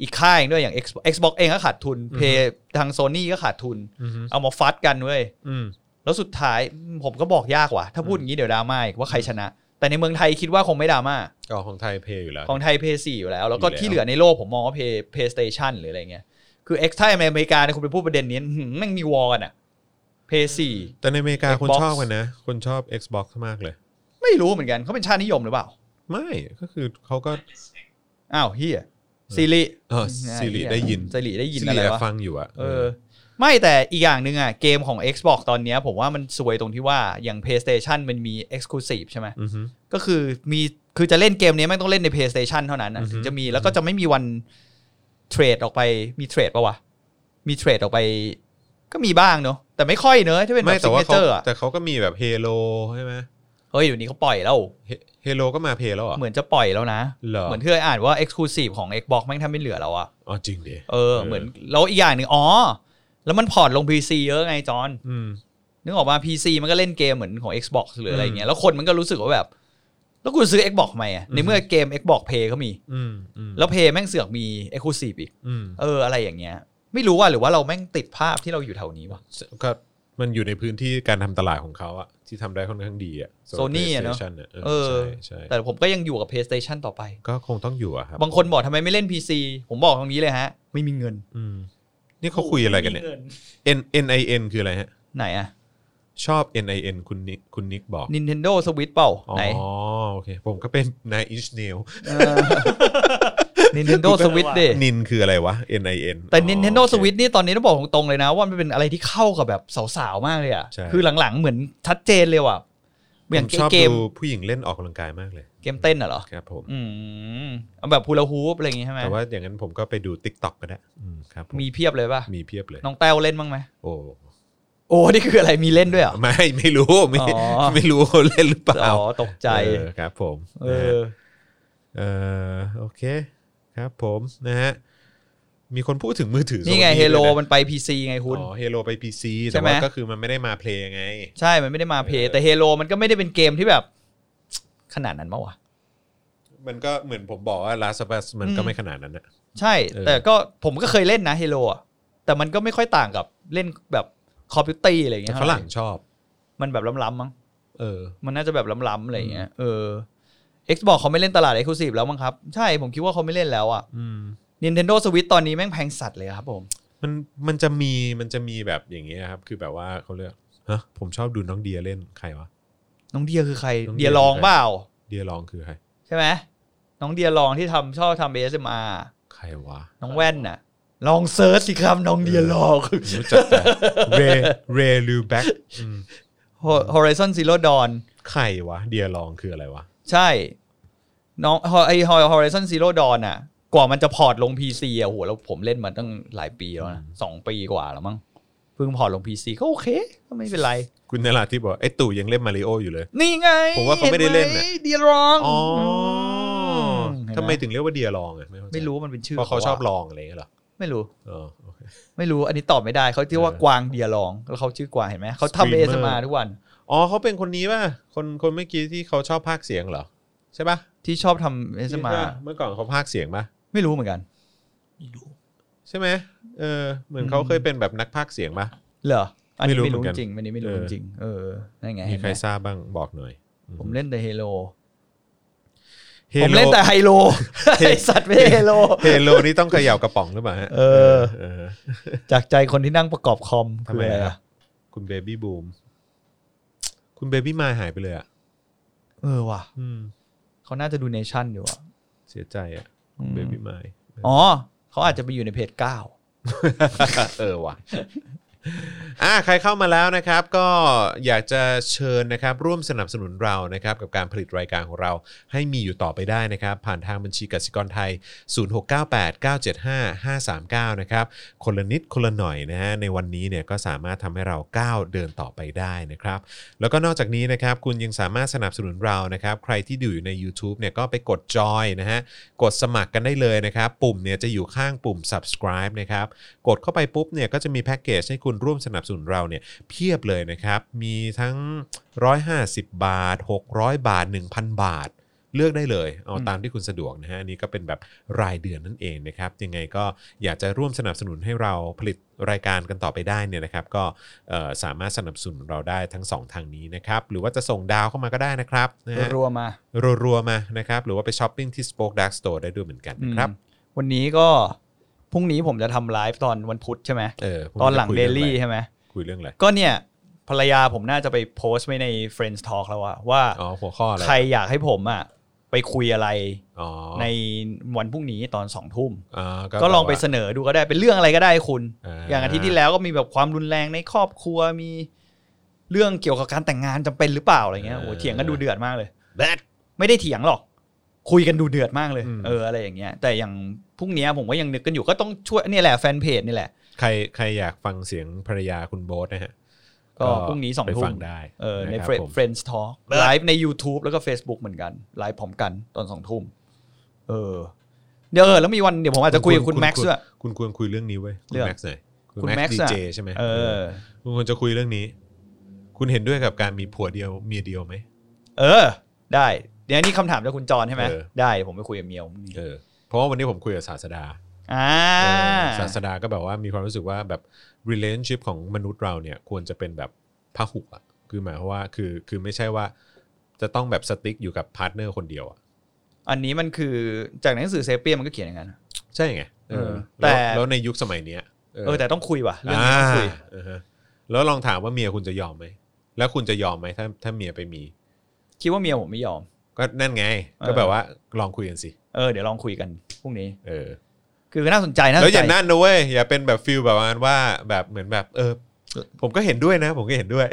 [SPEAKER 2] อีกค่ายด้วยอย่าง Xbox- Xbox เองก็ขาดทุน เพย์ทาง Sony ก็ขาดทุน
[SPEAKER 1] อืม
[SPEAKER 2] เอามาฟัดกันเว้ย
[SPEAKER 1] อืม
[SPEAKER 2] แล้วสุดท้ายผมก็บอกยากว่ะ ถ้าพูดอย่างนี้เดี๋ยวดราม่าอีกว่าใครชนะ แต่ในเมืองไทยคิดว่าคงไม่ดราม่า
[SPEAKER 1] ก็ของไทยเพย์อยู่แล้ว
[SPEAKER 2] ของไทยเพย์สี่อยู่แล้ว แล้วก็
[SPEAKER 1] อยู่แล้ว
[SPEAKER 2] ที่เหลือในโลกผมมองว่าเพย์เพย์สเตชันหรืออะไรเงี้ยคือเอ็กซ์ไทยในอเมริกาเนี่ยคุณไปพูดประเด็นนี้อื้อหือแม่งมีวอร์กันอะเพย์สี่
[SPEAKER 1] แต่ในอเมริกาคน
[SPEAKER 2] Xbox
[SPEAKER 1] ชอบกันนะ คนชอบ Xbox มากเลย
[SPEAKER 2] ไม่รู้เหมือนกันเขาเป็นชาตินิยมหรือเปล่า
[SPEAKER 1] ไม่ก็คือเขาก็
[SPEAKER 2] อ้าวเฮียซีรี
[SPEAKER 1] เออ Siri ได้ยิน
[SPEAKER 2] ซีรีได้ยิน
[SPEAKER 1] ซี
[SPEAKER 2] อะ
[SPEAKER 1] รี
[SPEAKER 2] ไร
[SPEAKER 1] ส์
[SPEAKER 2] วะ
[SPEAKER 1] ฟังอยู่อะ
[SPEAKER 2] เออไม่แต่อีกอย่างหนึ่งอ่ะ เกมของ Xbox ตอนเนี้ยผมว่ามันสวยตรงที่ว่าอย่าง PlayStation มันมี Exclusive ใช่ไหม
[SPEAKER 1] อือฮึ
[SPEAKER 2] ก็คือมีคือจะเล่นเกมนี้ไม่งต้องเล่นใน PlayStation เท่านั้นอะ
[SPEAKER 1] อือฮึ
[SPEAKER 2] ถึงจะมีแล้วก็จะไม่มีวันเทรดออกไปมีเทรดปะวะ มีเทรดออกไป ก็มีบ้างเนอะแต่ไม่ค่อยเนอะที่เป็นแบ
[SPEAKER 1] ไม่
[SPEAKER 2] บ
[SPEAKER 1] แต่
[SPEAKER 2] ซิก
[SPEAKER 1] ว่า
[SPEAKER 2] เน
[SPEAKER 1] เขา
[SPEAKER 2] เจอร์อะ
[SPEAKER 1] แต่เขาก็มีแบบเฮโลใช่ไหม
[SPEAKER 2] เฮ้ยอยู่นี้เขาปล่อยแล้ว
[SPEAKER 1] เฮโลก็มาเพย์แล้วเหรอ
[SPEAKER 2] เหมือนจะปล่อยแล้วนะ
[SPEAKER 1] เหรอ
[SPEAKER 2] เหมือนที่เคยอ่านว่า Exclusive ของ Xbox แม่งแทบไม่เหลือแล้วอะ
[SPEAKER 1] อ๋อจริงดิ
[SPEAKER 2] เออเหมือนแล้วอีกอย่างหนึ่งอ๋อแล้วมันพอร์ตลง PC เยอะไงจอน
[SPEAKER 1] อืม
[SPEAKER 2] นึกออกมา PC มันก็เล่นเกมเหมือนของ Xbox หรืออะไร
[SPEAKER 1] อืม
[SPEAKER 2] เงี้ย แล้วคนมันก็รู้สึกว่าแบบ แล้วกูซื้อ Xbox ทำไมอะ
[SPEAKER 1] อืม
[SPEAKER 2] ในเมื่อเกม Xbox Play ก็มี
[SPEAKER 1] อืมอืม
[SPEAKER 2] แล้ว Play แม่งเสือกมี Exclusive อีก
[SPEAKER 1] อืม
[SPEAKER 2] เออ อะไรอย่างเงี้ย ไม่รู้ว่าหรือว่าเราแม่งติดภาพที่เราอยู่แถวนี้วะ
[SPEAKER 1] ก็มันอยู่ในพื้นที่การทำตลาดของเขาอะที่ทำได้ค่อนข้างดีอะ
[SPEAKER 2] Sony อะเนอะ
[SPEAKER 1] PlayStation
[SPEAKER 2] เออ
[SPEAKER 1] ใช่ใช่
[SPEAKER 2] แต่ผมก็ยังอยู่กับ PlayStation ต่อไป
[SPEAKER 1] ก็คงต้องอยู่อะครับ
[SPEAKER 2] บางคนบอกทำไมไม่เล่น PC ผมบอกตรงนี้เลยฮะ ไม่มีเงิน
[SPEAKER 1] อืมนี่เขาคุยอะไรกันเนี่ย
[SPEAKER 3] ม่มีงิ
[SPEAKER 1] N N I N คืออะไรฮะ
[SPEAKER 2] ไหนอะ
[SPEAKER 1] ชอบ N I N คุณนิกคุณนิกบอก
[SPEAKER 2] Nintendo Switch เปล่า
[SPEAKER 1] อ๋อ
[SPEAKER 2] ไหน
[SPEAKER 1] โอเค ผมก็เป็นนายอิชเนล
[SPEAKER 2] เออ Nintendo Switch ดิ
[SPEAKER 1] นินคืออะไรวะ N I N
[SPEAKER 2] แต่ Nintendo Switch นี่ตอนนี้ต้องบอกตรงๆเลยนะ ว่ามันเป็นอะไรที่เข้ากับแบบสาวๆมากเลยอ่ะ
[SPEAKER 1] ใช่
[SPEAKER 2] คือหลังๆเหมือนชัดเจนเลยว่ะ
[SPEAKER 1] ผ
[SPEAKER 2] อย่าง
[SPEAKER 1] มชอบ
[SPEAKER 2] เกม
[SPEAKER 1] ดูผู้หญิงเล่นออกกำลังกายมากเลย
[SPEAKER 2] เกมเต้นน่ะเหรอ
[SPEAKER 1] ครับผม
[SPEAKER 2] อืมเอาแบบพูลาฮูปอะไรอย่างงี้ใช่ไหม
[SPEAKER 1] แต่ว่าอย่างนั้นผมก็ไปดู t ิ k t o k ก็ได้อืมครับผ
[SPEAKER 2] มีเพียบเลยป่ะ
[SPEAKER 1] มีเพียบเลย
[SPEAKER 2] น้องแต้วเล่นบ้างไหม
[SPEAKER 1] โอ้
[SPEAKER 2] โอ้ นี่คืออะไรมีเล่นด้วยเหรอ
[SPEAKER 1] ไม่ไม่รู้ไม่
[SPEAKER 2] อ๋อ
[SPEAKER 1] ไม่รู้ว่าเล่นหรือเปล่า
[SPEAKER 2] อ๋อตกใจ
[SPEAKER 1] เออครับ ผม
[SPEAKER 2] เอ
[SPEAKER 1] นะฮะ
[SPEAKER 2] อ
[SPEAKER 1] เออโอเคครับผมนะฮะมีคนพูดถึงมือถือ
[SPEAKER 2] นี่ไง
[SPEAKER 1] Sony
[SPEAKER 2] เฮโล
[SPEAKER 1] ด้วยะ
[SPEAKER 2] มันไป PC ไงคุณ
[SPEAKER 1] อ๋อเฮโลไป PC
[SPEAKER 2] ใช่
[SPEAKER 1] แต่
[SPEAKER 2] ไหม
[SPEAKER 1] ว่าก็คือมันไม่ได้มาเพลย์ไง
[SPEAKER 2] ใช่ มันไม่ได้มาเพ
[SPEAKER 1] เอ
[SPEAKER 2] ย์
[SPEAKER 1] อ
[SPEAKER 2] แต่เฮโลมันก็ไม่ได้เป็นเกมที่แบบ ขนาดนั้นมาวะ
[SPEAKER 1] มันก็เหมือนผมบอกว่า Last of Us มันก็
[SPEAKER 2] อืม
[SPEAKER 1] ไม่ขนาดนั้นนะ
[SPEAKER 2] ใช่
[SPEAKER 1] เออ
[SPEAKER 2] แต่ก็ผมก็เคยเล่นนะเฮโลอ่ะ แต่มันก็ไม่ค่อยต่างกับเล่นแบบคอมพิวตี้อะไรอย่าง
[SPEAKER 1] แต่
[SPEAKER 2] เงี้ย
[SPEAKER 1] ฝรั่งชอบ
[SPEAKER 2] มันแบบล้ำๆมั้ง
[SPEAKER 1] เออ
[SPEAKER 2] มันน่าจะแบบล้ำๆอะไรอย่างเงี้ย เออ Xbox เขาไม่เล่นตลาด Exclusive แล้วมั้งครับ ใช่ ผมคิดว่าเขาไม่เล่นแล้วอ่ะ
[SPEAKER 1] อืม
[SPEAKER 2] Nintendo Switch ตอนนี้แม่งแพงสัตว์เลยครับผม
[SPEAKER 1] มันมันจะมีมันจะมีแบบอย่างเงี้ยครับ คือแบบว่าเขาเรียกฮะผมชอบดูน้องเดียเล่นใครวะ
[SPEAKER 2] น้องเดียคือใคร
[SPEAKER 1] น้องเดีย
[SPEAKER 2] เดียลองเปล่า
[SPEAKER 1] เดียลองคือใคร
[SPEAKER 2] ใช่ไหมน้องเดียลองที่ทำชอบทำ ASMR
[SPEAKER 1] ใครวะ
[SPEAKER 2] น้องแว่นน่ะ ลองเซิร์ชสิครับ น้องเดียลอง
[SPEAKER 1] รู้จักแต่เรเรลูแบ็ก
[SPEAKER 2] Ho- Horizon Zero Dawn
[SPEAKER 1] ใครวะ เดียลองคืออะไรวะ
[SPEAKER 2] ใช่ น้องไอ Horizon Zero Dawn น่ะ กว่ามันจะพอร์ตลง PC อ่ะโหแล้วผมเล่นมาตั้งหลายปีแล้วนะสองปีกว่าแล้วมั้งเพิ่งพอร์ตลง PC ก็โอเค ก็ไม่เป็นไร
[SPEAKER 1] คุณนราที่บอกไอ้ตู่ยังเล่นมาริโออยู่เลย
[SPEAKER 2] นี่ไง
[SPEAKER 1] ผมว่าเขาไม่ได้เล่นน่ะ
[SPEAKER 2] เดียลอง
[SPEAKER 1] อ๋อ
[SPEAKER 2] ม
[SPEAKER 1] ทำไมถึงเรียกว่าเดียลองอ่ะเข้าใจ
[SPEAKER 2] ไม่รู้มันเป็นชื่อ
[SPEAKER 1] เพราะเขาชอบ
[SPEAKER 2] ะ
[SPEAKER 1] ลองอะไรอย่างเงี้ยเหรอ
[SPEAKER 2] ไม่รู้
[SPEAKER 1] อ๋อโอเค
[SPEAKER 2] ไม่รู้ อันนี้ตอบไม่ได้เขาชื่อว่า
[SPEAKER 1] เออก
[SPEAKER 2] วางเดียลอง แล้วเขาชื่อกวางเห็นไหมเขาทำเอ
[SPEAKER 1] Streamer
[SPEAKER 2] สมาทุกวัน
[SPEAKER 1] อ๋อเขาเป็นคนนี้ป่ะ คนคนเมื่อกี้ที่เขาชอบพากย์เสียงเหรอ ใช่ป่ะ
[SPEAKER 2] ที่ชอบทำเอสมา
[SPEAKER 1] ที่ว่เมื่อก่อนเขาพากย์เสียงป่ะ
[SPEAKER 2] ไม่รู้เหมือนกัน
[SPEAKER 3] ดู
[SPEAKER 1] ใช่ไหมเออเหมือนเขาเคยเป็นแบบนักพากย์เสียงป่ะ
[SPEAKER 2] เหรอ อันนี้
[SPEAKER 1] ไม่รู้
[SPEAKER 2] ไม่รู้
[SPEAKER 1] เหมือนกัน
[SPEAKER 2] จริงอันนี้ไม่รู้
[SPEAKER 1] เออ
[SPEAKER 2] จริงเออนั่นไง
[SPEAKER 1] มี
[SPEAKER 2] เห็น
[SPEAKER 1] ใคร
[SPEAKER 2] ไหม
[SPEAKER 1] ทราบบ้างบอกหน่อย
[SPEAKER 2] ผมเล่นแต่เฮโล
[SPEAKER 1] ฮโ
[SPEAKER 2] ผมเล่นแต่ไฮโลไอสัตว์ไม่ใช่ เฮโล
[SPEAKER 1] เฮโลนี่ต้องเขย่ากระป๋องหรือเปล่าฮะ
[SPEAKER 2] เออ
[SPEAKER 1] เออ
[SPEAKER 2] จากใจคนที่นั่งประกอบคอม
[SPEAKER 1] ทำ
[SPEAKER 2] คือ
[SPEAKER 1] ไม
[SPEAKER 2] อะไร
[SPEAKER 1] ครั
[SPEAKER 2] อะ
[SPEAKER 1] บ คุณเบบี้บูมคุณเบบี้มาหายไปเลยอ่ะ
[SPEAKER 2] เออว่ะ
[SPEAKER 1] อืม
[SPEAKER 2] เขาน่าจะดูเนชั่นอยู่อะ
[SPEAKER 1] เสียใจอ่ะ
[SPEAKER 2] อืม
[SPEAKER 1] เบบี้มา
[SPEAKER 2] อ๋อเขาอาจจะไปอยู่ในเพจเก้า
[SPEAKER 1] เออว่ะอ่ะใครเข้ามาแล้วนะครับ ก็อยากจะเชิญนะครับ ร่วมสนับสนุนเรานะครับ กับการผลิตรายการของเรา ให้มีอยู่ต่อไปได้นะครับ ผ่านทางบัญชีกสิกรไทย 0698975539 นะครับ คนละนิดคนละหน่อยนะฮะในวันนี้เนี่ยก็สามารถทำให้เราก้าวเดินต่อไปได้นะครับ แล้วก็นอกจากนี้นะครับ คุณยังสามารถสนับสนุนเรานะครับ ใครที่ดูอยู่ใน u t u b e เนี่ยก็ไปกดจอยนะฮะกดสมัครกันได้เลยนะครับ ปุ่มเนี่ยจะอยู่ข้างปุ่ม subscribe นะครับ กดเข้าไปปุ๊บเนี่ยก็จะมีแพ็กเกจให้คุณร่วมสนับสนุนเราเนี่ยเพียบเลยนะครับ มีทั้ง 150 บาท 600 บาท 1,000 บาท เลือกได้เลยเอา
[SPEAKER 2] อืม
[SPEAKER 1] ตามที่คุณสะดวกนะฮะอันนี่ก็เป็นแบบรายเดือนนั่นเองนะครับยังไงก็อยากจะร่วมสนับสนุนให้เราผลิตรายการกันต่อไปได้เนี่ยนะครับ ก็เอ่อสามารถสนับสนุนเราได้ทั้งสองทางนี้นะครับ หรือว่าจะส่งดาวเข้ามาก็ได้นะครับนะฮะ
[SPEAKER 2] รัวมา
[SPEAKER 1] รัวๆมานะครับ หรือว่าไปช้อปปิ้งที่ Spoke Dark Store ได้ด้วยเหมือนกันนะครับ
[SPEAKER 2] อืมวันนี้ก็พรุ่งนี้ผมจะทำไลฟ์ตอนวันพุธใช่ไหม
[SPEAKER 1] เออผม
[SPEAKER 2] ตอนหลัง
[SPEAKER 1] จะคุย
[SPEAKER 2] เด
[SPEAKER 1] รื่อง
[SPEAKER 2] ลี่
[SPEAKER 1] อะไร
[SPEAKER 2] ใช่ไหม
[SPEAKER 1] คุยเรื่องอะไร
[SPEAKER 2] ก็เนี่ย ภรรยาผมน่าจะไปโพสต์ไว้ใน Friends Talk แล้วอะว่า
[SPEAKER 1] อ๋อหัวข้ออะไร
[SPEAKER 2] ใครอยากให้ผมอะไปคุยอะไร
[SPEAKER 1] อ๋อ
[SPEAKER 2] ในวันพรุ่งนี้ตอนสองทุ่ม
[SPEAKER 1] อ่า
[SPEAKER 2] ก็ลองไป
[SPEAKER 1] แบบว่า
[SPEAKER 2] เสนอดูก็ได้เป็นเรื่องอะไรก็ได้คุณ
[SPEAKER 1] อ่า
[SPEAKER 2] อย่างอาทิตย์ที่แล้วก็มีแบบความรุนแรงในครอบครัวมีเรื่องเกี่ยวกับการแต่งงานจำเป็นหรือเปล่าอะไรเงี้ยโอ้โหเถียงกันดูเดือดมากเลย
[SPEAKER 1] แบด
[SPEAKER 2] ไม่ได้เถียงหรอก คุยกันดูเดือดมากเลย
[SPEAKER 1] อืม
[SPEAKER 2] เอออะไรอย่างเงี้ย แต่อย่างพรุ่งเนี้ยผมก็ยังนึกกันอยู่ก็ต้องช่วยเนี่ยแหละแฟนเพจนี่แหละ
[SPEAKER 1] ใครใครอยากฟังเสียงภรรยาคุณโบ๊ทนะฮะ
[SPEAKER 2] ก็พรุ่งนี้สอง
[SPEAKER 1] ไป
[SPEAKER 2] ทุ่
[SPEAKER 1] ฟั
[SPEAKER 2] ม
[SPEAKER 1] งได้
[SPEAKER 2] เออในะ
[SPEAKER 1] ค
[SPEAKER 2] เฟ
[SPEAKER 1] รับ
[SPEAKER 2] ร
[SPEAKER 1] ผม
[SPEAKER 2] นด์ทอล์กไลฟ์ใน YouTube แล้วก็ Facebook เหมือนกันไลฟ์พร้อมกันตอนสองทุ่มเออ เดี๋ยวเออแล้วมีวันเดี๋ยวผมอาจจะคุยกับคุณแม็กซ์ด้วย
[SPEAKER 1] คุณควรคุยเรื่องนี้เว้ยคุณ
[SPEAKER 2] เรื่อง
[SPEAKER 1] แม็กซ์หน่อย
[SPEAKER 2] คุณ
[SPEAKER 1] แม็
[SPEAKER 2] แม็
[SPEAKER 1] ก
[SPEAKER 2] ก
[SPEAKER 1] ซ์
[SPEAKER 2] ซ์
[SPEAKER 1] ดี
[SPEAKER 2] อะ
[SPEAKER 1] เจใช่ไหม
[SPEAKER 2] เออ
[SPEAKER 1] คุณควรจะคุยเรื่องนี้ คุณเห็นด้วยกับการมีผัวเดียวเมียเดียวไหม
[SPEAKER 2] เออ ได้เดี๋ยวนี่คำถามจากคุณจรใช่ไหม
[SPEAKER 1] เออ
[SPEAKER 2] ได้เดี๋ยวผมไปคุยกับเมียผม
[SPEAKER 1] เออเพราะว่าวันนี้ผมคุยกับศาสดา
[SPEAKER 2] อ่า
[SPEAKER 1] เออศาสดาก็แบบว่ามีความรู้สึกว่าแบบ relationship ของมนุษย์เราเนี่ยควรจะเป็นแบบพหุอะคือหมายความว่าคือคือไม่ใช่ว่าจะต้องแบบสติ๊กอยู่กับพาร์ทเนอร์คนเดียวอะ
[SPEAKER 2] อันนี้มันคือจากหนังสือเซเปียนมันก็เขียนอย่างนั้น
[SPEAKER 1] ใช่ไงเออ
[SPEAKER 2] แต่
[SPEAKER 1] ล้วแล้วในยุคสมัยเนี้ย
[SPEAKER 2] เออแต่ต้องคุยว่ะเรื่องนี้ต้องคุย
[SPEAKER 1] อ่าเออฮะแล้วลองถามว่าเมียคุณจะยอมไหม แล้วคุณจะยอมไหมถ้าถ้าเมียไปมี
[SPEAKER 2] คิดว่าเมียผมไม่ยอม
[SPEAKER 1] ก็นั่นไง
[SPEAKER 2] เออ
[SPEAKER 1] ก็แบบว่าลองคุยกันสิ
[SPEAKER 2] เออเดี๋ยวลองคุยกันพรุ่งนี้
[SPEAKER 1] เออ
[SPEAKER 2] คือน่าสนใจน่าส
[SPEAKER 1] แล้ว
[SPEAKER 2] น
[SPEAKER 1] อ
[SPEAKER 2] ใจ
[SPEAKER 1] ย่านั่นนะเว้ย อย่าเป็นแบบฟิลแบบว่าว่าแบบเหมือนแบบ เออ ผมก็เห็นด้วยนะ ผมก็เห็นด้วย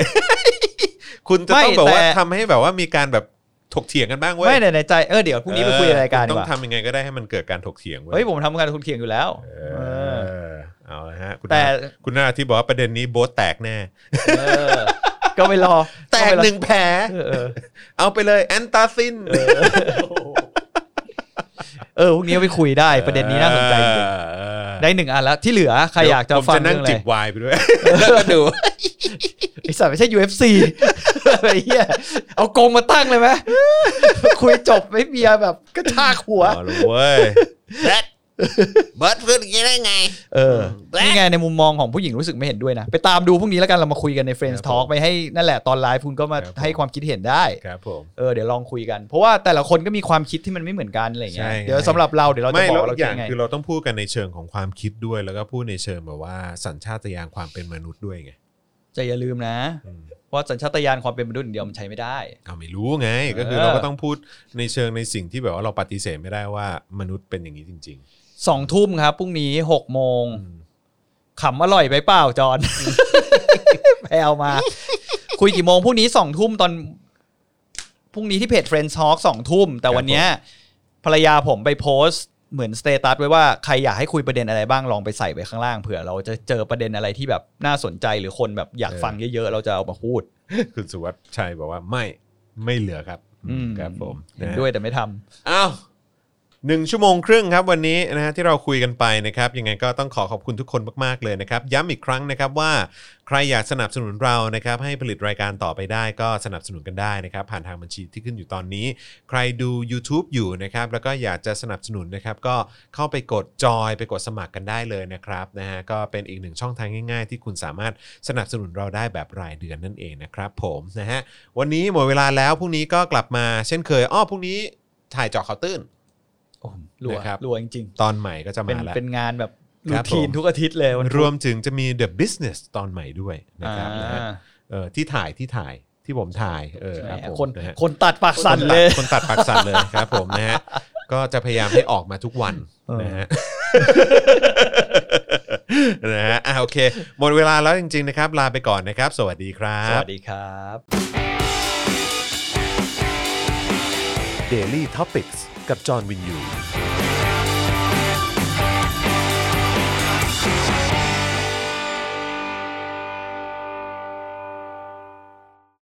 [SPEAKER 1] คุณจะต้อง
[SPEAKER 2] ไม่
[SPEAKER 1] แบบว่า
[SPEAKER 2] แต่
[SPEAKER 1] ทำให้แบบว่ามีการแบบถกเถียงกันบ้างเว้ย
[SPEAKER 2] ไม่แต่ในใจเออเดี๋ยวพรุ่งนี้ไปคุยในรายการ
[SPEAKER 1] เออ
[SPEAKER 2] ดี
[SPEAKER 1] ต้อก ง
[SPEAKER 2] ว่า
[SPEAKER 1] ทำยังไงก็ได้ให้มันเกิดการถกเถียงเว้
[SPEAKER 2] เฮ้
[SPEAKER 1] ย
[SPEAKER 2] ยผมทำงานคุณเถียงอยู่แล้ว
[SPEAKER 1] เอ
[SPEAKER 2] เอ
[SPEAKER 1] อ
[SPEAKER 2] อ
[SPEAKER 1] เอาละฮะคุณ
[SPEAKER 2] แต่
[SPEAKER 1] คุณนาที่บอกว่าประเด็นนี้โบทแตกแน่
[SPEAKER 2] เออก็ไปรอ
[SPEAKER 1] แตก
[SPEAKER 2] ไปรอ
[SPEAKER 1] หนึ่งแผล
[SPEAKER 2] เออเออ
[SPEAKER 1] เอาไปเลยแอนตาซิน
[SPEAKER 3] โอ้โห
[SPEAKER 2] เออพรุ่งนี้เอาไปคุยได้ประเด็นนี้น่าสนใจจริง
[SPEAKER 1] เออเออ
[SPEAKER 2] ๆได้หนึ่งอันแล้วที่เหลือใครอยากจะ
[SPEAKER 1] ผม
[SPEAKER 2] ฟัง
[SPEAKER 1] จะนั่
[SPEAKER 2] เรื่องงอะไร
[SPEAKER 1] จิบไวน์ไปด้วย แล้วก็ดู
[SPEAKER 2] ไอสัตว์ไม่ใช่ UFC ไอ้เหี้ยเอากงมาตั้งเลยไหม คุยจบไม่เบียร์แบบกระชากหัว
[SPEAKER 1] เอาละเว้ย
[SPEAKER 4] เบิร์ดเบิร์ดพูดอย่างนี้ได้ไง
[SPEAKER 2] เออ นี่ไงในมุมมองของผู้หญิงรู้สึกไม่เห็นด้วยนะ ไปตามดูพรุ่งนี้แล้วกันเรามาคุยกันใน Friends Talk ไปให้นั่นแหละตอนไลฟ์คุณก็มาให้ความคิดเห็นได้
[SPEAKER 1] ครับผม
[SPEAKER 2] เออเดี๋ยวลองคุยกัน เพราะว่าแต่ละคนก็มีความคิดที่มันไม่เหมือนกันอะไรอย่างเงี้ย
[SPEAKER 1] ใช่
[SPEAKER 2] เดี๋ยวสำหรับเราเดี๋ยวเราจะ
[SPEAKER 1] ไม่
[SPEAKER 2] บอ
[SPEAKER 1] แล้ว
[SPEAKER 2] ก
[SPEAKER 1] อีกอ
[SPEAKER 2] เราคิด
[SPEAKER 1] ย่าง
[SPEAKER 2] ยังไง
[SPEAKER 1] คือเราต้องพูดกันในเชิงของความคิดด้วยแล้วก็พูดในเชิงแบบว่าสัญชาตญาณความเป็นมนุษย์ด้วยไง
[SPEAKER 2] จะอย่าลืมนะ
[SPEAKER 1] อืม
[SPEAKER 2] เพราะสัญชาตญาณความเป็นมนุษย์อย่างเดียวมันใช้ไม่ได้
[SPEAKER 1] เอาไม่รู้ไง ก็คือ
[SPEAKER 2] เออ
[SPEAKER 1] เราก็ต้องพูดในเชิงในสิ่งที่แบบว่าเราปฏิเสธไม่ได้ว่ามนุษย์เป็นอย่างนี้จริง
[SPEAKER 2] สองทุ่มครับพรุ่งนี้หกโมง
[SPEAKER 1] ๆ อืม
[SPEAKER 2] ขำอร่อยไปเปล่าจอน แพลมา คุยกี่โมงพรุ่งนี้สองทุ่มตอนพรุ่งนี้ที่เพจ Friends Talk สองทุ่ม แต่วันเนี้ยภรรยาผมไปโพสต์เหมือนสเตตัสไว้ว่าใครอยากให้คุยประเด็นอะไรบ้างลองไปใส่ไว้ข้างล่างเผื่อเราจะเจอประเด็นอะไรที่แบบน่าสนใจหรือคนแบบอยากฟังเยอะๆ เราจะเอามาพูด
[SPEAKER 1] คุณสุวัสด์ชัยบอกว่าไม่ไม่เหลือครับ
[SPEAKER 2] อืม
[SPEAKER 1] ครับผม
[SPEAKER 2] เห็น
[SPEAKER 1] นะ
[SPEAKER 2] ด้วยแต่ไม่ทำ
[SPEAKER 1] อ้าวหนึ่งชั่วโมงครึ่งครับวันนี้นะฮะที่เราคุยกันไปนะครับยังไงก็ต้องขอขอบคุณทุกคนมากๆเลยนะครับย้ำอีกครั้งนะครับว่าใครอยากสนับสนุนเรานะครับให้ผลิตรายการต่อไปได้ก็สนับสนุนกันได้นะครับผ่านทางบัญชีที่ขึ้นอยู่ตอนนี้ ใครดู YouTube อยู่นะครับแล้วก็อยากจะสนับสนุนนะครับก็เข้าไปกดจอยไปกดสมัครกันได้เลยนะครับนะฮะก็เป็นอีกหนึ่งช่องทางง่าย ๆ ที่คุณสามารถสนับสนุนเราได้แบบรายเดือนนั่นเองนะครับผมนะฮะวันนี้หมดเวลาแล้วพรุ่งนี้ก็กลับมาเช่นเคยอ้อพรุ่งนี้ ถ่ายเจาะข่าวตื้น
[SPEAKER 2] โอ้โหรัว
[SPEAKER 1] นะครับ
[SPEAKER 2] รัวจริง
[SPEAKER 1] ตอนใหม่ก็จะ
[SPEAKER 2] ๆ เป็
[SPEAKER 1] มาน แล้ว
[SPEAKER 2] เป็นงานแบบ
[SPEAKER 1] ค
[SPEAKER 2] รู
[SPEAKER 1] รับ
[SPEAKER 2] ทีน
[SPEAKER 1] ผม
[SPEAKER 2] ทุกอาทิตย์เลยวัน
[SPEAKER 1] รวมถึงจะมี The Business ตอนใหม่ด้วยนะ
[SPEAKER 2] อ่า
[SPEAKER 1] ครับนะฮะเออที่ถ่ายที่ถ่ายที่ผมถ่ายเออครับผม
[SPEAKER 2] คน
[SPEAKER 1] นะฮะ
[SPEAKER 2] คนตัดปากสั่นเลย
[SPEAKER 1] คนตัดคนตัดปากสั่นเลย ครับผมนะฮะก็จะพยายามให้ออกมาทุกวัน
[SPEAKER 2] เออ
[SPEAKER 1] นะ ฮะนะฮะอ่ะโอเค หมดเวลาแล้วจริง ๆ นะครับ ลาไปก่อนนะครับ สวัสดีครั
[SPEAKER 2] ส
[SPEAKER 1] บ
[SPEAKER 2] วัสดีครับ
[SPEAKER 1] Daily Topics กับจอห์นวินยู